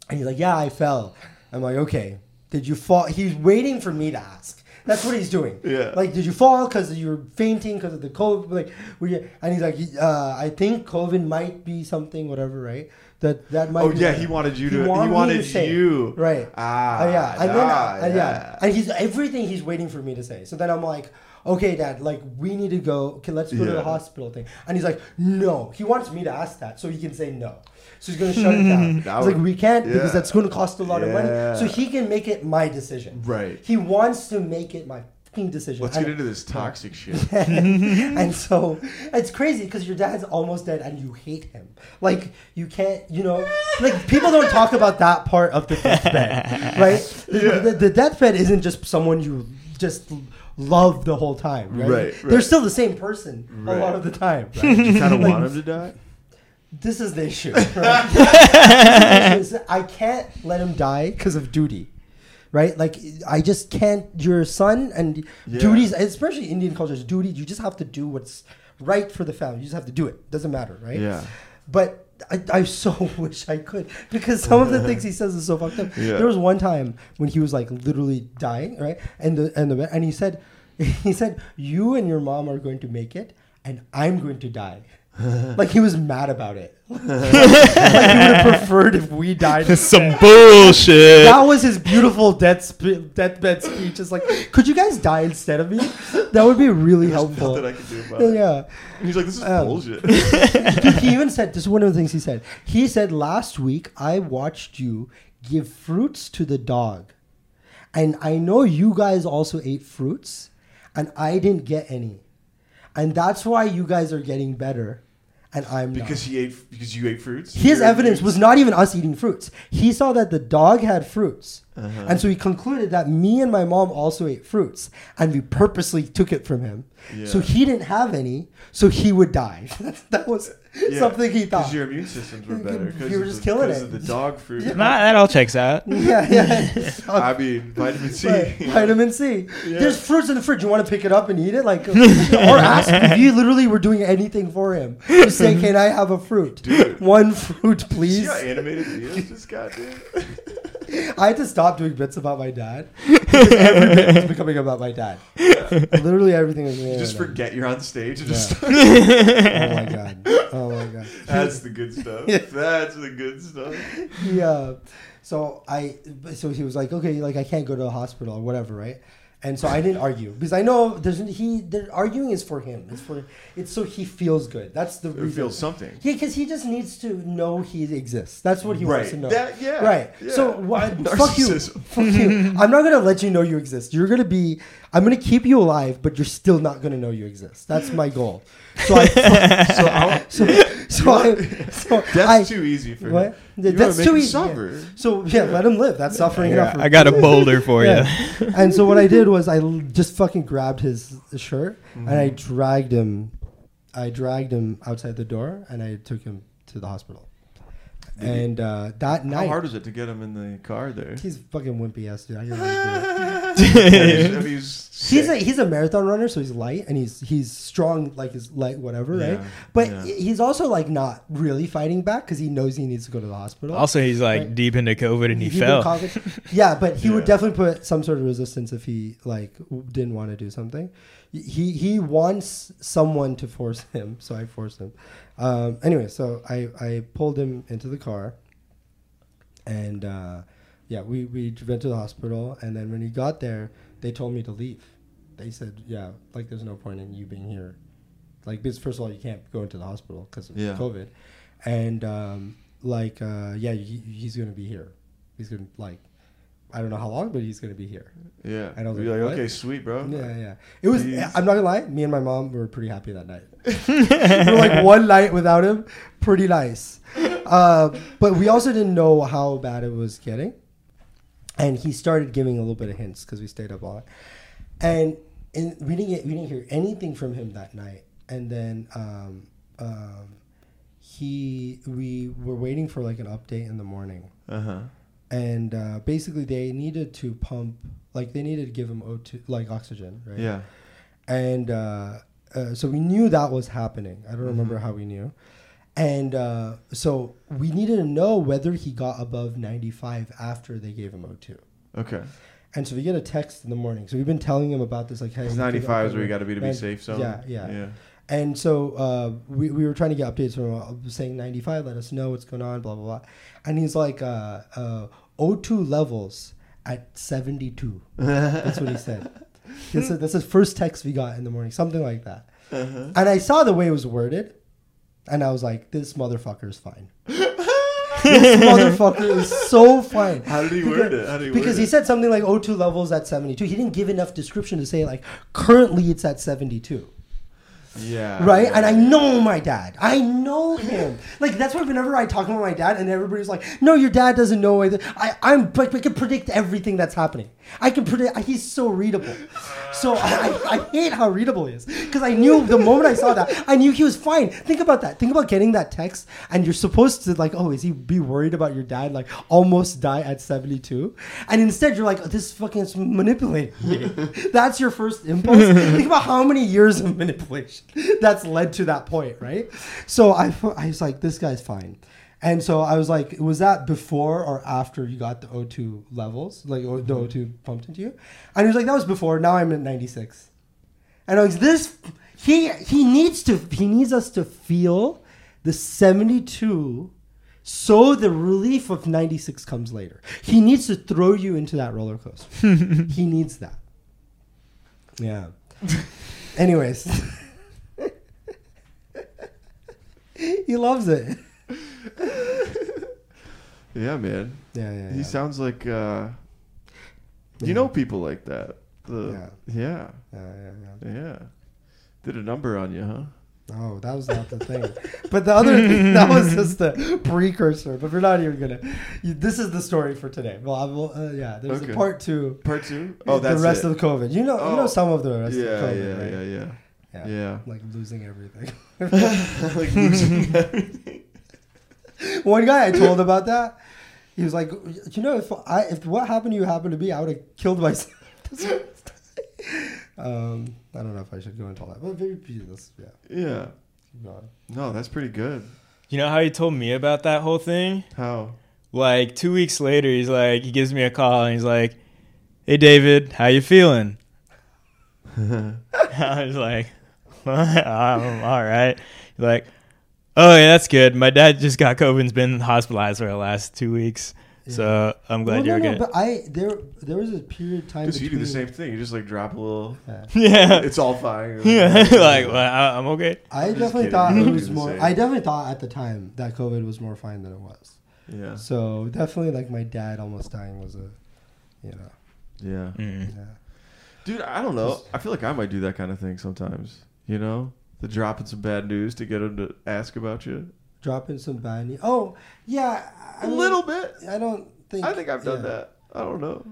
Speaker 2: And he's like, yeah, I fell. I'm like, okay. Did you fall? He's waiting for me to ask. That's what he's doing.
Speaker 1: Yeah.
Speaker 2: Like, did you fall because you were fainting because of the COVID? Like, were you, and he's like, uh, I think COVID might be something, whatever, right? That that might.
Speaker 1: Oh,
Speaker 2: be
Speaker 1: yeah,
Speaker 2: that.
Speaker 1: he wanted you to- he
Speaker 2: me
Speaker 1: wanted
Speaker 2: say it.
Speaker 1: you.
Speaker 2: Right.
Speaker 1: Ah,
Speaker 2: Uh, yeah. And then,
Speaker 1: ah,
Speaker 2: uh, yeah.
Speaker 1: yeah.
Speaker 2: And he's everything he's waiting for me to say. So then I'm like, okay, Dad, like we need to go. Okay, let's go to
Speaker 1: Yeah.
Speaker 2: the hospital thing. And he's like, no. He wants me to ask that so he can say no. So he's gonna shut it down.
Speaker 1: That
Speaker 2: He's like,
Speaker 1: would-
Speaker 2: we can't because
Speaker 1: yeah.
Speaker 2: that's gonna cost a lot of money. So
Speaker 1: Yeah.
Speaker 2: he can make it my decision.
Speaker 1: Right.
Speaker 2: He wants to make it my fucking decision.
Speaker 1: Let's
Speaker 2: And-
Speaker 1: get into this toxic shit.
Speaker 2: and so it's crazy because your dad's almost dead and you hate him. Like you can't, you know, like people don't talk about that part of the deathbed, right? The, the, the deathbed isn't just someone you just love the whole time, right?
Speaker 1: Right,
Speaker 2: They're
Speaker 1: right.
Speaker 2: still the same person a lot
Speaker 1: Right.
Speaker 2: of the time.
Speaker 1: Did
Speaker 2: Right?
Speaker 1: you kind of want him to die?
Speaker 2: this is the issue. right? This is the issue. I can't let him die because of duty. Right, like I just can't. Your son and
Speaker 1: Yeah.
Speaker 2: duties, especially Indian cultures, duty. You just have to do what's right for the family. You just have to do it. Doesn't matter, right?
Speaker 1: Yeah.
Speaker 2: But I, I so wish I could because some of the things he says is so fucked up.
Speaker 1: Yeah.
Speaker 2: There was one time when he was like literally dying, right? And the and the and he said, he said, "You and your mom are going to make it, and I'm going to die." like he was mad about it. like he would have preferred if we died.
Speaker 6: Some bullshit.
Speaker 2: That was his beautiful death sp- deathbed speech. It's like, could you guys die instead of me? That would be really helpful.
Speaker 1: Nothing I could do about it.
Speaker 2: Yeah.
Speaker 1: And he's like, this is
Speaker 2: Um,
Speaker 1: bullshit.
Speaker 2: Dude, he even said this is one of the things he said. He said last week I watched you give fruits to the dog, and I know you guys also ate fruits, and I didn't get any, and that's why you guys are getting better, and I'm
Speaker 1: because
Speaker 2: not.
Speaker 1: he ate, because you ate fruits.
Speaker 2: His
Speaker 1: You ate
Speaker 2: evidence
Speaker 1: fruits?
Speaker 2: was not even us eating fruits. He saw that the dog had fruits.
Speaker 1: Uh-huh.
Speaker 2: And so he concluded that me and my mom also ate fruits. And we purposely took it from him. So
Speaker 1: Yeah.
Speaker 2: he didn't have any. So he would die. that was
Speaker 1: Yeah,
Speaker 2: something he thought.
Speaker 1: Because your immune systems were
Speaker 2: You
Speaker 1: better.
Speaker 2: could-
Speaker 1: 'cause
Speaker 2: you were
Speaker 1: of
Speaker 2: just
Speaker 1: the-
Speaker 2: killing
Speaker 1: because
Speaker 2: it.
Speaker 1: of the dog fruit.
Speaker 6: Nah, that all checks out.
Speaker 2: yeah, yeah.
Speaker 1: I mean, vitamin C.
Speaker 2: Right, Vitamin C. There's fruits in the fridge. You want to pick it up and eat it, like, or ask. him. We literally were doing anything for him. Just saying, "Can I have a fruit?
Speaker 1: Dude.
Speaker 2: One fruit,
Speaker 1: See
Speaker 2: please."
Speaker 1: how animated Leo's just got, dude?
Speaker 2: I had to stop doing bits about my dad because everything is becoming about my dad. Literally everything is.
Speaker 1: You
Speaker 2: becoming
Speaker 1: just
Speaker 2: about my dad.
Speaker 1: forget you're on stage and just
Speaker 2: Oh my god! Oh my god!
Speaker 1: That's the good stuff. That's the good stuff.
Speaker 2: yeah. uh, So I, so he was like, okay, like I can't go to the hospital or whatever, right? And so I didn't argue because I know there's he. The arguing is for him. It's for it's so he feels good. That's the
Speaker 1: It
Speaker 2: reason.
Speaker 1: feels something.
Speaker 2: Yeah, because he just needs to know he exists. That's what he wants
Speaker 1: Right.
Speaker 2: to know.
Speaker 1: That- yeah.
Speaker 2: Right. So
Speaker 1: Yeah.
Speaker 2: why? Fuck you.
Speaker 1: Narcissism.
Speaker 2: Fuck you. I'm not gonna let you know you exist. You're gonna be. I'm gonna keep you alive, but you're still not gonna know you exist. That's my goal. So I. so I. So, so I. So I,
Speaker 1: That's too easy for
Speaker 2: What?
Speaker 1: him. You
Speaker 2: Yeah,
Speaker 1: wanna
Speaker 2: That's
Speaker 1: make
Speaker 2: too
Speaker 1: him
Speaker 2: easy.
Speaker 1: Suffer.
Speaker 2: yeah. So yeah, let him live. That's suffering
Speaker 6: Yeah,
Speaker 2: enough. for-
Speaker 6: I got a boulder for you.
Speaker 2: and so what I did was I l- just fucking grabbed his shirt and I
Speaker 1: Mm-hmm.
Speaker 2: dragged him. I dragged him outside the door and I took him to the hospital. and uh, that
Speaker 1: How
Speaker 2: night,
Speaker 1: hard was it to get him in the car there?
Speaker 2: he's fucking wimpy ass dude. I can really do it.
Speaker 1: If he's,
Speaker 2: He's a
Speaker 1: sick.
Speaker 2: he's a marathon runner, so he's light and he's he's strong, like his light whatever, right?
Speaker 1: Yeah,
Speaker 2: But
Speaker 1: yeah.
Speaker 2: he's also like not really fighting back because he knows he needs to go to the hospital.
Speaker 6: Also, he's like
Speaker 2: Right.
Speaker 6: deep into COVID and he,
Speaker 2: He'd been
Speaker 6: fell.
Speaker 2: cocky- yeah, but he would
Speaker 1: Yeah.
Speaker 2: definitely put some sort of resistance if he like w- didn't want to do something. He he wants someone to force him, so I forced him. Um, anyway, so I I pulled him into the car, and uh, yeah, we we went to the hospital, and then when he got there, they told me to leave. They said, yeah, like there's no point in you being here, like because first of all, you can't go into the hospital because of
Speaker 1: Yeah.
Speaker 2: COVID, and um, like uh, yeah, he, he's gonna be here. He's gonna like, I don't know how long, but he's gonna be here.
Speaker 1: yeah.
Speaker 2: I don't
Speaker 1: Be
Speaker 2: think-
Speaker 1: like,
Speaker 2: what?
Speaker 1: okay, sweet, bro.
Speaker 2: Yeah, yeah. It was.
Speaker 1: Jeez.
Speaker 2: I'm not gonna lie. Me and my mom were pretty happy that night. we were like one night without him, pretty nice. Uh, but we also didn't know how bad it was getting, and he started giving a little bit of hints because we stayed up all night, and, and we didn't get we didn't hear anything from him that night. And then um, um, he we were waiting for like an update in the morning
Speaker 1: Uh huh.
Speaker 2: and uh, basically they needed to pump like they needed to give him O2 like oxygen right
Speaker 1: Yeah.
Speaker 2: and uh, uh, so we knew that was happening I don't
Speaker 1: Mm-hmm.
Speaker 2: remember how we knew and uh, so we needed to know whether he got above 95 after they gave him O2
Speaker 1: Okay.
Speaker 2: and so we get a text in the morning so we've been telling him about this like hey
Speaker 1: Because
Speaker 2: you took
Speaker 1: 95 is where you
Speaker 2: it.
Speaker 1: got to be to be
Speaker 2: Nin-
Speaker 1: safe. So
Speaker 2: yeah, yeah
Speaker 1: yeah.
Speaker 2: and so uh, we, we were trying to get updates from him, uh, saying 95, let us know what's going on, blah, blah, blah. And he's like, uh, uh, O2 levels at 72. That's what he said. He said that's the first text we got in the morning, something like that.
Speaker 1: Uh-huh.
Speaker 2: And I saw the way it was worded, and I was like, this motherfucker is fine. this motherfucker is so fine.
Speaker 1: How did he
Speaker 2: Because-
Speaker 1: word it? How did he
Speaker 2: Because
Speaker 1: word
Speaker 2: he
Speaker 1: it?
Speaker 2: said something like O2 levels at 72. He didn't give enough description to say, like, currently it's at 72
Speaker 1: Yeah.
Speaker 2: right? And I know my dad. I know him. like that's why whenever I talk about my dad, and everybody's like, "No, your dad doesn't know." Either. I, I'm, but I can predict everything that's happening. I can predict. He's so readable. So I, I, I hate how readable he is because I knew the moment I saw that, I knew he was fine. Think about that. Think about getting that text, and you're supposed to like, oh, is he be worried about your dad like almost die at 72? And instead, you're like, oh, this fucking is manipulating me. That's your first impulse. Think about how many years of manipulation that's led to that point, right? So I, fu- I was like, this guy's fine. And so I was like, was that before or after you got the O2 levels, like o- the O2 pumped into you? And he was like, that was before. Now I'm at 96. And I was this he he needs to he needs us to feel the 72 so the relief of 96 comes later. He needs to throw you into that roller coaster. he needs that. Yeah. Anyways. he loves it.
Speaker 1: Yeah, man.
Speaker 2: Yeah, yeah.
Speaker 1: He
Speaker 2: yeah.
Speaker 1: sounds like. uh
Speaker 2: Yeah.
Speaker 1: You know people like that. The, yeah.
Speaker 2: Yeah, yeah, yeah.
Speaker 1: yeah. Did a number on you, huh?
Speaker 2: Oh, that was not the thing. but the other thing, that was just the precursor. But we're not even gonna. You, this is the story for today. Well, I will, uh, yeah. There's
Speaker 1: Okay.
Speaker 2: a part two.
Speaker 1: Part two. Oh, that's
Speaker 2: the rest
Speaker 1: it.
Speaker 2: of the COVID. You know, you
Speaker 1: Oh.
Speaker 2: know some of the rest
Speaker 1: yeah,
Speaker 2: of COVID,
Speaker 1: yeah,
Speaker 2: right?
Speaker 1: yeah, yeah,
Speaker 2: yeah,
Speaker 1: yeah,
Speaker 2: Like losing everything.
Speaker 1: like losing everything.
Speaker 2: One guy I told about that, he was like, you know, if I if what happened to you happened to me, I would have killed myself. um, I don't know if I should go into all that, but maybe this, yeah.
Speaker 1: Yeah.
Speaker 2: keep going.
Speaker 1: No, that's pretty good.
Speaker 6: You know how he told me about that whole thing?
Speaker 1: How?
Speaker 6: Like two weeks later, he's like, he gives me a call and he's like, "Hey David, how you feeling?" I was like, "I'm all right." He's like, "Oh yeah, that's good. My dad just got COVID and's been hospitalized for the last two weeks, so I'm glad
Speaker 2: Well,
Speaker 6: you're
Speaker 2: no, no,
Speaker 6: good."
Speaker 2: But I there there was a period of time.
Speaker 1: Because you do the
Speaker 2: between-
Speaker 1: same thing. You just like drop a little.
Speaker 6: yeah,
Speaker 1: It's all fine.
Speaker 6: yeah, like well, I, I'm okay.
Speaker 2: I
Speaker 1: I'm just
Speaker 2: definitely
Speaker 1: kidding.
Speaker 2: thought
Speaker 1: I
Speaker 2: it
Speaker 1: do
Speaker 2: was
Speaker 1: the
Speaker 2: more.
Speaker 1: same.
Speaker 2: I definitely thought at the time that COVID was more fine than it was.
Speaker 1: yeah,
Speaker 2: So definitely, like my dad almost dying was a, you know,
Speaker 1: yeah.
Speaker 6: Mm.
Speaker 2: yeah.
Speaker 1: Dude, I don't know. I feel like I might do that kind of thing sometimes. You know, the dropping some bad news to get them to ask about you
Speaker 2: dropping some bad news. Oh yeah, I
Speaker 1: a
Speaker 2: mean,
Speaker 1: little bit.
Speaker 2: I don't think.
Speaker 1: I think I've done
Speaker 2: yeah.
Speaker 1: that. I don't know.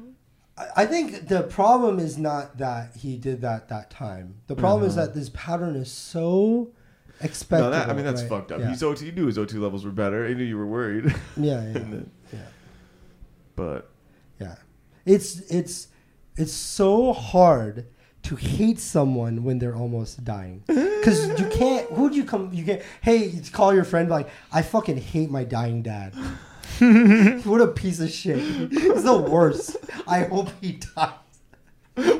Speaker 2: I- I think the problem is not that he did that that time. The problem is that this pattern is so expected.
Speaker 1: No, that, I mean that's fucked up.
Speaker 2: Yeah.
Speaker 1: He's OT. He knew his O2 levels were better. He knew you were worried.
Speaker 2: yeah, yeah,
Speaker 1: And then-
Speaker 2: yeah.
Speaker 1: but
Speaker 2: yeah. It's it's it's so hard to hate someone when they're almost dying because you can't. Who'd you come? You can't. Hey, you call your friend like I fucking hate my dying dad. what a piece of shit. It's the worst. I hope he dies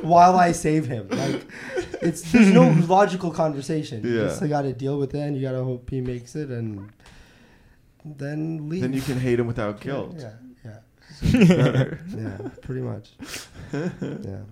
Speaker 2: while I save him. Like it's there's no logical conversation. You
Speaker 1: Yeah.
Speaker 2: just got to deal with it. and You got to hope he makes it and then leave.
Speaker 1: then you can hate him without guilt.
Speaker 2: Yeah, yeah.
Speaker 1: Better.
Speaker 2: Yeah, pretty much. yeah.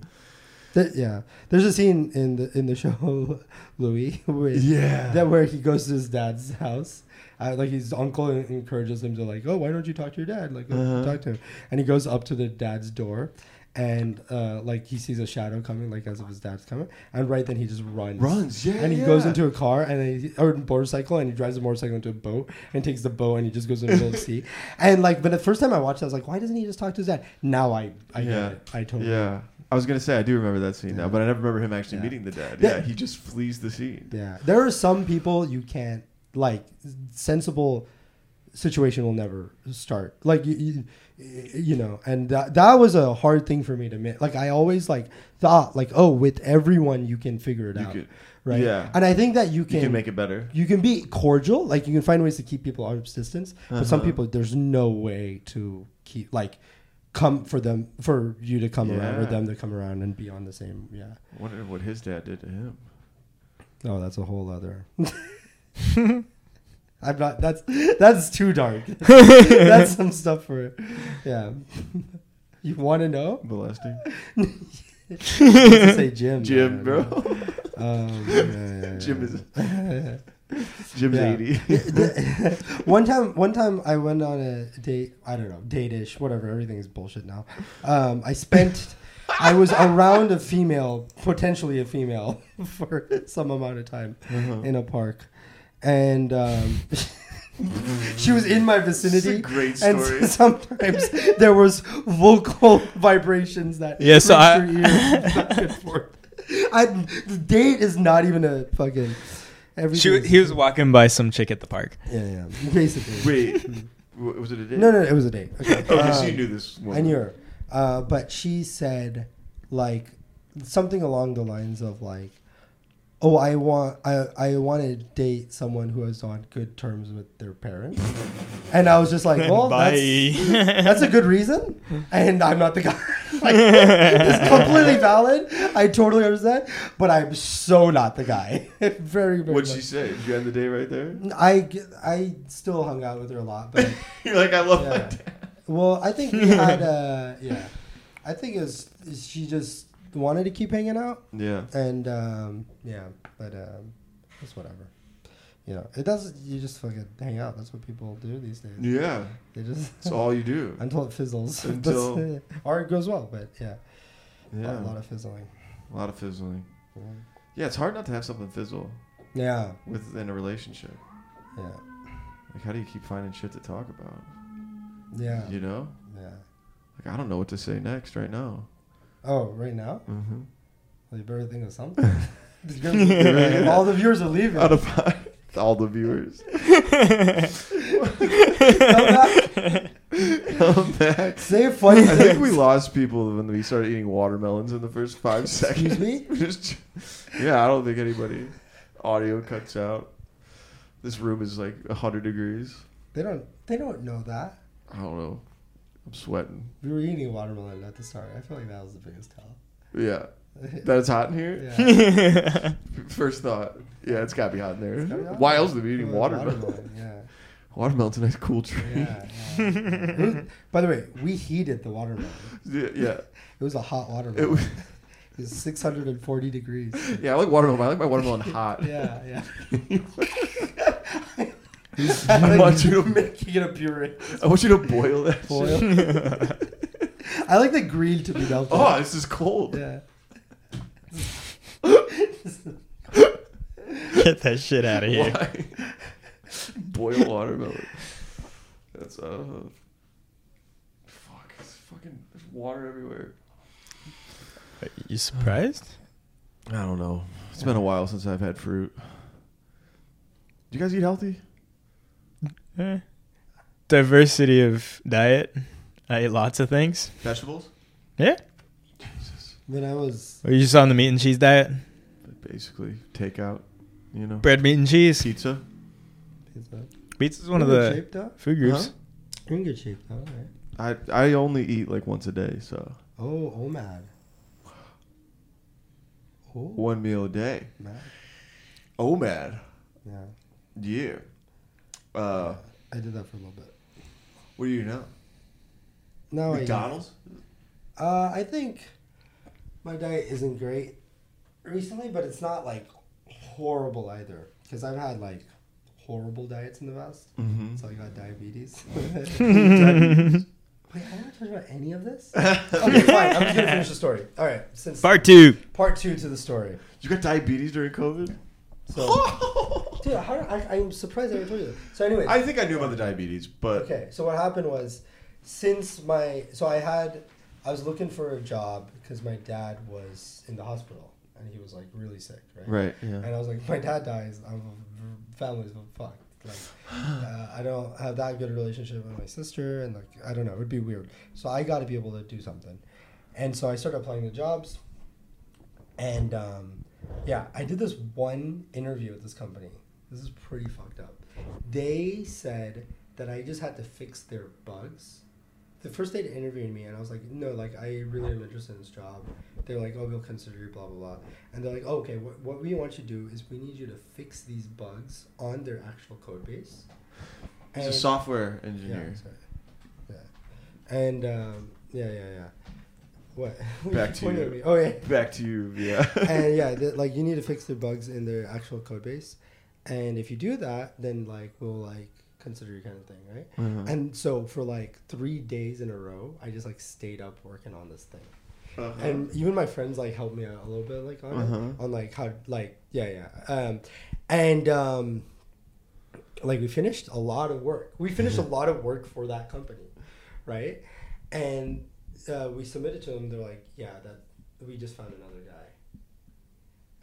Speaker 2: Th- yeah. There's a scene in the in the show Louis where
Speaker 1: Yeah.
Speaker 2: that where he goes to his dad's house. Uh, like his uncle en- encourages him to like, oh, why don't you talk to your dad? Like, go
Speaker 1: Uh-huh.
Speaker 2: talk to him. And he goes up to the dad's door, and uh, like he sees a shadow coming, like as if his dad's coming. And right then he just runs,
Speaker 1: Runs, yeah,
Speaker 2: and he goes
Speaker 1: yeah.
Speaker 2: into a car and then he, or a motorcycle, and he drives a motorcycle into a boat and takes the boat, and he just goes into the middle of the sea. And like, but the first time I watched, it, I was like, why doesn't he just talk to his dad? Now I, I
Speaker 1: Yeah.
Speaker 2: get it. I totally.
Speaker 1: Yeah. I was gonna say I do remember that scene now, but I never remember him actually
Speaker 2: Yeah.
Speaker 1: meeting the dad.
Speaker 2: Yeah.
Speaker 1: Yeah, he just flees the scene.
Speaker 2: Yeah, there are some people you can't like. Sensible situation will never start. Like you, you, you know, and that that was a hard thing for me to admit. Like I always like thought like, oh, with everyone you can figure it
Speaker 1: You
Speaker 2: out,
Speaker 1: could-
Speaker 2: right?
Speaker 1: yeah.
Speaker 2: and I think that you
Speaker 1: You
Speaker 2: can,
Speaker 1: can make it better.
Speaker 2: You can be cordial, like you can find ways to keep people out of distance. But some
Speaker 1: Uh-huh.
Speaker 2: people, there's no way to keep like come for them for you to come around or
Speaker 1: Yeah.
Speaker 2: them to come around and be on the same. Yeah.
Speaker 1: I wonder what his dad did to him.
Speaker 2: Oh, that's a whole other. I'm not. That's that's too dark. that's some stuff for, yeah. You want to know?
Speaker 1: Molesting.
Speaker 2: I was gonna say Jim.
Speaker 1: Jim,
Speaker 2: Oh, man.
Speaker 1: bro.
Speaker 2: Um, yeah, yeah, yeah.
Speaker 1: Jim is Jim's
Speaker 2: Yeah.
Speaker 1: eighty.
Speaker 2: one time, one time I went on a date. I don't know, date-ish, whatever. Everything is bullshit now. Um, I spent. I was around a female, potentially a female, for some amount of time
Speaker 1: Uh-huh.
Speaker 2: in a park, and um, she was in my
Speaker 1: It's
Speaker 2: vicinity.
Speaker 1: a great
Speaker 2: And
Speaker 1: story.
Speaker 2: sometimes there was vocal vibrations that
Speaker 6: Yeah, so
Speaker 2: went
Speaker 6: I-
Speaker 2: through your ears back and forth. I the date is not even a fucking.
Speaker 6: She,
Speaker 2: everything
Speaker 6: he
Speaker 2: is-
Speaker 6: was walking by some chick at the park.
Speaker 2: yeah, yeah. Basically.
Speaker 1: Wait, w- was it a date?
Speaker 2: No, no, it was a date. Okay.
Speaker 1: Okay, so you
Speaker 2: Um,
Speaker 1: knew this. Woman.
Speaker 2: I knew her. Uh, but she said, like, something along the lines of, like, oh, I want, I, I want to date someone who is on good terms with their parents. and I was just like, well, that's,
Speaker 6: Bye.
Speaker 2: that's a good reason. And I'm not the guy. like, it's completely valid. I totally understand. But I'm so not the guy. very, very
Speaker 1: What'd she
Speaker 2: much.
Speaker 1: say? Did you end the day right there?
Speaker 2: I, I still hung out with her a lot, but.
Speaker 1: You're like, I love my
Speaker 2: Yeah.
Speaker 1: dad.
Speaker 2: Well, I think we had uh yeah. I think it was she just wanted to keep hanging out
Speaker 1: Yeah.
Speaker 2: and um yeah, but um it's whatever. You know, it doesn't you just fucking hang out. That's what people do these days.
Speaker 1: Yeah.
Speaker 2: They just
Speaker 1: It's all you do.
Speaker 2: until it fizzles.
Speaker 1: Until-
Speaker 2: or it goes well, but yeah. a lot-
Speaker 1: Yeah.
Speaker 2: A lot of fizzling.
Speaker 1: A lot of fizzling. Yeah, it's hard not to have something fizzle
Speaker 2: Yeah,
Speaker 1: within a relationship.
Speaker 2: yeah.
Speaker 1: Like, how do you keep finding shit to talk about?
Speaker 2: Yeah.
Speaker 1: You know?
Speaker 2: Yeah.
Speaker 1: Like, I don't know what to say next right now.
Speaker 2: Oh, right now?
Speaker 1: Mm-hmm.
Speaker 2: Well, you better think of something. All the viewers are leaving.
Speaker 1: Out of all the viewers.
Speaker 2: Come back.
Speaker 1: Come back.
Speaker 2: Say funny
Speaker 1: I think we
Speaker 2: things.
Speaker 1: lost people when we started eating watermelons in the first five seconds.
Speaker 2: Excuse me?
Speaker 1: We just- yeah, I don't think anybody. Audio cuts out. This room is like 100 degrees.
Speaker 2: They don't. They don't know that.
Speaker 1: I don't know. I'm sweating.
Speaker 2: We were eating watermelon at the start. I feel like that was the biggest tell.
Speaker 1: Yeah. That it's hot in here?
Speaker 2: yeah.
Speaker 6: yeah.
Speaker 1: First thought. Yeah, it's got to be hot in there.
Speaker 2: gotta be hot.
Speaker 1: Why else would we be eating
Speaker 2: Uh,
Speaker 1: watermelon?
Speaker 2: Yeah.
Speaker 1: Watermelon's a nice cool tree.
Speaker 2: Yeah. yeah. It was- by the way, we heated the watermelon.
Speaker 1: yeah. yeah.
Speaker 2: It was a hot watermelon.
Speaker 1: It was,
Speaker 2: It was 640 degrees.
Speaker 1: yeah, I like watermelon. but I like my watermelon hot.
Speaker 2: Yeah, yeah.
Speaker 1: I want you to
Speaker 2: making it a puree.
Speaker 1: I want you to boil that.
Speaker 2: Boil.
Speaker 1: shit.
Speaker 2: I like the green to be melted.
Speaker 1: Oh, this is cold.
Speaker 2: yeah.
Speaker 6: Get that shit out of here.
Speaker 1: Why? boil watermelon. That's uh. Fuck! It's fucking there's water everywhere.
Speaker 6: You surprised?
Speaker 1: I don't know. It's been a while since I've had fruit. Do you guys eat healthy?
Speaker 6: Eh. Diversity of diet. I ate lots of things.
Speaker 1: Vegetables?
Speaker 6: Yeah.
Speaker 2: When I was,
Speaker 6: Were Oh, you just on the meat and cheese diet?
Speaker 1: Basically, takeout. You know,
Speaker 6: Bread, meat, and cheese.
Speaker 1: pizza.
Speaker 6: Pizza's one of
Speaker 2: You're in good
Speaker 6: the
Speaker 2: shape, though.
Speaker 6: food groups.
Speaker 2: You're in good shape though. All right.
Speaker 1: I I only eat like once a day, so
Speaker 2: Oh, oh man. Oh
Speaker 1: one meal a day.
Speaker 2: man.
Speaker 1: Oh man,
Speaker 2: Yeah,
Speaker 1: yeah. Uh,
Speaker 2: I did that for a little bit.
Speaker 1: what do you know?
Speaker 2: No,
Speaker 1: McDonald's.
Speaker 2: I, uh, I think my diet isn't great recently, but it's not like horrible either. Because I've had like horrible diets in the past.
Speaker 1: Mm-hmm.
Speaker 2: So I got diabetes. Diabetes. Wait, I never told you about any of this. Okay, fine. I'm just gonna finish the story. All right, since
Speaker 6: Part two.
Speaker 2: part two to the story.
Speaker 1: You got diabetes during COVID?
Speaker 2: So, dude, how, I, I'm surprised I never told you this. So, anyway,
Speaker 1: I think I knew about the diabetes, but
Speaker 2: Okay, so what happened was, since my so I had, I was looking for a job because my dad was in the hospital and he was like really sick, right?
Speaker 1: right, yeah.
Speaker 2: And I was like, my dad dies, I'm family's fucked. Like, uh, I don't have that good a relationship with my sister, and like I don't know, it would be weird. So I got to be able to do something, and so I started applying to jobs, and um, yeah, I did this one interview at this company. This is pretty fucked up. They said that I just had to fix their bugs. The first they interviewed me, and I was like, no, like I really am interested in this job. They're like, oh, we'll consider you, blah blah blah. And they're like, oh, okay, what, what we want you to do is we need you to fix these bugs on their actual code base.
Speaker 1: He's a
Speaker 2: And-
Speaker 1: software
Speaker 2: yeah,
Speaker 1: engineer.
Speaker 2: sorry. yeah. And um, yeah, yeah, yeah. What? What
Speaker 1: Back
Speaker 2: you
Speaker 1: to
Speaker 2: pointing
Speaker 1: you.
Speaker 2: at me? Oh yeah.
Speaker 1: Back to you, yeah.
Speaker 2: and yeah, th- like you need to fix the bugs in their actual code base, and if you do that, then like we'll like consider you kind of thing, right?
Speaker 1: Uh-huh.
Speaker 2: And so for like three days in a row, I just like stayed up working on this thing,
Speaker 1: Uh-huh.
Speaker 2: and even my friends like helped me out a little bit, like on it,
Speaker 1: Uh-huh.
Speaker 2: on like how like yeah yeah, um, and um, like we finished a lot of work. We finished a lot of work for that company, right? And uh, we submitted to them. They're like, yeah, that we just found another guy.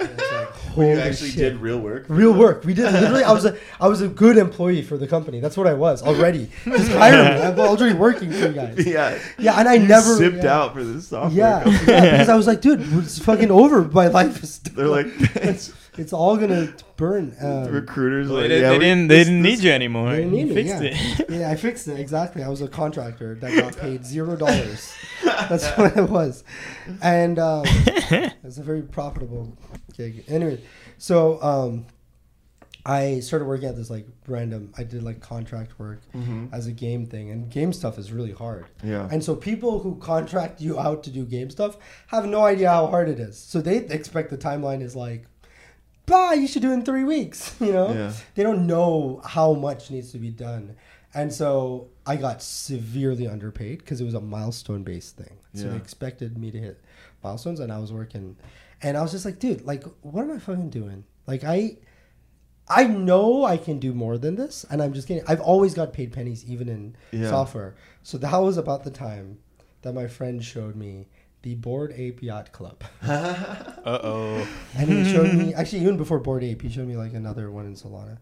Speaker 2: And I was like,
Speaker 1: Well, you
Speaker 2: holy
Speaker 1: actually
Speaker 2: shit.
Speaker 1: did real work.
Speaker 2: Real work. We did literally. I was a I was a good employee for the company. That's what I was already. Just hire me. I'm already working for you guys.
Speaker 1: Yeah.
Speaker 2: Yeah, and I
Speaker 1: You
Speaker 2: never
Speaker 1: zipped
Speaker 2: yeah.
Speaker 1: out for this software.
Speaker 2: Yeah,
Speaker 1: company.
Speaker 2: yeah, because I was like, dude, it's fucking over. My life is.
Speaker 1: They're like, it's,
Speaker 2: It's all gonna burn.
Speaker 1: the
Speaker 2: Um,
Speaker 1: recruiters
Speaker 6: Well,
Speaker 1: like,
Speaker 6: they, didn't-
Speaker 1: yeah,
Speaker 6: they
Speaker 1: we-
Speaker 6: didn't. They
Speaker 1: this-
Speaker 6: didn't
Speaker 1: this-
Speaker 6: need you anymore.
Speaker 2: they didn't need
Speaker 6: you
Speaker 2: me,
Speaker 6: fixed
Speaker 2: yeah.
Speaker 6: it.
Speaker 2: yeah, I fixed it exactly. I was a contractor that got paid zero dollars. That's what it was, and um, it was a very profitable gig. Anyway, so um, I started working at this like random. I did like contract work
Speaker 1: Mm-hmm.
Speaker 2: as a game thing, and game stuff is really hard.
Speaker 1: Yeah.
Speaker 2: And so people who contract you out to do game stuff have no idea how hard it is. So they expect the timeline is like, blah, you should do it in three weeks. You know,
Speaker 1: Yeah.
Speaker 2: they don't know how much needs to be done. And so I got severely underpaid because it was a milestone based thing. So
Speaker 1: Yeah.
Speaker 2: they expected me to hit milestones, and I was working, and I was just like, dude, like, what am I fucking doing? Like, I. I know I can do more than this, and I'm just getting. I've always got paid pennies, even in
Speaker 1: Yeah.
Speaker 2: software. So that was about the time that my friend showed me the Board Ape Yacht Club,
Speaker 6: Uh oh.
Speaker 2: and he showed me actually even before Board Ape, he showed me like another one in Solana,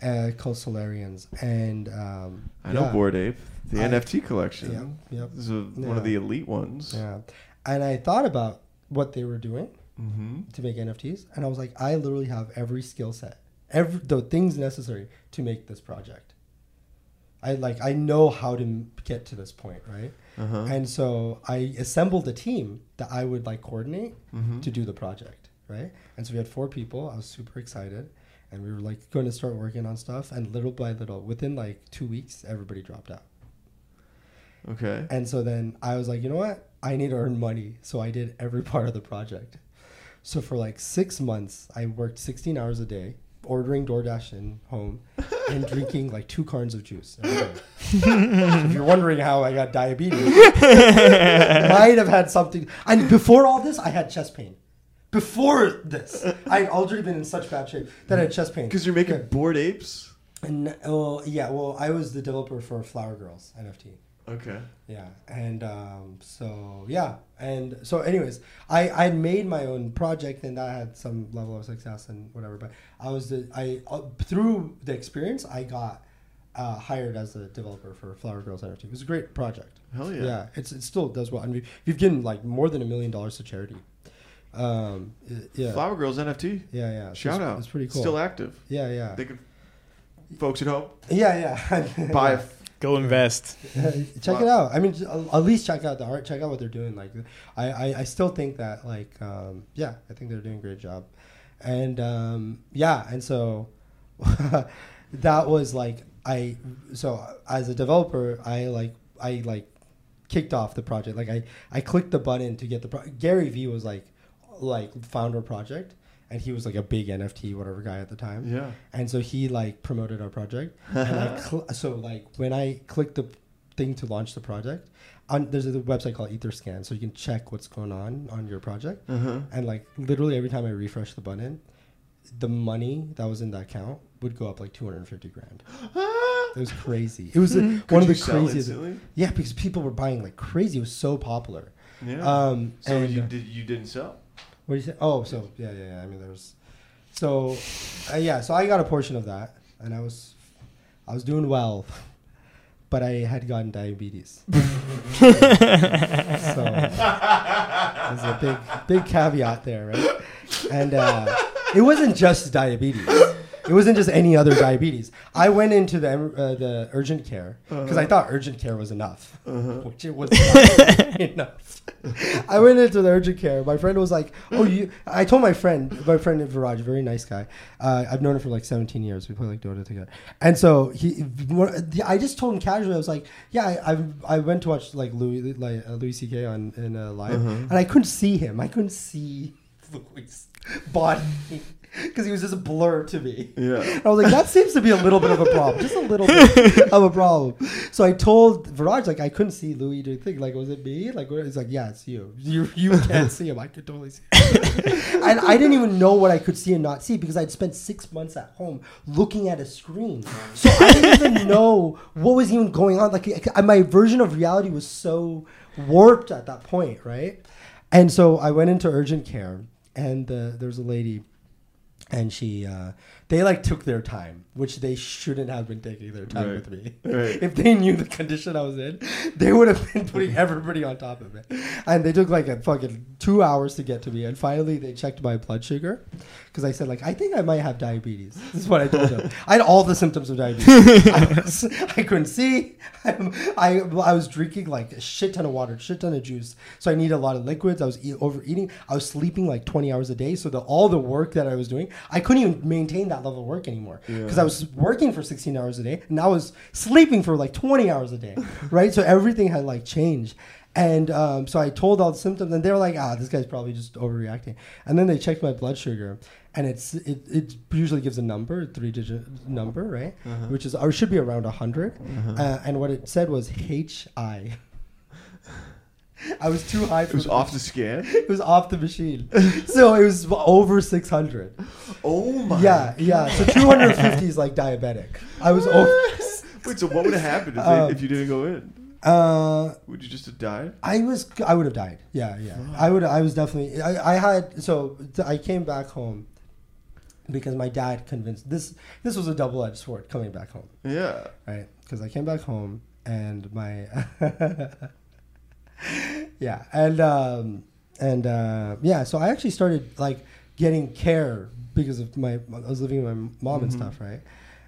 Speaker 2: uh, called Solarians, and um,
Speaker 1: I know
Speaker 2: yeah,
Speaker 1: Board Ape, the
Speaker 2: I-
Speaker 1: NFT collection.
Speaker 2: Yeah, yep,
Speaker 1: This is a, one of
Speaker 2: Yeah.
Speaker 1: the elite ones.
Speaker 2: yeah, and I thought about what they were doing
Speaker 1: Mm-hmm.
Speaker 2: to make NFTs, and I was like, I literally have every skill set, every the things necessary to make this project. I like I know how to m- get to this point, right?
Speaker 1: Uh-huh.
Speaker 2: And so I assembled a team that I would like coordinate to do the project, right? And so we had four people. I was super excited, and we were like going to start working on stuff. And little by little, within like two weeks, everybody dropped out.
Speaker 1: Okay.
Speaker 2: And so then I was like, you know what? I need to earn money. So I did every part of the project. So for like six months, I worked 16 hours a day, ordering DoorDash in home and drinking like two cartons of juice. every day. if you're wondering how I got diabetes, might have had something. And before all this, I had chest pain. Before this, I had already been in such bad shape that I had chest pain.
Speaker 1: Because you're making bored apes.
Speaker 2: And, uh, well, yeah, well, I was the developer for Flower Girls NFT.
Speaker 1: Okay.
Speaker 2: Yeah, and um, so yeah, and so anyways, I I made my own project and I had some level of success and whatever. But I was the I uh, through the experience I got uh, hired as the developer for Flower Girls NFT. It was a great project.
Speaker 1: Hell yeah.
Speaker 2: Yeah, it's it still does well. I mean, we've given like more than a million dollars to charity. Um, y- yeah,
Speaker 1: Flower Girls NFT.
Speaker 2: yeah, yeah. So
Speaker 1: Shout
Speaker 2: it's,
Speaker 1: out.
Speaker 2: It's pretty cool.
Speaker 1: Still active.
Speaker 2: yeah, yeah,
Speaker 1: They could, folks at home,
Speaker 2: yeah, yeah.
Speaker 1: buy.
Speaker 2: Yeah.
Speaker 1: a-
Speaker 6: Go invest.
Speaker 2: Uh, check it out. I mean, just, uh, at least check out the art. Check out what they're doing. Like, I, I, I still think that like, um, yeah, I think they're doing a great job, and um, yeah, and so that was like I. So as a developer, I like I like kicked off the project. Like I I clicked the button to get the pro- Gary V was like like founder project, and he was like a big NFT whatever guy at the time
Speaker 1: Yeah.
Speaker 2: and so he like promoted our project and I cl- so like when i click the thing to launch the project on there's a website called etherscan so you can check what's going on on your project
Speaker 1: Uh-huh.
Speaker 2: and like literally every time i refresh the button the money that was in the account would go up like 250 grand it was crazy it was uh, one of
Speaker 1: you
Speaker 2: the
Speaker 1: sell
Speaker 2: craziest
Speaker 1: instantly?
Speaker 2: yeah because people were buying like crazy it was so popular
Speaker 1: Yeah.
Speaker 2: um
Speaker 1: so
Speaker 2: and-
Speaker 1: you did. You didn't sell.
Speaker 2: what do you say? Oh, so yeah, yeah, yeah. I mean, there was, so, uh, yeah. So I got a portion of that, and I was, I was doing well, but I had gotten diabetes. so there's a big, big caveat there, right? And uh, it wasn't just diabetes. It wasn't just any other diabetes. I went into the em- uh, the urgent care because I thought urgent care was enough, which it was not enough. I went into the urgent care. My friend was like, "Oh, you." I told my friend, my friend Viraj, very nice guy. Uh, I've known him for like 17 years. We play like Dota together. And so he, I just told him casually. I was like, "Yeah, I, I, I went to watch like Louis, like uh, Louis C.K. on in uh, live, and I couldn't see him. I couldn't see Louis' body because he was just a blur to me."
Speaker 1: Yeah.
Speaker 2: I was like, that seems to be a little bit of a problem, just a little bit of a problem. So I told Viraj, like, I couldn't see Louis doing thing. Like, was it me? Like, where- he's like, yeah, it's you. You you can't see him. I could totally see. Him. and I didn't even know what I could see and not see because I'd spent six months at home looking at a screen, so I didn't even know what was even going on. Like, I- my version of reality was so warped at that point, right? And so I went into urgent care, and uh, there was a lady and she uh, they like took their time which they shouldn't have been taking their time
Speaker 1: Right.
Speaker 2: with me
Speaker 1: Right.
Speaker 2: if they knew the condition i was in they would have been putting everybody on top of it and they took like a fucking two hours to get to me and finally they checked my blood sugar because i said like i think i might have diabetes this is what i told them i had all the symptoms of diabetes I, was- I couldn't see I'm, I, I was drinking like a shit ton of water shit ton of juice so i need a lot of liquids i was eat, overeating i was sleeping like 20 hours a day so the, all the work that i was doing i couldn't even maintain that level of work anymore because i was working for 16 hours a day and i was sleeping for like 20 hours a day right so everything had like changed and um, so I told all the symptoms, and they were like, "Ah, this guy's probably just overreacting." And then they checked my blood sugar, and it's it, it usually gives a number, three digit number, right?
Speaker 1: Uh-huh.
Speaker 2: Which is or should be around 100 Uh, and what it said was HI. I was too high.
Speaker 1: It was off the scan.
Speaker 2: It was off the machine, so it was over 600.
Speaker 1: Oh my.
Speaker 2: Yeah, yeah. So 250 is like diabetic. I was over.
Speaker 1: Wait. So what would have happened if,
Speaker 2: Um,
Speaker 1: they, if you didn't go in?
Speaker 2: Uh,
Speaker 1: Would you just have died?
Speaker 2: I was I would have died. Yeah, yeah. I would I was definitely I, I had so th- I came back home because my dad convinced this this was a double edged sword coming back home,
Speaker 1: Yeah.
Speaker 2: right? Cuz I came back home and my Yeah, and um and uh yeah, so I actually started like getting care because of my I was living with my mom and stuff, right?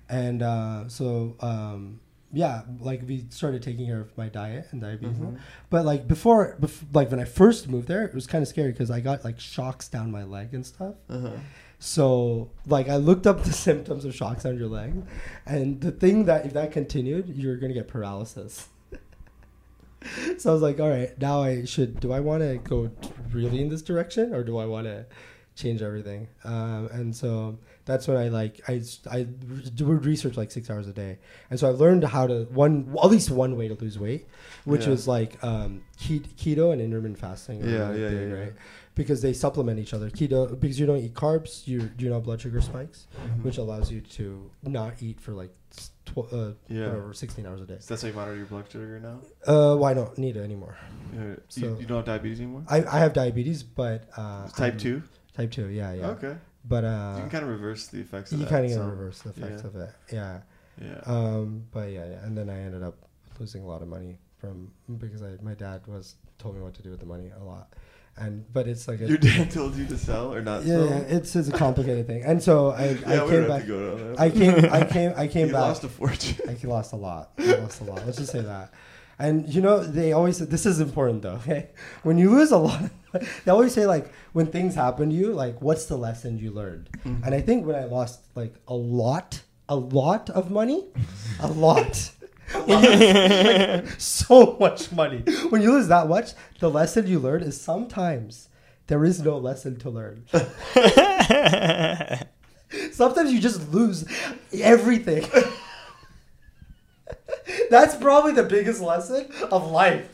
Speaker 2: And uh so um yeah, like we started taking care of my diet and diabetes. now. But like before, bef- like when I first moved there, it was kind of scary because I got like shocks down my leg and stuff. So like I looked up the symptoms of shocks down your leg, and the thing that if that continued, you're gonna get paralysis. so I was like, all right, now I should. Do I want to go t- really in this direction, or do I want to change everything? Um, and so that's when I like I s- I re- do research like six hours a day, and so I learned how to one at least one way to lose weight, which
Speaker 1: Yeah.
Speaker 2: is like um, ke- keto and intermittent fasting. are
Speaker 1: Yeah,
Speaker 2: really
Speaker 1: yeah, yeah, yeah.
Speaker 2: Right because they supplement each other. Keto because you don't eat carbs, you you don't have blood sugar spikes,
Speaker 1: Mm-hmm.
Speaker 2: which allows you to not eat for like tw- uh,
Speaker 1: Yeah.
Speaker 2: whatever sixteen hours a day.
Speaker 1: Is that how you monitor your blood sugar now?
Speaker 2: Uh, well, I don't need it anymore.
Speaker 1: Yeah. you,
Speaker 2: So-
Speaker 1: you don't have diabetes anymore?
Speaker 2: I, I have diabetes, but uh,
Speaker 1: It's type
Speaker 2: I'm-
Speaker 1: 2?
Speaker 2: Type two, yeah, yeah.
Speaker 1: Okay.
Speaker 2: But
Speaker 1: you
Speaker 2: uh,
Speaker 1: can kind of reverse the effects of
Speaker 2: you
Speaker 1: that.
Speaker 2: kind of
Speaker 1: so-
Speaker 2: reverse the effects
Speaker 1: yeah.
Speaker 2: of it, yeah.
Speaker 1: Yeah.
Speaker 2: Um, but yeah, yeah, and then I ended up losing a lot of money from because I, my dad was told me what to do with the money a lot, and but it's like a,
Speaker 1: your dad told you to sell or not
Speaker 2: yeah,
Speaker 1: sell?
Speaker 2: yeah, it's it's a complicated thing, and so
Speaker 1: Yeah,
Speaker 2: I I
Speaker 1: we
Speaker 2: came
Speaker 1: don't have
Speaker 2: back.
Speaker 1: to go down that.
Speaker 2: I came, I came, I came
Speaker 1: you
Speaker 2: back.
Speaker 1: lost a fortune.
Speaker 2: I lost a lot. I lost a lot. Let's just say that. And you know, they always say this is important though. Okay, when you lose a lot, they always say like when things happen to you, like what's the lesson you learned?
Speaker 1: Mm-hmm.
Speaker 2: And I think when I lost like a lot, a lot of money, a lot. Like, so much money. When you lose that much, the lesson you learn is sometimes there is no lesson to learn. Sometimes you just lose everything. That's probably the biggest lesson of life.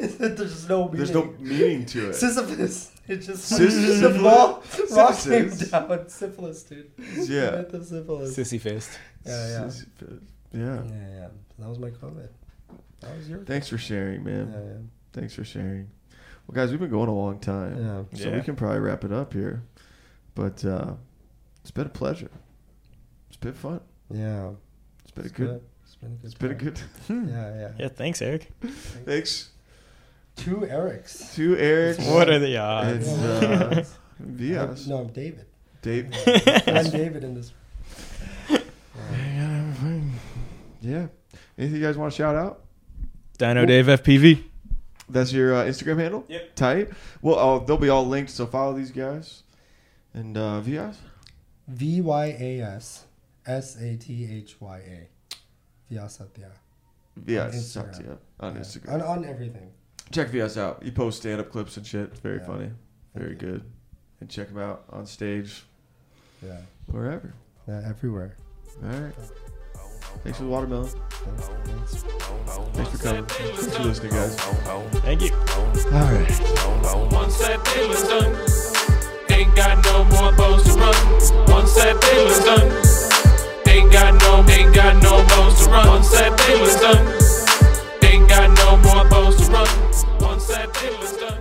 Speaker 2: is that there's no meaning.
Speaker 1: There's no meaning to it.
Speaker 2: Sisyphus. It just
Speaker 1: Sys-
Speaker 2: the ball rock came
Speaker 1: Sisyphus.
Speaker 2: down. Syphilis, dude.
Speaker 1: Yeah.
Speaker 2: The syphilis.
Speaker 6: Sissy fist.
Speaker 2: yeah, yeah.
Speaker 1: Sis- yeah.
Speaker 2: Yeah, yeah. That was my comment. That was your.
Speaker 1: Thanks for sharing, man.
Speaker 2: Yeah, yeah.
Speaker 1: Thanks for sharing. Well, guys, we've been going a long time,
Speaker 2: Yeah.
Speaker 1: so
Speaker 6: Yeah.
Speaker 1: we can probably wrap it up here. But uh, it's been a pleasure. It's been fun.
Speaker 2: Yeah.
Speaker 1: It's been a good.
Speaker 2: It's been a good.
Speaker 1: It's been a
Speaker 2: time.
Speaker 1: good.
Speaker 2: Yeah, yeah.
Speaker 6: Yeah, thanks, Eric.
Speaker 1: Thanks
Speaker 2: Two Erics.
Speaker 1: to Eric.
Speaker 6: What are the
Speaker 1: It's,
Speaker 6: odds?
Speaker 2: Yeah.
Speaker 1: uh,
Speaker 2: I'm-
Speaker 1: Vias.
Speaker 2: no, I'm David.
Speaker 1: Dave.
Speaker 2: I'm David in this.
Speaker 1: Yeah. Anything you guys want to shout out?
Speaker 6: Dino Dave FPV.
Speaker 1: That's your uh, Instagram handle.
Speaker 3: Yep.
Speaker 1: Tight. Well, uh, they'll be all linked, so follow these guys. And uh, Vias.
Speaker 2: V Y A S S A T H Y A. Vyasatya.
Speaker 1: Vias
Speaker 2: Instagram.
Speaker 1: sucked you up on
Speaker 2: Yeah.
Speaker 1: Instagram.
Speaker 2: On, on everything.
Speaker 1: check VS out. He posts stand up clips and shit. It's very
Speaker 2: Yeah.
Speaker 1: funny, very
Speaker 2: you.
Speaker 1: good. And check him out on stage
Speaker 2: Yeah.
Speaker 1: wherever.
Speaker 2: yeah everywhere.
Speaker 1: All right. Thanks for the watermelon.
Speaker 2: Thanks. Thanks.
Speaker 1: Thanks for coming. Thanks for listening, guys.
Speaker 6: Thank you.
Speaker 1: All right.
Speaker 7: Once that deal is done, ain't got no more bows to run. Once that deal is done, ain't got no, ain't got no bows to run. Once that deal is done, ain't got no more bows to run. Once that deal is done.